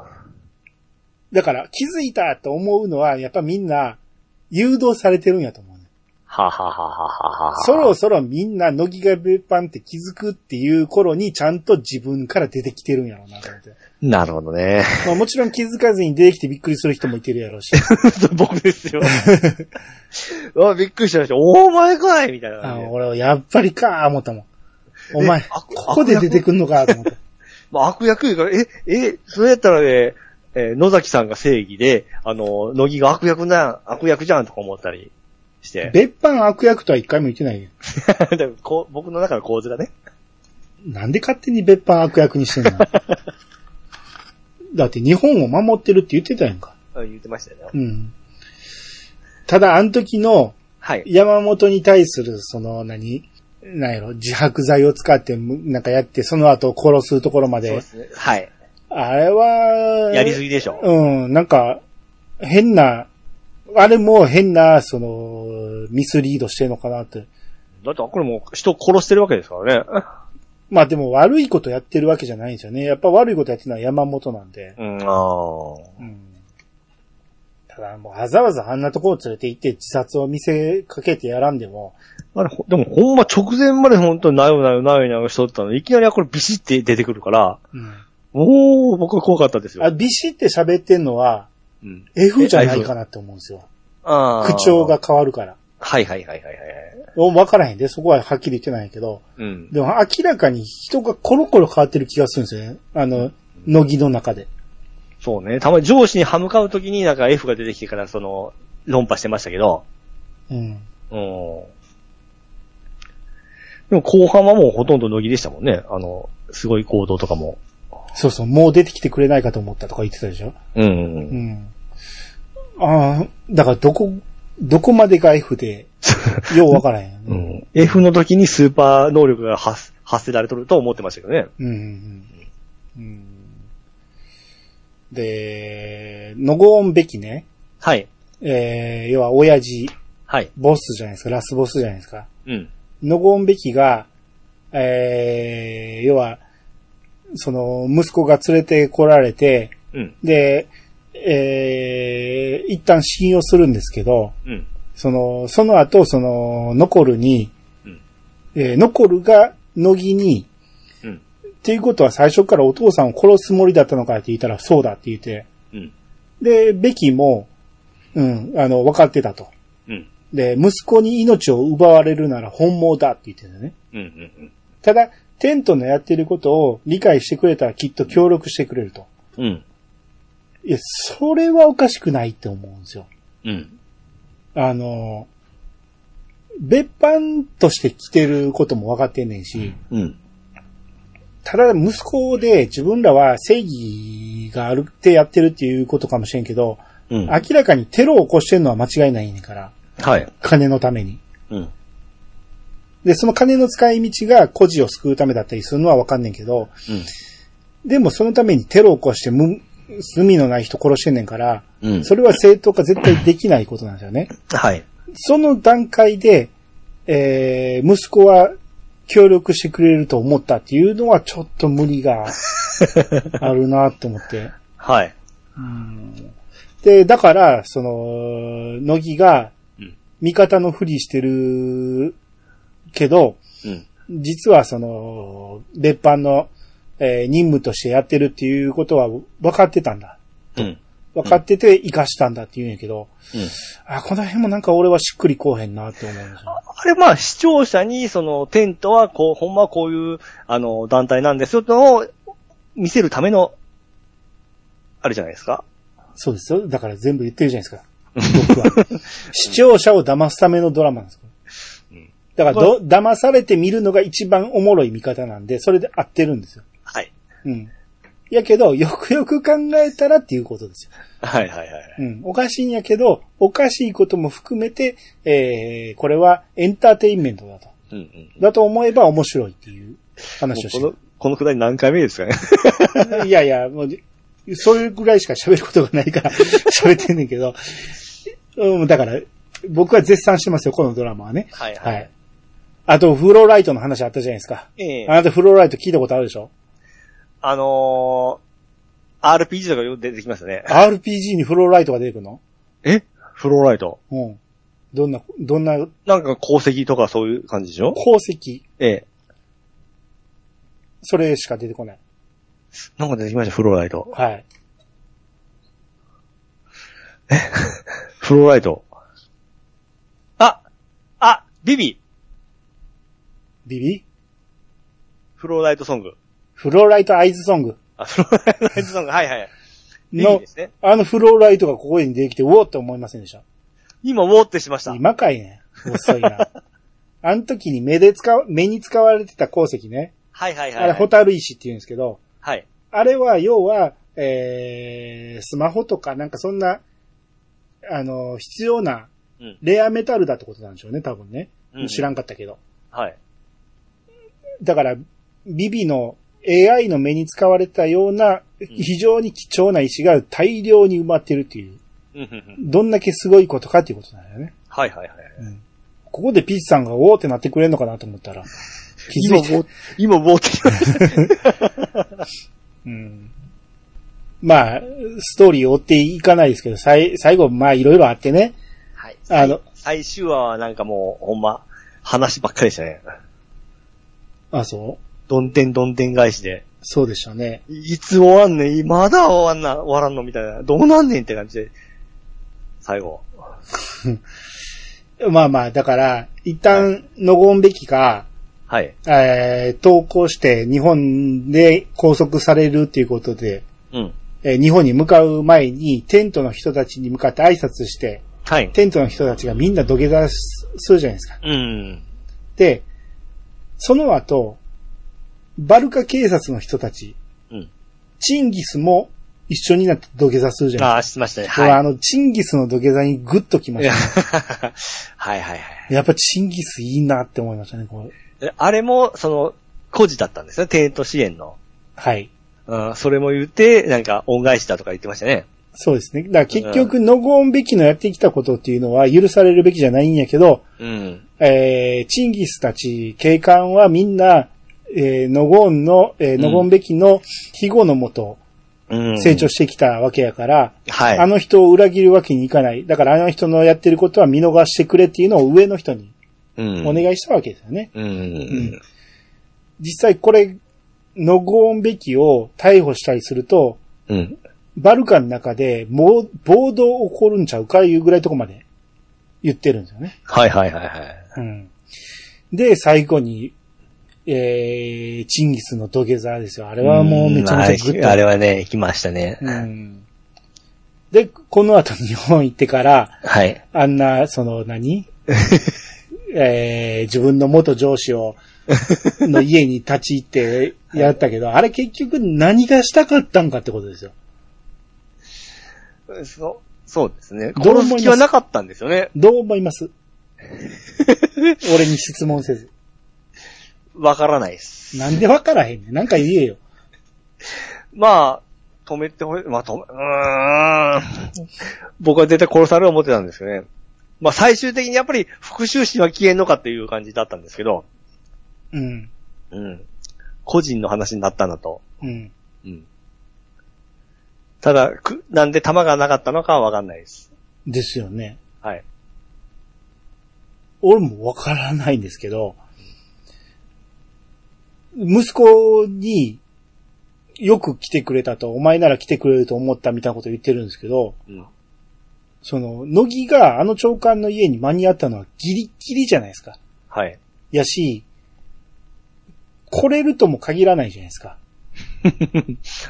[SPEAKER 1] だから、気づいたと思うのは、やっぱみんな、誘導されてるんやと思うね。
[SPEAKER 2] ーはははははは。
[SPEAKER 1] そろそろみんな、乃木が別班って気づくっていう頃に、ちゃんと自分から出てきてるんやろうな、と思って。 <laughs>
[SPEAKER 2] なるほどね。
[SPEAKER 1] まあもちろん気づかずに出てきてびっくりする <laughs> 人もいてるやろうし。
[SPEAKER 2] <laughs> 僕です
[SPEAKER 1] <laughs>
[SPEAKER 2] よ。うわ、びっくりしました。お前かいみたいな
[SPEAKER 1] あ
[SPEAKER 2] 感じで。
[SPEAKER 1] 俺はやっぱりか、思ったもん。お前、
[SPEAKER 2] えあ
[SPEAKER 1] ここで出てくんのか、と思って。
[SPEAKER 2] まあ、悪役いうから、え、え、それやったらね、えー野崎さんが正義で、あの、乃木が悪役な、悪役じゃんとか思ったりして。
[SPEAKER 1] <laughs> 別班悪役とは一回も言ってないよ。
[SPEAKER 2] だから <laughs> こう僕の中の構図がね。
[SPEAKER 1] なんで勝手に別班悪役に <laughs> してんのだって日本を守ってるって言ってたやんか。
[SPEAKER 2] あ言ってましたよね。
[SPEAKER 1] うん。ただ、あの時の、
[SPEAKER 2] はい。
[SPEAKER 1] 山本に対する、その何、なんやろ、自白剤を使って、むなんかやって、その後殺すところま
[SPEAKER 2] そう
[SPEAKER 1] で
[SPEAKER 2] で。すね。はい。
[SPEAKER 1] あれは、
[SPEAKER 2] やりすぎでしょ。
[SPEAKER 1] うん、なんか、変な、あれも変な、その、ミスリードしてんのかなって。
[SPEAKER 2] だって、これもう人を殺してるわけですからね。
[SPEAKER 1] まあでも悪いことやってるわけじゃないんですよね。やっぱ悪いことやってるのは山本なんで。
[SPEAKER 2] うん、あー
[SPEAKER 1] うん。ただもうわざわざあんなところを連れて行って自殺を見せかけてやらんでも、
[SPEAKER 2] あれ、ほでもほんま直前まで本当になよなよなよなよしとったのに、いきなりあこれビシって出てくるから、おー、僕は怖かったですよ。
[SPEAKER 1] あ、ビシって喋ってんのは
[SPEAKER 2] うん、
[SPEAKER 1] F じゃないかなって思うんですよ。
[SPEAKER 2] あー
[SPEAKER 1] 口調が。変わるから。
[SPEAKER 2] はいはいはいはいはいはい。
[SPEAKER 1] おわからへんで、そこははっきり言ってないけど。
[SPEAKER 2] うん。
[SPEAKER 1] でも明らかに人がコロコロ変わってる気がするんですよね。あの、乃木の中で。
[SPEAKER 2] そうね。たまに上司に歯向かうときになんか F が出てきてから、その、論破してましたけど、
[SPEAKER 1] うん。
[SPEAKER 2] うん。でも後半はもうほとんど乃木でしたもんね。あの、すごい行動とかも。
[SPEAKER 1] そうそう、もう出てきてくれないかと思ったとか言ってたでしょ。
[SPEAKER 2] うん
[SPEAKER 1] う <laughs>
[SPEAKER 2] うん。
[SPEAKER 1] ん。ああ、だからどこ、どこまでが F で、ようわからへんよ
[SPEAKER 2] <laughs> う
[SPEAKER 1] ね。
[SPEAKER 2] ん。F の時にスーパー能力が発発せられとると思ってましたけどね。
[SPEAKER 1] うんうんうん。うんで、ノゴーンべきね、
[SPEAKER 2] はい。
[SPEAKER 1] えー、要は親父、
[SPEAKER 2] はい。
[SPEAKER 1] ボスじゃないですか、ラスボスじゃないですか。
[SPEAKER 2] うん。
[SPEAKER 1] ノゴーンべきが、えー、要は、その、息子が連れてこられて、
[SPEAKER 2] うん。
[SPEAKER 1] で、えー、一旦信用するんですけど、
[SPEAKER 2] うん。
[SPEAKER 1] その、その後、その、ノコルに、
[SPEAKER 2] うん
[SPEAKER 1] えーノコルが、乃木に、
[SPEAKER 2] うん。
[SPEAKER 1] っていうことは最初からお父さんを殺すつもりだったのかって言ったら、そうだって言って。
[SPEAKER 2] うん。
[SPEAKER 1] で、ベキも、うん、あの、分かってたと。
[SPEAKER 2] うん。
[SPEAKER 1] で、息子に命を奪われるなら本望だって言ってたね。
[SPEAKER 2] うん。うん。
[SPEAKER 1] ただ、テントのやってることを理解してくれたらきっと協力してくれると。
[SPEAKER 2] うん。
[SPEAKER 1] いや、それはおかしくないって思うんですよ。
[SPEAKER 2] うん。
[SPEAKER 1] あの、別班として来てることも分かってんねんし、
[SPEAKER 2] うん。
[SPEAKER 1] ただ息子で自分らは正義があるってやってるっていうことかもしれんけど、
[SPEAKER 2] うん。
[SPEAKER 1] 明らかにテロを起こしてるのは間違いないねんから、
[SPEAKER 2] はい。
[SPEAKER 1] 金のために。
[SPEAKER 2] うん。
[SPEAKER 1] で、その金の使い道が孤児を救うためだったりするのは分かんねんけど、でもそのためにテロを起こして無、罪のない人殺してんねんから、
[SPEAKER 2] うん。うん。
[SPEAKER 1] それは正当化絶対できないことなんですよね。
[SPEAKER 2] はい。
[SPEAKER 1] その段階で、えー、息子は協力してくれると思ったっていうのはちょっと無理
[SPEAKER 2] <laughs>
[SPEAKER 1] があるなと思って。
[SPEAKER 2] はい。
[SPEAKER 1] で、だから、その、乃木が
[SPEAKER 2] うん
[SPEAKER 1] 味方のふりしてるけど、
[SPEAKER 2] うん。
[SPEAKER 1] 実はその、別班の、えー任務としてやってるっていうことは分かってたんだ。
[SPEAKER 2] うん。
[SPEAKER 1] 分かってて生かしたんだって言うんやけど、
[SPEAKER 2] うん。
[SPEAKER 1] あ、この辺もなんか俺はしっくりこうへんなって思うんですよ。
[SPEAKER 2] あれ、まあ、視聴者に、その、テントは、こう、ほんまはこういう、あの、団体なんですよ、とのを見せるための、あるじゃないですか。
[SPEAKER 1] そうですよ。だから全部言ってるじゃないですか。僕は。視聴者を騙すためのドラマなんですよ
[SPEAKER 2] うん
[SPEAKER 1] だからど、騙されて見るのが一番おもろい見方なんで、それで合ってるんですよ。
[SPEAKER 2] はい。
[SPEAKER 1] うん。やけど、よくよく考えたらっていうことですよ。
[SPEAKER 2] はいはいはい。
[SPEAKER 1] うん。おかしいんやけど、おかしいことも含めて、えー、これはエンターテインメントだと。
[SPEAKER 2] うんうん。
[SPEAKER 1] だと思えば面白いっていう
[SPEAKER 2] も
[SPEAKER 1] 話を
[SPEAKER 2] う
[SPEAKER 1] し
[SPEAKER 2] こ
[SPEAKER 1] て
[SPEAKER 2] の、このくだり何回目ですかね。
[SPEAKER 1] <laughs> いやいや、もう、そういうぐらいしか喋ることがない
[SPEAKER 2] <laughs>
[SPEAKER 1] から喋ってんねんけど。うん、だから、僕は絶賛してますよ、このドラマはね。
[SPEAKER 2] はい
[SPEAKER 1] はい。。あと、フローライトの話あったじゃないですか。
[SPEAKER 2] ええ
[SPEAKER 1] あなたフローライト聞いたことあるでしょ
[SPEAKER 2] あのー、RPG とかよく出てきましたね。
[SPEAKER 1] ?RPG にフローライトが出てくるの
[SPEAKER 2] えフローライト。
[SPEAKER 1] うん。どんな、どんな
[SPEAKER 2] なんか功績とかそういう感じでしょ
[SPEAKER 1] 功績
[SPEAKER 2] ええ。
[SPEAKER 1] それしか出てこない。
[SPEAKER 2] なんか出てきました、フローライト。
[SPEAKER 1] はい。
[SPEAKER 2] フローライト。ああビビ
[SPEAKER 1] ビビ
[SPEAKER 2] フローライトソング。
[SPEAKER 1] フローライトアイズソング
[SPEAKER 2] あ、フローライトソング、はいはい。ビビ
[SPEAKER 1] の
[SPEAKER 2] で、すね。
[SPEAKER 1] あのフローライトがここに出てきて、おおって思いませんでした。
[SPEAKER 2] 今、ウォーってしました。
[SPEAKER 1] 今かいね。遅い
[SPEAKER 2] <laughs>
[SPEAKER 1] な。あの時に目で使う、目に使われてた鉱石ね。
[SPEAKER 2] はいはいはい。
[SPEAKER 1] あれ、ホタル石って言うんですけど、
[SPEAKER 2] はい。
[SPEAKER 1] あれは、要は、えー、スマホとか、なんかそんな、あの、必要な
[SPEAKER 2] うん、
[SPEAKER 1] レアメタルだってことなんでしょうね、多分ね。
[SPEAKER 2] う
[SPEAKER 1] 知ら
[SPEAKER 2] ん。
[SPEAKER 1] んかったけど。
[SPEAKER 2] はい。
[SPEAKER 1] だから、ビビの AI の目に使われたような、非常に貴重な石が大量に埋まってるっていう、
[SPEAKER 2] うんうんうん
[SPEAKER 1] どんだけすごいことかっていうことなんだよね。
[SPEAKER 2] はいはいはい。 <laughs>
[SPEAKER 1] ここでピッチさんがおーってなってくれんのかなと思ったら、気づいて
[SPEAKER 2] 今もう、今もうってきま
[SPEAKER 1] <laughs>
[SPEAKER 2] した
[SPEAKER 1] うんまあ、ストーリーを追っていかないですけど、最最後、まあ、いろいろあってね。
[SPEAKER 2] はい。
[SPEAKER 1] あの、
[SPEAKER 2] 最終話はなんかもう、ほんま、話ばっかりでしたね。
[SPEAKER 1] あ、そう
[SPEAKER 2] どんでんどんでん返しで。
[SPEAKER 1] そうでしたね。
[SPEAKER 2] いつ終わんねんまだ終わんな、終わらんのみたいな。どうなんねんって感じで。最後。
[SPEAKER 1] まあまあ、だから、一旦、のごんべきか、
[SPEAKER 2] はい。
[SPEAKER 1] えー、投稿して日本で拘束されるということで、
[SPEAKER 2] うん。
[SPEAKER 1] えー日本に向かう前に、テントの人たちに向かって挨拶して、
[SPEAKER 2] はい。
[SPEAKER 1] テントの人たちがみんな土下座すするじゃないですか。
[SPEAKER 2] うん。
[SPEAKER 1] で、その後、バルカ警察の人たち、
[SPEAKER 2] うん
[SPEAKER 1] チンギスも一緒になって土下座するじゃない
[SPEAKER 2] ああ、しましたね。
[SPEAKER 1] ですか。俺あ
[SPEAKER 2] は
[SPEAKER 1] の、チンギスの土下座にグッときま
[SPEAKER 2] い。いや
[SPEAKER 1] し
[SPEAKER 2] <laughs> はいはいはい。
[SPEAKER 1] た。やっぱチンギスいいなって思いましたね、こう
[SPEAKER 2] えあれも、その、孤児だったんですね、テント支援の。
[SPEAKER 1] はい。
[SPEAKER 2] うん、それも言って、なんか、恩返しだとか言ってましたね。
[SPEAKER 1] そうですね。だから結局、のごんべきのやってきたことっていうのは許されるべきじゃないんやけど、
[SPEAKER 2] うん。
[SPEAKER 1] えー、チンギスたち警官はみんな、えー、のごんの、えー、のごんべきの庇護のもと
[SPEAKER 2] うん。
[SPEAKER 1] 成長してきたわけやから、
[SPEAKER 2] はい。
[SPEAKER 1] あの人を裏切るわけにいかない。だからあの人のやってることは見逃してくれっていうのを上の人に
[SPEAKER 2] うん。
[SPEAKER 1] お願いしたわけですよね。
[SPEAKER 2] うん。
[SPEAKER 1] ん実際これ、ノゴーンべきを逮捕したりすると、
[SPEAKER 2] うん。
[SPEAKER 1] バルカの中でもう暴動起こるんちゃうかいうぐらいとこまで言ってるんですよね。
[SPEAKER 2] はいはいはいはい。
[SPEAKER 1] うん。で、最後に、えー、チンギスの土下座ですよ。あれはもうめちゃめちゃグ
[SPEAKER 2] う
[SPEAKER 1] ッ
[SPEAKER 2] ん
[SPEAKER 1] と。
[SPEAKER 2] あれはね、来ましたね。
[SPEAKER 1] うん。で、この後日本行ってから、
[SPEAKER 2] はい。
[SPEAKER 1] あんな、その何、 <laughs> えー自分の元上司を、の家に立ち入ってやったけど、あれ結局何がしたかったんかってことですよ。
[SPEAKER 2] そう、そうですね。
[SPEAKER 1] どう思い
[SPEAKER 2] 殺
[SPEAKER 1] ます
[SPEAKER 2] す気はなかったんですよね。
[SPEAKER 1] どう思います俺に質問せず。
[SPEAKER 2] わからないです。
[SPEAKER 1] なんでわからへんねん。なんか言えよ。
[SPEAKER 2] まあ、止めてほしい。まあ、止め、うーん。僕は絶対殺されると思ってたんですけどね。まあ、最終的にやっぱり復讐心は消えんのかっていう感じだったんですけど、
[SPEAKER 1] うん。
[SPEAKER 2] うん。個人の話になったんだと。
[SPEAKER 1] うん。
[SPEAKER 2] うん。ただ、く、なんで弾がなかったのかはわかんないです。
[SPEAKER 1] ですよね。
[SPEAKER 2] はい。
[SPEAKER 1] 俺もわからないんですけど、息子によく来てくれたと、お前なら来てくれると思ったみたいなこと言ってるんですけど、
[SPEAKER 2] うん。
[SPEAKER 1] その、乃木があの長官の家に間に合ったのはギリギリじゃないですか。
[SPEAKER 2] はい。
[SPEAKER 1] やし、来れるとも限らないじゃないですか。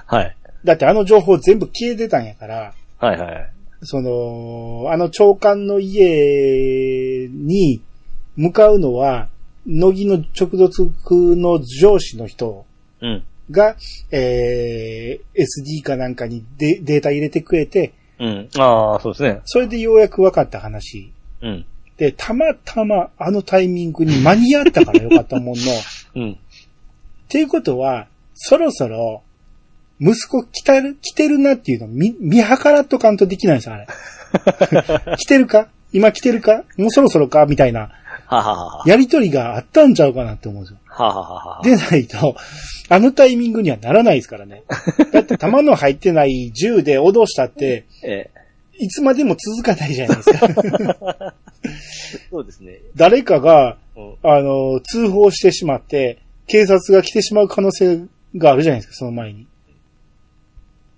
[SPEAKER 2] はい。
[SPEAKER 1] だってあの情報全部消えてたんやから、
[SPEAKER 2] はいはい。
[SPEAKER 1] その、あの長官の家に向かうのは、乃木の直属の上司の人
[SPEAKER 2] うん。
[SPEAKER 1] が、えー、SD かなんかにデデータ入れてくれて、
[SPEAKER 2] うん。ああ、そうですね。
[SPEAKER 1] それでようやく分かった話
[SPEAKER 2] うん。
[SPEAKER 1] で、たまたまあのタイミングに間に合ったからよかったもんの。っ
[SPEAKER 2] うん。
[SPEAKER 1] ていうことは、そろそろ、息子来たる、来てるなっていうのを見、見計らっとかんとできないんですよ、あれ。来てるか今来てるかもうそろそろかみたいな、
[SPEAKER 2] はははは。
[SPEAKER 1] やりとりがあったんちゃうかなって思うんですよ。
[SPEAKER 2] はははは。
[SPEAKER 1] でないと、あのタイミングにはならないですからね。だって弾の入ってない銃で脅したって、
[SPEAKER 2] え
[SPEAKER 1] いつまでも続かないじゃないですか。
[SPEAKER 2] え、そうですね。
[SPEAKER 1] 誰かが、
[SPEAKER 2] うん。
[SPEAKER 1] あの、通報してしまって、警察が来てしまう可能性があるじゃないですか、その前に。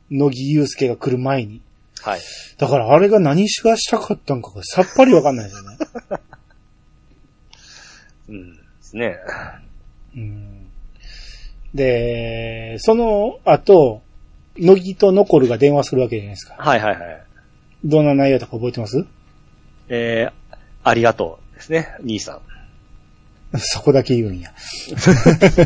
[SPEAKER 1] 野木祐介が来る前に。
[SPEAKER 2] はい。
[SPEAKER 1] だからあれが何しがしたかったんかがさっぱりわかんないですよ
[SPEAKER 2] <laughs>
[SPEAKER 1] ね。
[SPEAKER 2] うん。ですね。
[SPEAKER 1] うんで、その後、野木とノコルが電話するわけじゃないですか。
[SPEAKER 2] はいはいはい。
[SPEAKER 1] どんな内容とか覚えてます
[SPEAKER 2] えー、ありがとうですね、兄さん。
[SPEAKER 1] そこだけ言うんや。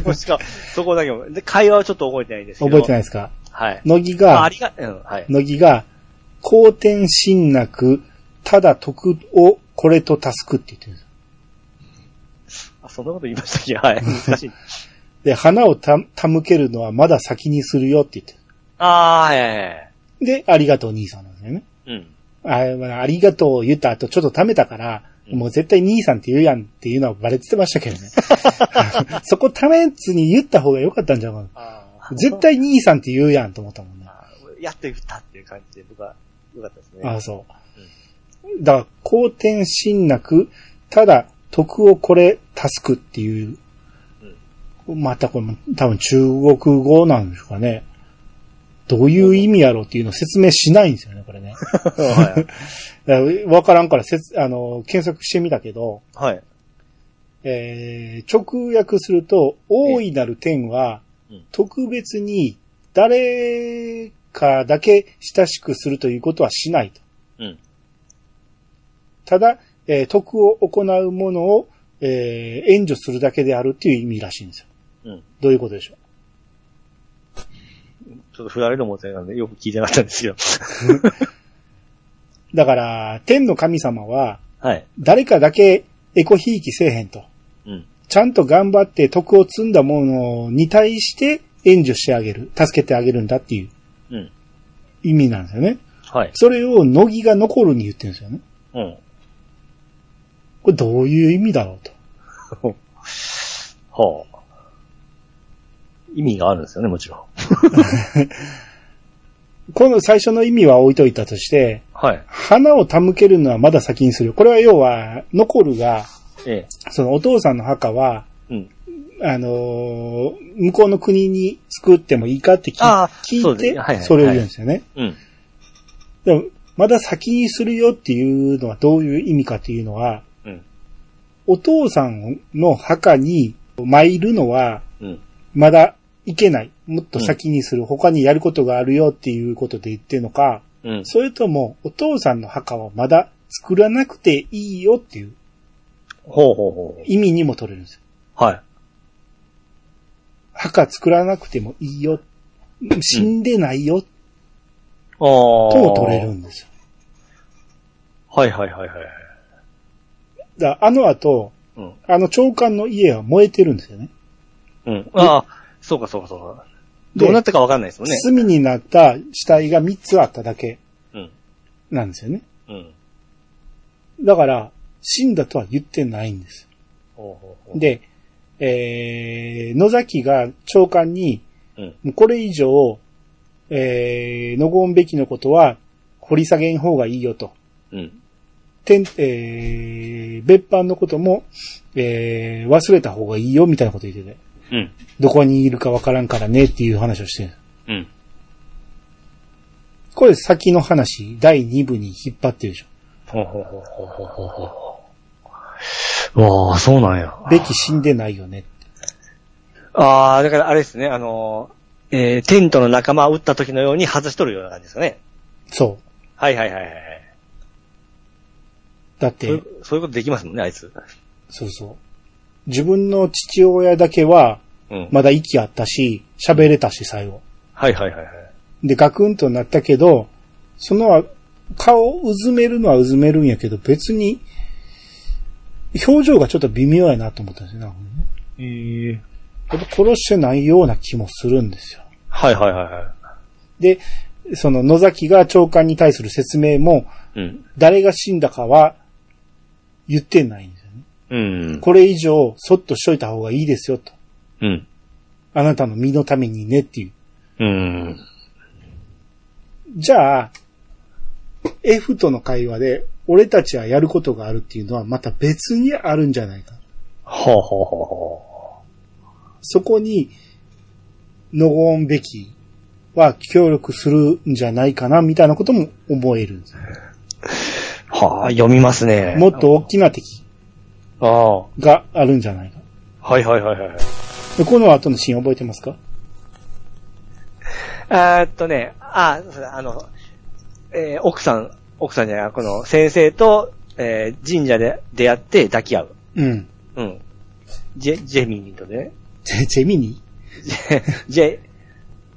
[SPEAKER 2] もしか、 <laughs> そこだけも。で、会話はちょっと覚えてないですけ
[SPEAKER 1] 覚
[SPEAKER 2] ど。
[SPEAKER 1] えてない
[SPEAKER 2] い。
[SPEAKER 1] ですか
[SPEAKER 2] はい。
[SPEAKER 1] 野木
[SPEAKER 2] ああ
[SPEAKER 1] が、
[SPEAKER 2] りが、うん、はい。
[SPEAKER 1] 野木が、後天進学、ただ得をこれと助くって言ってるんです
[SPEAKER 2] あ、そんなこと言いましたっけはい。 <laughs> 難しい。
[SPEAKER 1] で、花をた、手向けるのはまだ先にするよって言って
[SPEAKER 2] あー、はいはいはい。
[SPEAKER 1] る。で、ありがとう兄さんなんですよね。
[SPEAKER 2] うん。
[SPEAKER 1] あまあありがとう言った後、ちょっと貯めたから、
[SPEAKER 2] うん
[SPEAKER 1] もう絶対兄さんって言うやんっていうのはバレてましたけどね。 <laughs> そこためずに言った方が良かったんじゃないか
[SPEAKER 2] あ
[SPEAKER 1] な。絶対兄さんって言うやんと思ったもんね。
[SPEAKER 2] やっと言ったっていう感じで、僕は、よかったですね。
[SPEAKER 1] ああ、そう。だから、後天進なただ、徳をこれ、タスクっていう。またこれも、多分中国語なんですかね。どういう意味やろうっていうのを説明しないんですよね、これね。
[SPEAKER 2] はい
[SPEAKER 1] だからわからんからせつ、あの、検索してみたけど、
[SPEAKER 2] はい。
[SPEAKER 1] えー直訳すると、大いなる天は
[SPEAKER 2] うん、
[SPEAKER 1] 特別に誰かだけ親しくするということはしないと。
[SPEAKER 2] <laughs> うん。
[SPEAKER 1] ただ、えー徳を行うものを、えー援助するだけであるっていう意味らしいんですよ。
[SPEAKER 2] うん。
[SPEAKER 1] どういうことでしょう
[SPEAKER 2] ちょっと振られる思ってなんで、よく聞いてなかったんですけど。
[SPEAKER 1] だから、天の神様は、
[SPEAKER 2] はい。
[SPEAKER 1] 誰かだけエコひいきせえへんと。
[SPEAKER 2] うん。
[SPEAKER 1] ちゃんと頑張って徳を積んだものに対して援助してあげる、助けてあげるんだっていう
[SPEAKER 2] うん。
[SPEAKER 1] 意味なんですよね。
[SPEAKER 2] はい。
[SPEAKER 1] それを乃木が残るに言ってるんですよね。
[SPEAKER 2] うん。
[SPEAKER 1] これどういう意味だろうと。
[SPEAKER 2] はあ。意味があるんですよね、もちろん。
[SPEAKER 1] この最初の意味は置いといたとして、
[SPEAKER 2] はい。
[SPEAKER 1] 花を手向けるのはまだ先にする。これは要は、残るが、
[SPEAKER 2] え
[SPEAKER 1] そのお父さんの墓は、
[SPEAKER 2] え。うん。
[SPEAKER 1] あのー向こうの国に作ってもいいかって聞
[SPEAKER 2] ああ
[SPEAKER 1] い
[SPEAKER 2] そう
[SPEAKER 1] 聞い
[SPEAKER 2] です
[SPEAKER 1] て
[SPEAKER 2] ねはいは、い
[SPEAKER 1] それを言うんですよね。
[SPEAKER 2] うん。
[SPEAKER 1] でも、まだ先にするよっていうのはどういう意味かっていうのは、
[SPEAKER 2] うん。
[SPEAKER 1] お父さんの墓に参るのは、
[SPEAKER 2] うん。
[SPEAKER 1] まだいけない。もっと先にする。他にやることがあるよっていうことで言ってるのか、
[SPEAKER 2] うん。
[SPEAKER 1] それとも、お父さんの墓はまだ作らなくていいよっていう
[SPEAKER 2] ほうほうほ
[SPEAKER 1] 意味にも取れるんですよ。
[SPEAKER 2] う。はい。
[SPEAKER 1] 墓作らなくてもいいよ。死んでないよ、と
[SPEAKER 2] ああ。
[SPEAKER 1] も取れる。んですよ。
[SPEAKER 2] はいはいはいはい。
[SPEAKER 1] だからあの後、
[SPEAKER 2] うん。
[SPEAKER 1] あの長官の家は燃えてるんですよね。
[SPEAKER 2] うん。ああ、そうかそうかそうか。
[SPEAKER 1] で
[SPEAKER 2] どうなったかわかんないですもんね。
[SPEAKER 1] 罪になった死体が3つあっただけ
[SPEAKER 2] うん。
[SPEAKER 1] なんですよね。
[SPEAKER 2] うん。
[SPEAKER 1] だから、死んだとは言ってないんです。
[SPEAKER 2] ほうほうほう、
[SPEAKER 1] で、えー、野崎が長官に、
[SPEAKER 2] うん。
[SPEAKER 1] もうこれ以上、えー、のごんべきのことは掘り下げん方がいいよと。
[SPEAKER 2] うん。
[SPEAKER 1] てん、えー、別班のことも、えー、忘れた方がいいよみたいなこと言ってて。
[SPEAKER 2] うん。
[SPEAKER 1] どこにいるかわからんからねっていう話をしてる。
[SPEAKER 2] うん。
[SPEAKER 1] これ先の話、第2部に引っ張ってるでしょ。
[SPEAKER 2] ほうほうほうほうほうほうほう。わあ、そうなんや。
[SPEAKER 1] べき死んでないよね。
[SPEAKER 2] ああ、だからあれですね、あのー、えー、テントの仲間を撃った時のように外しとるような感じですよね。
[SPEAKER 1] そ
[SPEAKER 2] はいはいはいはいはい。
[SPEAKER 1] う。だっ
[SPEAKER 2] そうい
[SPEAKER 1] て、
[SPEAKER 2] うそういうことできますもんね、あいつ。
[SPEAKER 1] そうそう。自分の父親だけは、
[SPEAKER 2] うん。
[SPEAKER 1] まだ息あったし、喋れたし、最後。
[SPEAKER 2] はいはいはいはい。
[SPEAKER 1] で、ガクンとなったけど、その、顔をうずめるのはうずめるんやけど、別に、表情がちょっと微妙やなと思ったんですよね。
[SPEAKER 2] ええ
[SPEAKER 1] やっぱ殺してないような気もするんですよ。
[SPEAKER 2] はいはいはいは
[SPEAKER 1] で、その野崎が長官に対する説明も、
[SPEAKER 2] い。うん。
[SPEAKER 1] 誰が死んだかは言ってないんですよね。
[SPEAKER 2] うん。
[SPEAKER 1] これ以上、そっとしといた方がいいですよ、と。
[SPEAKER 2] うん。
[SPEAKER 1] あなたの身のためにねっていう。
[SPEAKER 2] うん。
[SPEAKER 1] じゃあ、F との会話で、俺たちはやることがあるっていうのはまた別にあるんじゃないか。
[SPEAKER 2] ほうほうほうほ
[SPEAKER 1] そこに、のごんべきは協力するんじゃないかな、みたいなことも思えるんですよ。
[SPEAKER 2] う。はあ、読みますね。
[SPEAKER 1] もっと大きな敵
[SPEAKER 2] ああ。は
[SPEAKER 1] があるんじゃないか。
[SPEAKER 2] いはいはいはいはい。
[SPEAKER 1] でこの後のシーン覚えてますか
[SPEAKER 2] えーっとね、あ、そうだあの、えー奥さん、奥さんじゃない、この先生と、えー神社で出会って抱き合う。
[SPEAKER 1] うん。
[SPEAKER 2] うん。ジェ、ジェミンとね。
[SPEAKER 1] ジェジェミニ
[SPEAKER 2] ジェ、ジェ、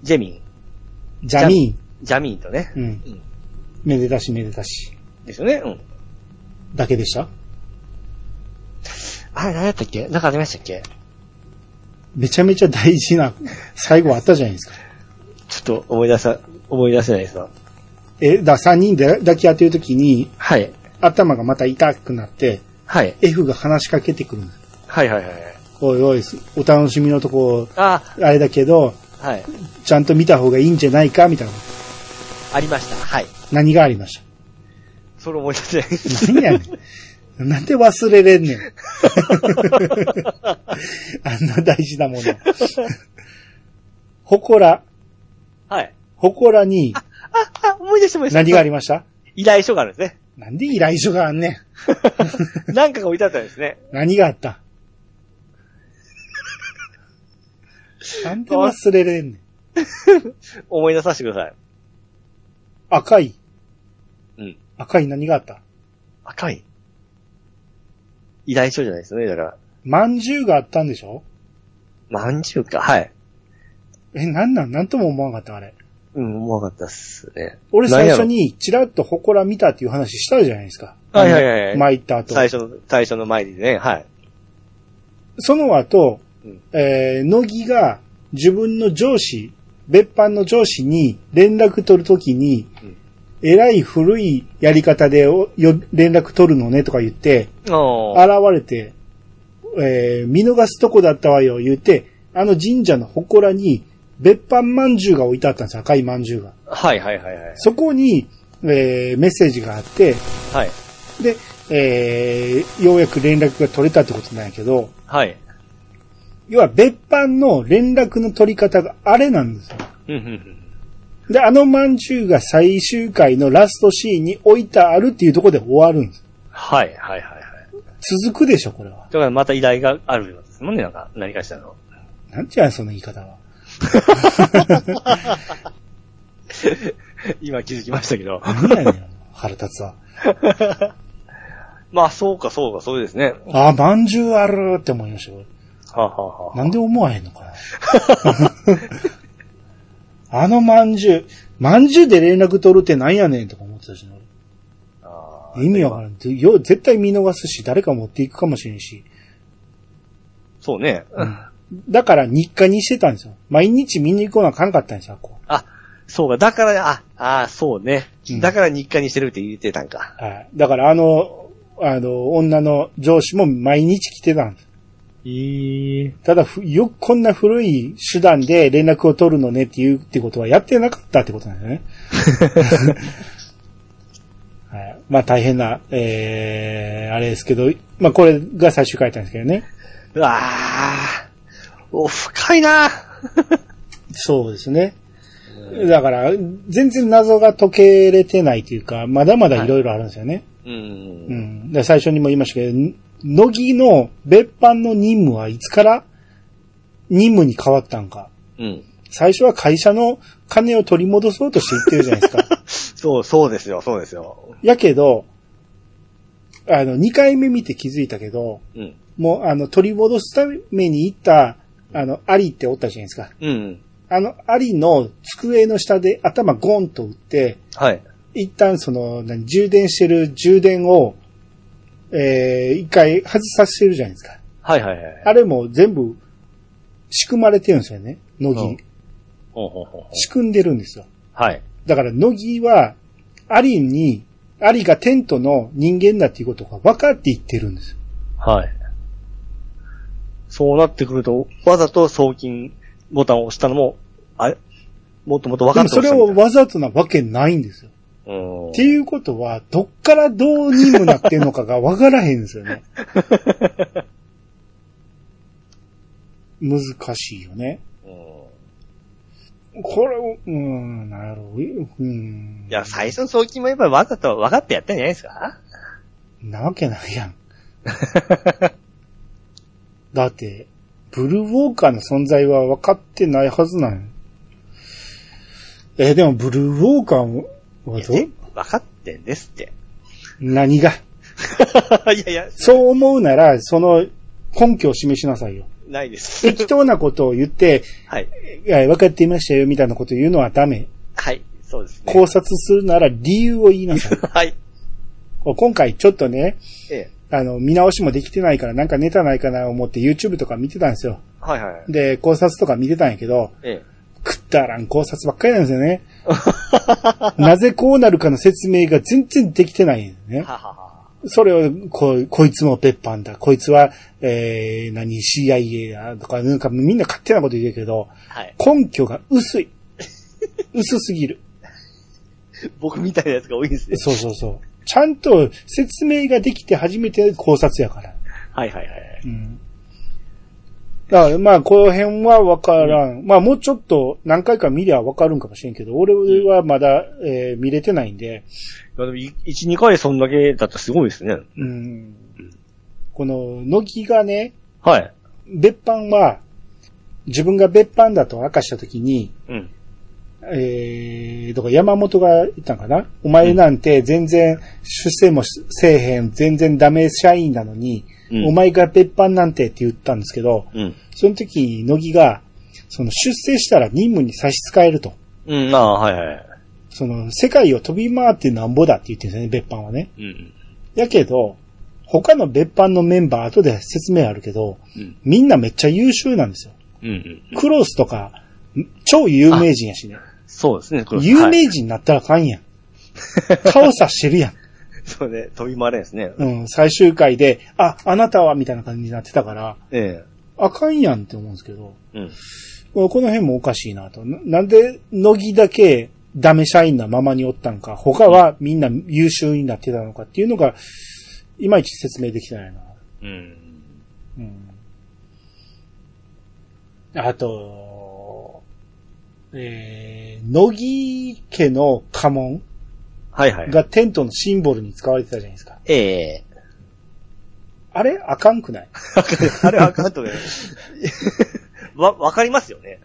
[SPEAKER 2] ジェミン。
[SPEAKER 1] ジャミ
[SPEAKER 2] ジャミンとね。
[SPEAKER 1] ーン。うん。
[SPEAKER 2] うん。
[SPEAKER 1] めでたしめでたし。
[SPEAKER 2] ですよね。うん。
[SPEAKER 1] だけでした
[SPEAKER 2] あれ、何やったっけなんかありましたっけ
[SPEAKER 1] めちゃめちゃ大事 <laughs> な最後あったじゃないですか。
[SPEAKER 2] ちょっと思い出さ、思い出せないですわ。
[SPEAKER 1] え、だ、3人で抱き合ってる時に、
[SPEAKER 2] はい。
[SPEAKER 1] 頭がまた痛くなって、
[SPEAKER 2] はい。
[SPEAKER 1] F が話しかけてくるんです。
[SPEAKER 2] はいはいはいはい。
[SPEAKER 1] おいおい、すお楽しみのとこ、
[SPEAKER 2] あ、
[SPEAKER 1] あれだけど、
[SPEAKER 2] はい。
[SPEAKER 1] ちゃんと見た方がいいんじゃないかみたいな。
[SPEAKER 2] ありました。はい。
[SPEAKER 1] 何がありまし
[SPEAKER 2] それ思い出せない。
[SPEAKER 1] <laughs> た何やねん。なんで忘れれん
[SPEAKER 2] <laughs>
[SPEAKER 1] ねん。あんな大事なもの。ほこら、
[SPEAKER 2] はい。
[SPEAKER 1] ほこらに
[SPEAKER 2] あ、あ、思い出してました。
[SPEAKER 1] 何がありました
[SPEAKER 2] 依頼書があるんですね。 <laughs>
[SPEAKER 1] なんで依頼書があんねん。
[SPEAKER 2] なんかが置いてあったんですね。
[SPEAKER 1] 何があったなんで忘れれんねん。
[SPEAKER 2] 思い出させてください。
[SPEAKER 1] 赤い。
[SPEAKER 2] うん。
[SPEAKER 1] 赤い何があった
[SPEAKER 2] 赤い依頼書じゃないですよね、だから。
[SPEAKER 1] まんじゅうがあったんでしょ
[SPEAKER 2] まんじゅうか、はい。
[SPEAKER 1] え、なんなんなんとも思わなかった、あれ。
[SPEAKER 2] うん、うまかったっすね。
[SPEAKER 1] 俺最初
[SPEAKER 2] 何や
[SPEAKER 1] にチラッと祠見たっていう話したじゃないですか。
[SPEAKER 2] はいはいはいはい
[SPEAKER 1] あの巻いた
[SPEAKER 2] ろ。
[SPEAKER 1] 後。
[SPEAKER 2] 最初の、最初の前にね、はい。
[SPEAKER 1] その後、
[SPEAKER 2] うん
[SPEAKER 1] えー、乃木が自分の上司、別班の上司に連絡取るときに、
[SPEAKER 2] うん
[SPEAKER 1] えらい古いやり方でおよ連絡取るのねとか言って、
[SPEAKER 2] おー
[SPEAKER 1] 現れて、えー、見逃すとこだったわよ、言うて、あの神社の祠に別班まんじゅうが置いてあったんです、赤いまんじゅうが。
[SPEAKER 2] はいはいはいはい。
[SPEAKER 1] そこに、えー、メッセージがあって、
[SPEAKER 2] はい。
[SPEAKER 1] で、えー、ようやく連絡が取れたってことなんやけど、
[SPEAKER 2] はい。
[SPEAKER 1] 要は別班の連絡の取り方があれなんですよ。
[SPEAKER 2] うんうんうん。
[SPEAKER 1] で、あのまんじゅうが最終回のラストシーンに置いてあるっていうところで終わるんです。
[SPEAKER 2] はいはいはいはい。
[SPEAKER 1] 続くでしょ、これは。
[SPEAKER 2] だからまた依頼があるようですもんね、なんか、何かしらの。 <laughs>
[SPEAKER 1] なんて言うのその言い方は。
[SPEAKER 2] 今気づきました
[SPEAKER 1] <laughs>
[SPEAKER 2] けど。
[SPEAKER 1] 何やねん、腹立つわ。
[SPEAKER 2] まあ、そうかそうか、そうですね。
[SPEAKER 1] ああ、まんじゅうあるって思いましたよ。
[SPEAKER 2] はあ、はあはあ、
[SPEAKER 1] なんで思わへんのかな。あのまんじゅう、まんじゅうで連絡取るってなんやねんとか思ってたしね、俺
[SPEAKER 2] あー
[SPEAKER 1] 意味わからん。よう絶対見逃すし、誰か持っていくかもしれんし。
[SPEAKER 2] そうね。
[SPEAKER 1] だから日課にしてたんですよ。毎日見に行こうなあかんかったんですよ、こう
[SPEAKER 2] あ、そうか。だから、あ、あーそうね
[SPEAKER 1] うん。
[SPEAKER 2] だから日課にしてるって言ってたんか。
[SPEAKER 1] はい。だからあの、あの、女の上司も毎日来てたんです。
[SPEAKER 2] ええ。
[SPEAKER 1] ただ、ふよくこんな古い手段で連絡を取るのねっていうってことはやってなかったってことなんですね。 <laughs> はい、まあ大変な、えー、あれですけど、まあこれが最終回だったんですけどね。
[SPEAKER 2] うわあ、お、深いな
[SPEAKER 1] そうですね。だから、全然謎が解けれてないというか、まだまだいろいろあるんですよね。
[SPEAKER 2] う。
[SPEAKER 1] うんん。だから最初にも言いましたけど、ん乃木の別班の任務はいつから任務に変わったんか。
[SPEAKER 2] うん。
[SPEAKER 1] 最初は会社の金を取り戻そうとして言ってるじゃないですか。
[SPEAKER 2] そう、そうですよ、そうですよ。
[SPEAKER 1] やけど、あの、2回目見て気づいたけど、
[SPEAKER 2] うん。
[SPEAKER 1] もう、あの、取り戻すために行った、あの、アリっておったじゃないですか。
[SPEAKER 2] うん。
[SPEAKER 1] あの、アリの机の下で頭ゴンと打って、
[SPEAKER 2] はい。
[SPEAKER 1] 一旦その、何、充電してる充電を、えー、一回外させてるじゃないですか。
[SPEAKER 2] はいはいはい。
[SPEAKER 1] あれも全部仕組まれてるんですよね。乃
[SPEAKER 2] うん
[SPEAKER 1] 木。
[SPEAKER 2] ほうほうほうほう
[SPEAKER 1] 仕組んでるんですよ。
[SPEAKER 2] はい。
[SPEAKER 1] だから乃木は、アリに、アリがテントの人間だっていうことが分かって言ってるんですよ。
[SPEAKER 2] はい。そうなってくると、わざと送金ボタンを押したのも、あれもっともっと分
[SPEAKER 1] でも
[SPEAKER 2] かって
[SPEAKER 1] そ
[SPEAKER 2] ほし
[SPEAKER 1] れ
[SPEAKER 2] い
[SPEAKER 1] を
[SPEAKER 2] みたい
[SPEAKER 1] わざとなわけないんですよ。
[SPEAKER 2] な。うん
[SPEAKER 1] っていうことは、どっからどう任務なってんのかが分からへんですよ
[SPEAKER 2] <laughs>
[SPEAKER 1] ね。難しいよね。
[SPEAKER 2] うん
[SPEAKER 1] これを、うーん、なるほど。うーん。
[SPEAKER 2] いや、最初の送金もやっぱりわざと分かってやったんじゃないですか
[SPEAKER 1] なわけないやん。 <laughs> だって、ブルーウォーカーの存在は分かってないはずなんよえーでもブルーウォーカーも、はい
[SPEAKER 2] や
[SPEAKER 1] どう
[SPEAKER 2] 分かってんです
[SPEAKER 1] <laughs>
[SPEAKER 2] って。
[SPEAKER 1] 何が
[SPEAKER 2] いやいや、
[SPEAKER 1] そう思うなら、その根拠を示しなさいよ。
[SPEAKER 2] ないです。
[SPEAKER 1] 適当なことを言って、
[SPEAKER 2] はい。
[SPEAKER 1] いや分かっていましたよ、みたいなことを言うのはダメ。
[SPEAKER 2] はい、そうですね。
[SPEAKER 1] 考察するなら理由を言いなさい。
[SPEAKER 2] はい。
[SPEAKER 1] 今回ちょっとね、
[SPEAKER 2] ええ。
[SPEAKER 1] あの、見直しもできてないから、なんかネタないかな思って YouTube とか見てたんですよ。
[SPEAKER 2] はいはい。
[SPEAKER 1] で、考察とか見てたんやけど、
[SPEAKER 2] え
[SPEAKER 1] くだらん考察ばっかりなんですよね。なぜこうなるかの説明が全然できてないんです
[SPEAKER 2] え。
[SPEAKER 1] ね。
[SPEAKER 2] はははは。
[SPEAKER 1] それを、こう、こいつも別班だ、こいつは、えー、何、CIA だ、とか、なんかみんな勝手なこと言うけど、
[SPEAKER 2] はい。
[SPEAKER 1] 根拠が薄い。薄すぎる。
[SPEAKER 2] 僕みたいなやつが多いんですね。
[SPEAKER 1] そうそうそう。ちゃんと説明ができて初めて考察やから。
[SPEAKER 2] はいはいはいはい。
[SPEAKER 1] うん。だから、まあ、この辺はわからん。まあ、もうちょっと何回か見りゃわかるんかもしれんけど、俺はまだ、えー見れてないんで、
[SPEAKER 2] いやでも、い一、二回そんだけだったらすごいですね。
[SPEAKER 1] うん。この、乃木がね、
[SPEAKER 2] はい。
[SPEAKER 1] 別班は、自分が別班だと明かしたときに、
[SPEAKER 2] うん。
[SPEAKER 1] えー、とか山本が言ったんかなお前なんて全然出世もしせえへん、全然ダメ社員なのに、
[SPEAKER 2] うん
[SPEAKER 1] お前が別班なんてって言ったんですけど、
[SPEAKER 2] うん。
[SPEAKER 1] その時、乃木が、その出世したら任務に差し支えると。
[SPEAKER 2] うん、ああ、はいはい。
[SPEAKER 1] その、世界を飛び回ってなんぼだって言ってるんですよね、別班はね。
[SPEAKER 2] うん。
[SPEAKER 1] やけど、他の別班のメンバー後で説明あるけど、
[SPEAKER 2] うん。
[SPEAKER 1] みんなめっちゃ優秀なんですよ。
[SPEAKER 2] うんうん。
[SPEAKER 1] クロスとか、超有名人やしね。
[SPEAKER 2] そうですね、これ
[SPEAKER 1] 有
[SPEAKER 2] はい
[SPEAKER 1] 名人になったらあかんやん。顔さしてるやん。
[SPEAKER 2] そうね、飛び回れんですね。
[SPEAKER 1] うん、最終回で、あ、あなたは、みたいな感じになってたから、
[SPEAKER 2] え
[SPEAKER 1] あかんやんって思うんですけど、
[SPEAKER 2] え。うん。
[SPEAKER 1] この辺もおかしいなと。ななんで、乃木だけダメ社員なままにおったんか、他はみんな優秀になってたのかっていうのが、いまいち説明できてないな。
[SPEAKER 2] うん。
[SPEAKER 1] うん。あと、えー、乃木家の家紋
[SPEAKER 2] はいはい。
[SPEAKER 1] がテントのシンボルに使われてたじゃないですか。
[SPEAKER 2] ええ。
[SPEAKER 1] あれあかんくない
[SPEAKER 2] あれはあかんとね。わ、わかりますよね。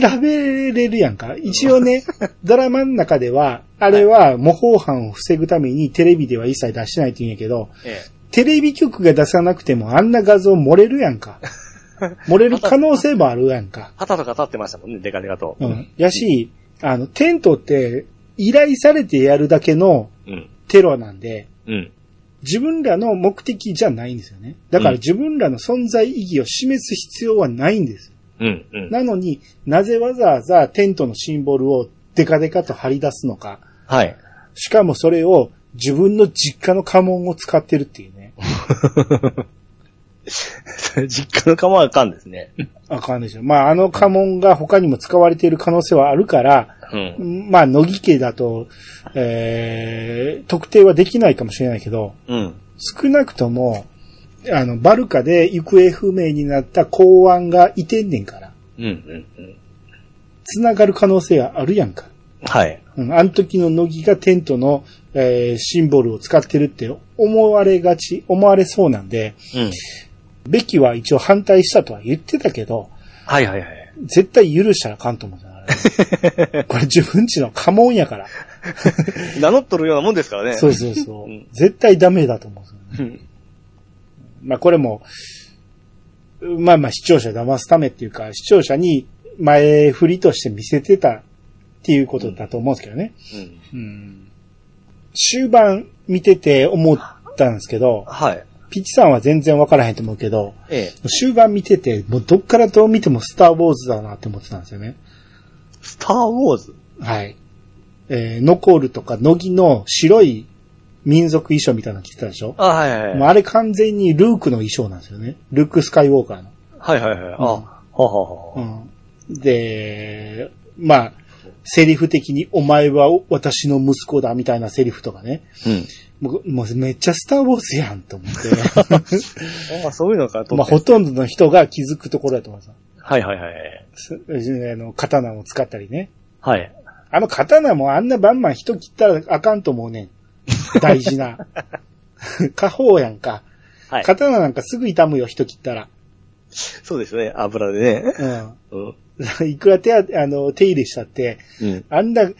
[SPEAKER 1] 調べれるやんか。一応ね、ドラマの中では、あれは模倣犯を防ぐためにテレビでは一切出してないって言うんやけど、
[SPEAKER 2] え
[SPEAKER 1] テレビ局が出さなくてもあんな画像漏れるやんか。漏れる可能性もあるやんか。
[SPEAKER 2] 旗とか立ってましたもんね、デカデカと。
[SPEAKER 1] うん。やし、あの、テントって依頼されてやるだけの
[SPEAKER 2] うん。
[SPEAKER 1] テロなんで、
[SPEAKER 2] うん。
[SPEAKER 1] 自分らの目的じゃないんですよね。だから
[SPEAKER 2] うん
[SPEAKER 1] 自分らの存在意義を示す必要はないんです。
[SPEAKER 2] うん。うん。
[SPEAKER 1] なのになぜわざわざテントのシンボルをデカデカと張り出すのか。
[SPEAKER 2] はい。 <laughs>
[SPEAKER 1] しかもそれを自分の実家の家紋を使ってるっていうね。
[SPEAKER 2] 実家の釜はあかんですね。
[SPEAKER 1] あかんでしょ。まあ、あの家紋が他にも使われている可能性はあるから、
[SPEAKER 2] うん。
[SPEAKER 1] まあ、乃木家だと、えー、特定はできないかもしれないけど、
[SPEAKER 2] うん。
[SPEAKER 1] 少なくとも、あの、バルカで行方不明になった公安がいてんねんから、
[SPEAKER 2] うん。うん。うん。
[SPEAKER 1] 繋がる可能性はあるやんか。
[SPEAKER 2] はい。
[SPEAKER 1] うん、あの時の乃木がテントの、えーシンボルを使ってるって思われがち、思われそうなんで、
[SPEAKER 2] うん。
[SPEAKER 1] ベキは一応反対したとは言ってたけど、
[SPEAKER 2] はいはいはい。
[SPEAKER 1] 絶対許したらあかんと思うんだよあれこれ自分ちの家紋やから。
[SPEAKER 2] 名乗っとるようなもんですからね。
[SPEAKER 1] そうそうそう
[SPEAKER 2] うん。
[SPEAKER 1] 絶対ダメだと思うんですよね。
[SPEAKER 2] うん。
[SPEAKER 1] まあこれも、まあまあ視聴者騙すためっていうか、視聴者に前振りとして見せてたっていうことだと思うんですけどね。
[SPEAKER 2] うん。
[SPEAKER 1] うん終盤見てて思ったんですけど、
[SPEAKER 2] はい。
[SPEAKER 1] ピッチさんは全然わからへんと思うけど、
[SPEAKER 2] ええ。
[SPEAKER 1] 終盤見てて、もうどっからどう見てもスターウォーズだなって思ってたんですよね。
[SPEAKER 2] スターウォーズ
[SPEAKER 1] はい。えー、ノコールとか、乃木の白い民族衣装みたいなの着てたでしょ
[SPEAKER 2] あ、はいはいはい。
[SPEAKER 1] もうあれ完全にルークの衣装なんですよね。ルーク・スカイウォーカーの。
[SPEAKER 2] はいはいはい。あ、はあはあはあ。
[SPEAKER 1] うん、で、まあ、セリフ的にお前は私の息子だみたいなセリフとかね。
[SPEAKER 2] うん。
[SPEAKER 1] もうもうめっちゃスターウォーズやんと思
[SPEAKER 2] <laughs>
[SPEAKER 1] って。
[SPEAKER 2] あそういうのかと
[SPEAKER 1] まあ
[SPEAKER 2] 思って。
[SPEAKER 1] ほとんどの人が気づくところだと思います。
[SPEAKER 2] はいはいはい。
[SPEAKER 1] すあの、刀を使ったりね。
[SPEAKER 2] はい。
[SPEAKER 1] あの刀もあんなバンバン人切ったらあかんと思うねん。大事な。 <laughs> 家宝やんか。
[SPEAKER 2] はい。
[SPEAKER 1] 刀なんかすぐ傷むよ、人切ったら。
[SPEAKER 2] そうですね。油でね。うん。
[SPEAKER 1] うん。いくら手当、あの、手入れしたって、
[SPEAKER 2] うん。
[SPEAKER 1] あんな、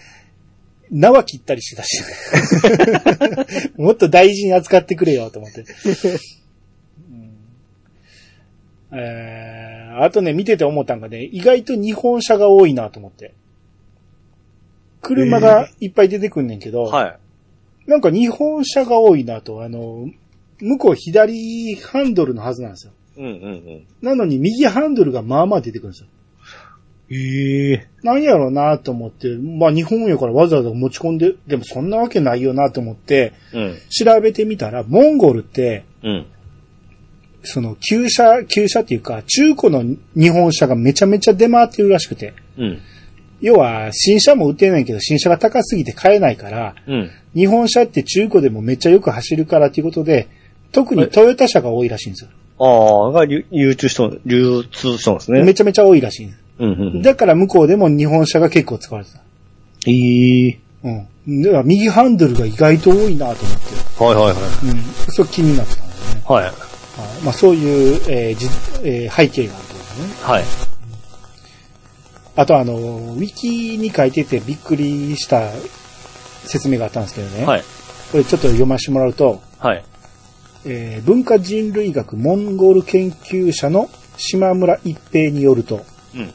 [SPEAKER 1] 縄切ったりしてたし。 <laughs> もっと大事に扱ってくれよ、と思って。うんえー、あとね、見てて思ったんがね、意外と日本車が多いなと思って。車がいっぱい出てくんねんけど、
[SPEAKER 2] はい。
[SPEAKER 1] なんか日本車が多いなと、あの、向こう左ハンドルのはずなんですよ。
[SPEAKER 2] うんうんうん。
[SPEAKER 1] なのに右ハンドルがまあまあ出てくるんですよ。
[SPEAKER 2] ええ
[SPEAKER 1] 何やろうなと思って、まあ日本やからわざわざ持ち込んで、でもそんなわけないよなと思って、
[SPEAKER 2] うん。
[SPEAKER 1] 調べてみたら、モンゴルって、
[SPEAKER 2] うん。
[SPEAKER 1] その旧車、旧車っていうか、中古の日本車がめちゃめちゃ出回ってるらしくて。
[SPEAKER 2] うん。
[SPEAKER 1] 要は、新車も売ってないけど、新車が高すぎて買えないから、
[SPEAKER 2] うん。
[SPEAKER 1] 日本車って中古でもめっちゃよく走るからということで、特にトヨタ車が多いらしいんですよ。
[SPEAKER 2] ああ、が流流通しとん、流通しとんですね。
[SPEAKER 1] めちゃめちゃ多いらしいんです。
[SPEAKER 2] うんうん。
[SPEAKER 1] だから向こうでも日本車が結構使われてた。
[SPEAKER 2] ええ
[SPEAKER 1] うん。だから右ハンドルが意外と多いなと思って、
[SPEAKER 2] はいはいはい。
[SPEAKER 1] うん。そう気になってたんですね。
[SPEAKER 2] はい。
[SPEAKER 1] はいまあそういう、えーじえー背景があるというかね。
[SPEAKER 2] はい。
[SPEAKER 1] あとあの、ウィキに書いててびっくりした説明があったんですけどね。
[SPEAKER 2] はい。
[SPEAKER 1] これちょっと読ませてもらうと、
[SPEAKER 2] はい。
[SPEAKER 1] えー文化人類学モンゴル研究者の島村一平によると、
[SPEAKER 2] うん。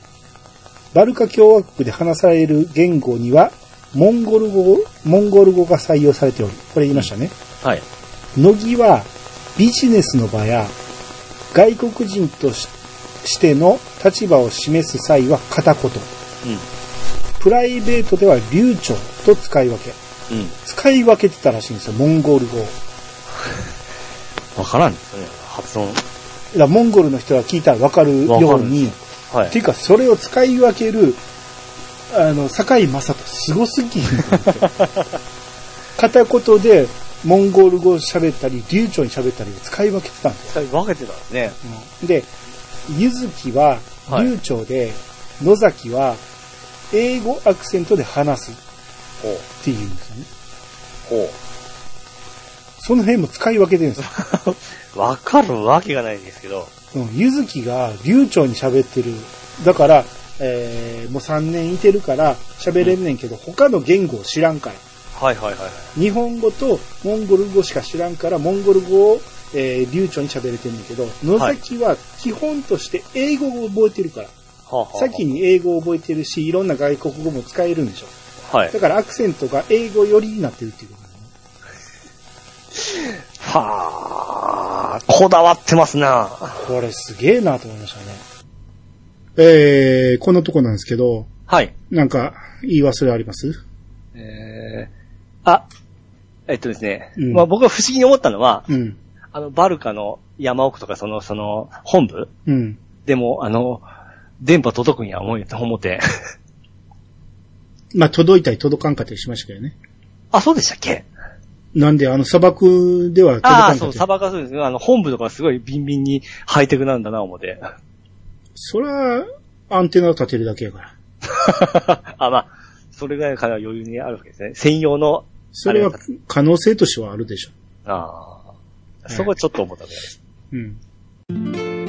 [SPEAKER 1] バルカ共和国で話される言語には、モンゴル語、モンゴル語が採用されており、これ言いましたね。
[SPEAKER 2] はい。
[SPEAKER 1] 乃木はビジネスの場や外国人とししての立場を示す際は片言。プライベートでは流暢と使い分け。
[SPEAKER 2] うん。うん。
[SPEAKER 1] 使い分けてたらしいんですよ、モンゴル語を。だか
[SPEAKER 2] わからんですね。発音。
[SPEAKER 1] らモンゴルの人が聞いたらわかる
[SPEAKER 2] わ
[SPEAKER 1] よ
[SPEAKER 2] か
[SPEAKER 1] う
[SPEAKER 2] る
[SPEAKER 1] に。
[SPEAKER 2] は
[SPEAKER 1] ってい
[SPEAKER 2] い。
[SPEAKER 1] うか、それを使い分ける、あの、堺井正人すごすぎる。片言でモンゴル語を喋ったり、流暢に喋ったりを使い分けてたんですよ
[SPEAKER 2] 分けてたんですね。
[SPEAKER 1] で、ゆずきは
[SPEAKER 2] はい
[SPEAKER 1] 流暢で、野崎は英語アクセントで話す
[SPEAKER 2] ほう。
[SPEAKER 1] っていうんですよね。
[SPEAKER 2] ほ
[SPEAKER 1] その辺も使い分けてるんですよ。
[SPEAKER 2] う。 <laughs> わかるわけがないんですけど。
[SPEAKER 1] うんゆずきが流暢に喋ってる。だから、えー、もう3年いてるから喋れんねんけど、他の言語を知らんから。
[SPEAKER 2] はいはいはいはい。
[SPEAKER 1] 日本語とモンゴル語しか知らんから、モンゴル語を、えー流暢に喋れてんねんけど、野崎は基本として英語を覚えてるから。
[SPEAKER 2] はあ、はあはあ
[SPEAKER 1] 先。に英語を覚えてるし、いろんな外国語も使えるんでしょ。
[SPEAKER 2] はい。
[SPEAKER 1] だからアクセントが英語寄りになってるっていうことだね。
[SPEAKER 2] はあ、こだわってますな。
[SPEAKER 1] これすげえなと思いましたね。えー、こんなとこなんですけど、
[SPEAKER 2] はい。
[SPEAKER 1] なんか、言い忘れあります
[SPEAKER 2] えー、あ、えっとですね。
[SPEAKER 1] うん
[SPEAKER 2] まあ僕が不思議に思ったのは、
[SPEAKER 1] うん。
[SPEAKER 2] あの、バルカの山奥とか、その、その、本部
[SPEAKER 1] うん。
[SPEAKER 2] でも、あの、電波届くんや思い、思って。
[SPEAKER 1] まあ、届いたり届かんかったりしましたけどね。
[SPEAKER 2] <laughs> あ、そうでしたっけ
[SPEAKER 1] なんで、あの、砂漠では届
[SPEAKER 2] あ
[SPEAKER 1] か
[SPEAKER 2] あ、
[SPEAKER 1] んか
[SPEAKER 2] そ
[SPEAKER 1] っ
[SPEAKER 2] う、
[SPEAKER 1] た
[SPEAKER 2] 砂
[SPEAKER 1] り。
[SPEAKER 2] 漠はそうですね。あの、本部とかすごいビンビンにハイテクなんだな、思って。 <laughs>
[SPEAKER 1] そりゃ、アンテナ立てるだけやから。
[SPEAKER 2] あ、まあ、それぐらいから余裕にあるわけですね。専用の、
[SPEAKER 1] それは
[SPEAKER 2] あれ
[SPEAKER 1] 可能性としてはあるでしょ。
[SPEAKER 2] ああ、そこはちょっと思ったぐらいです。
[SPEAKER 1] うん。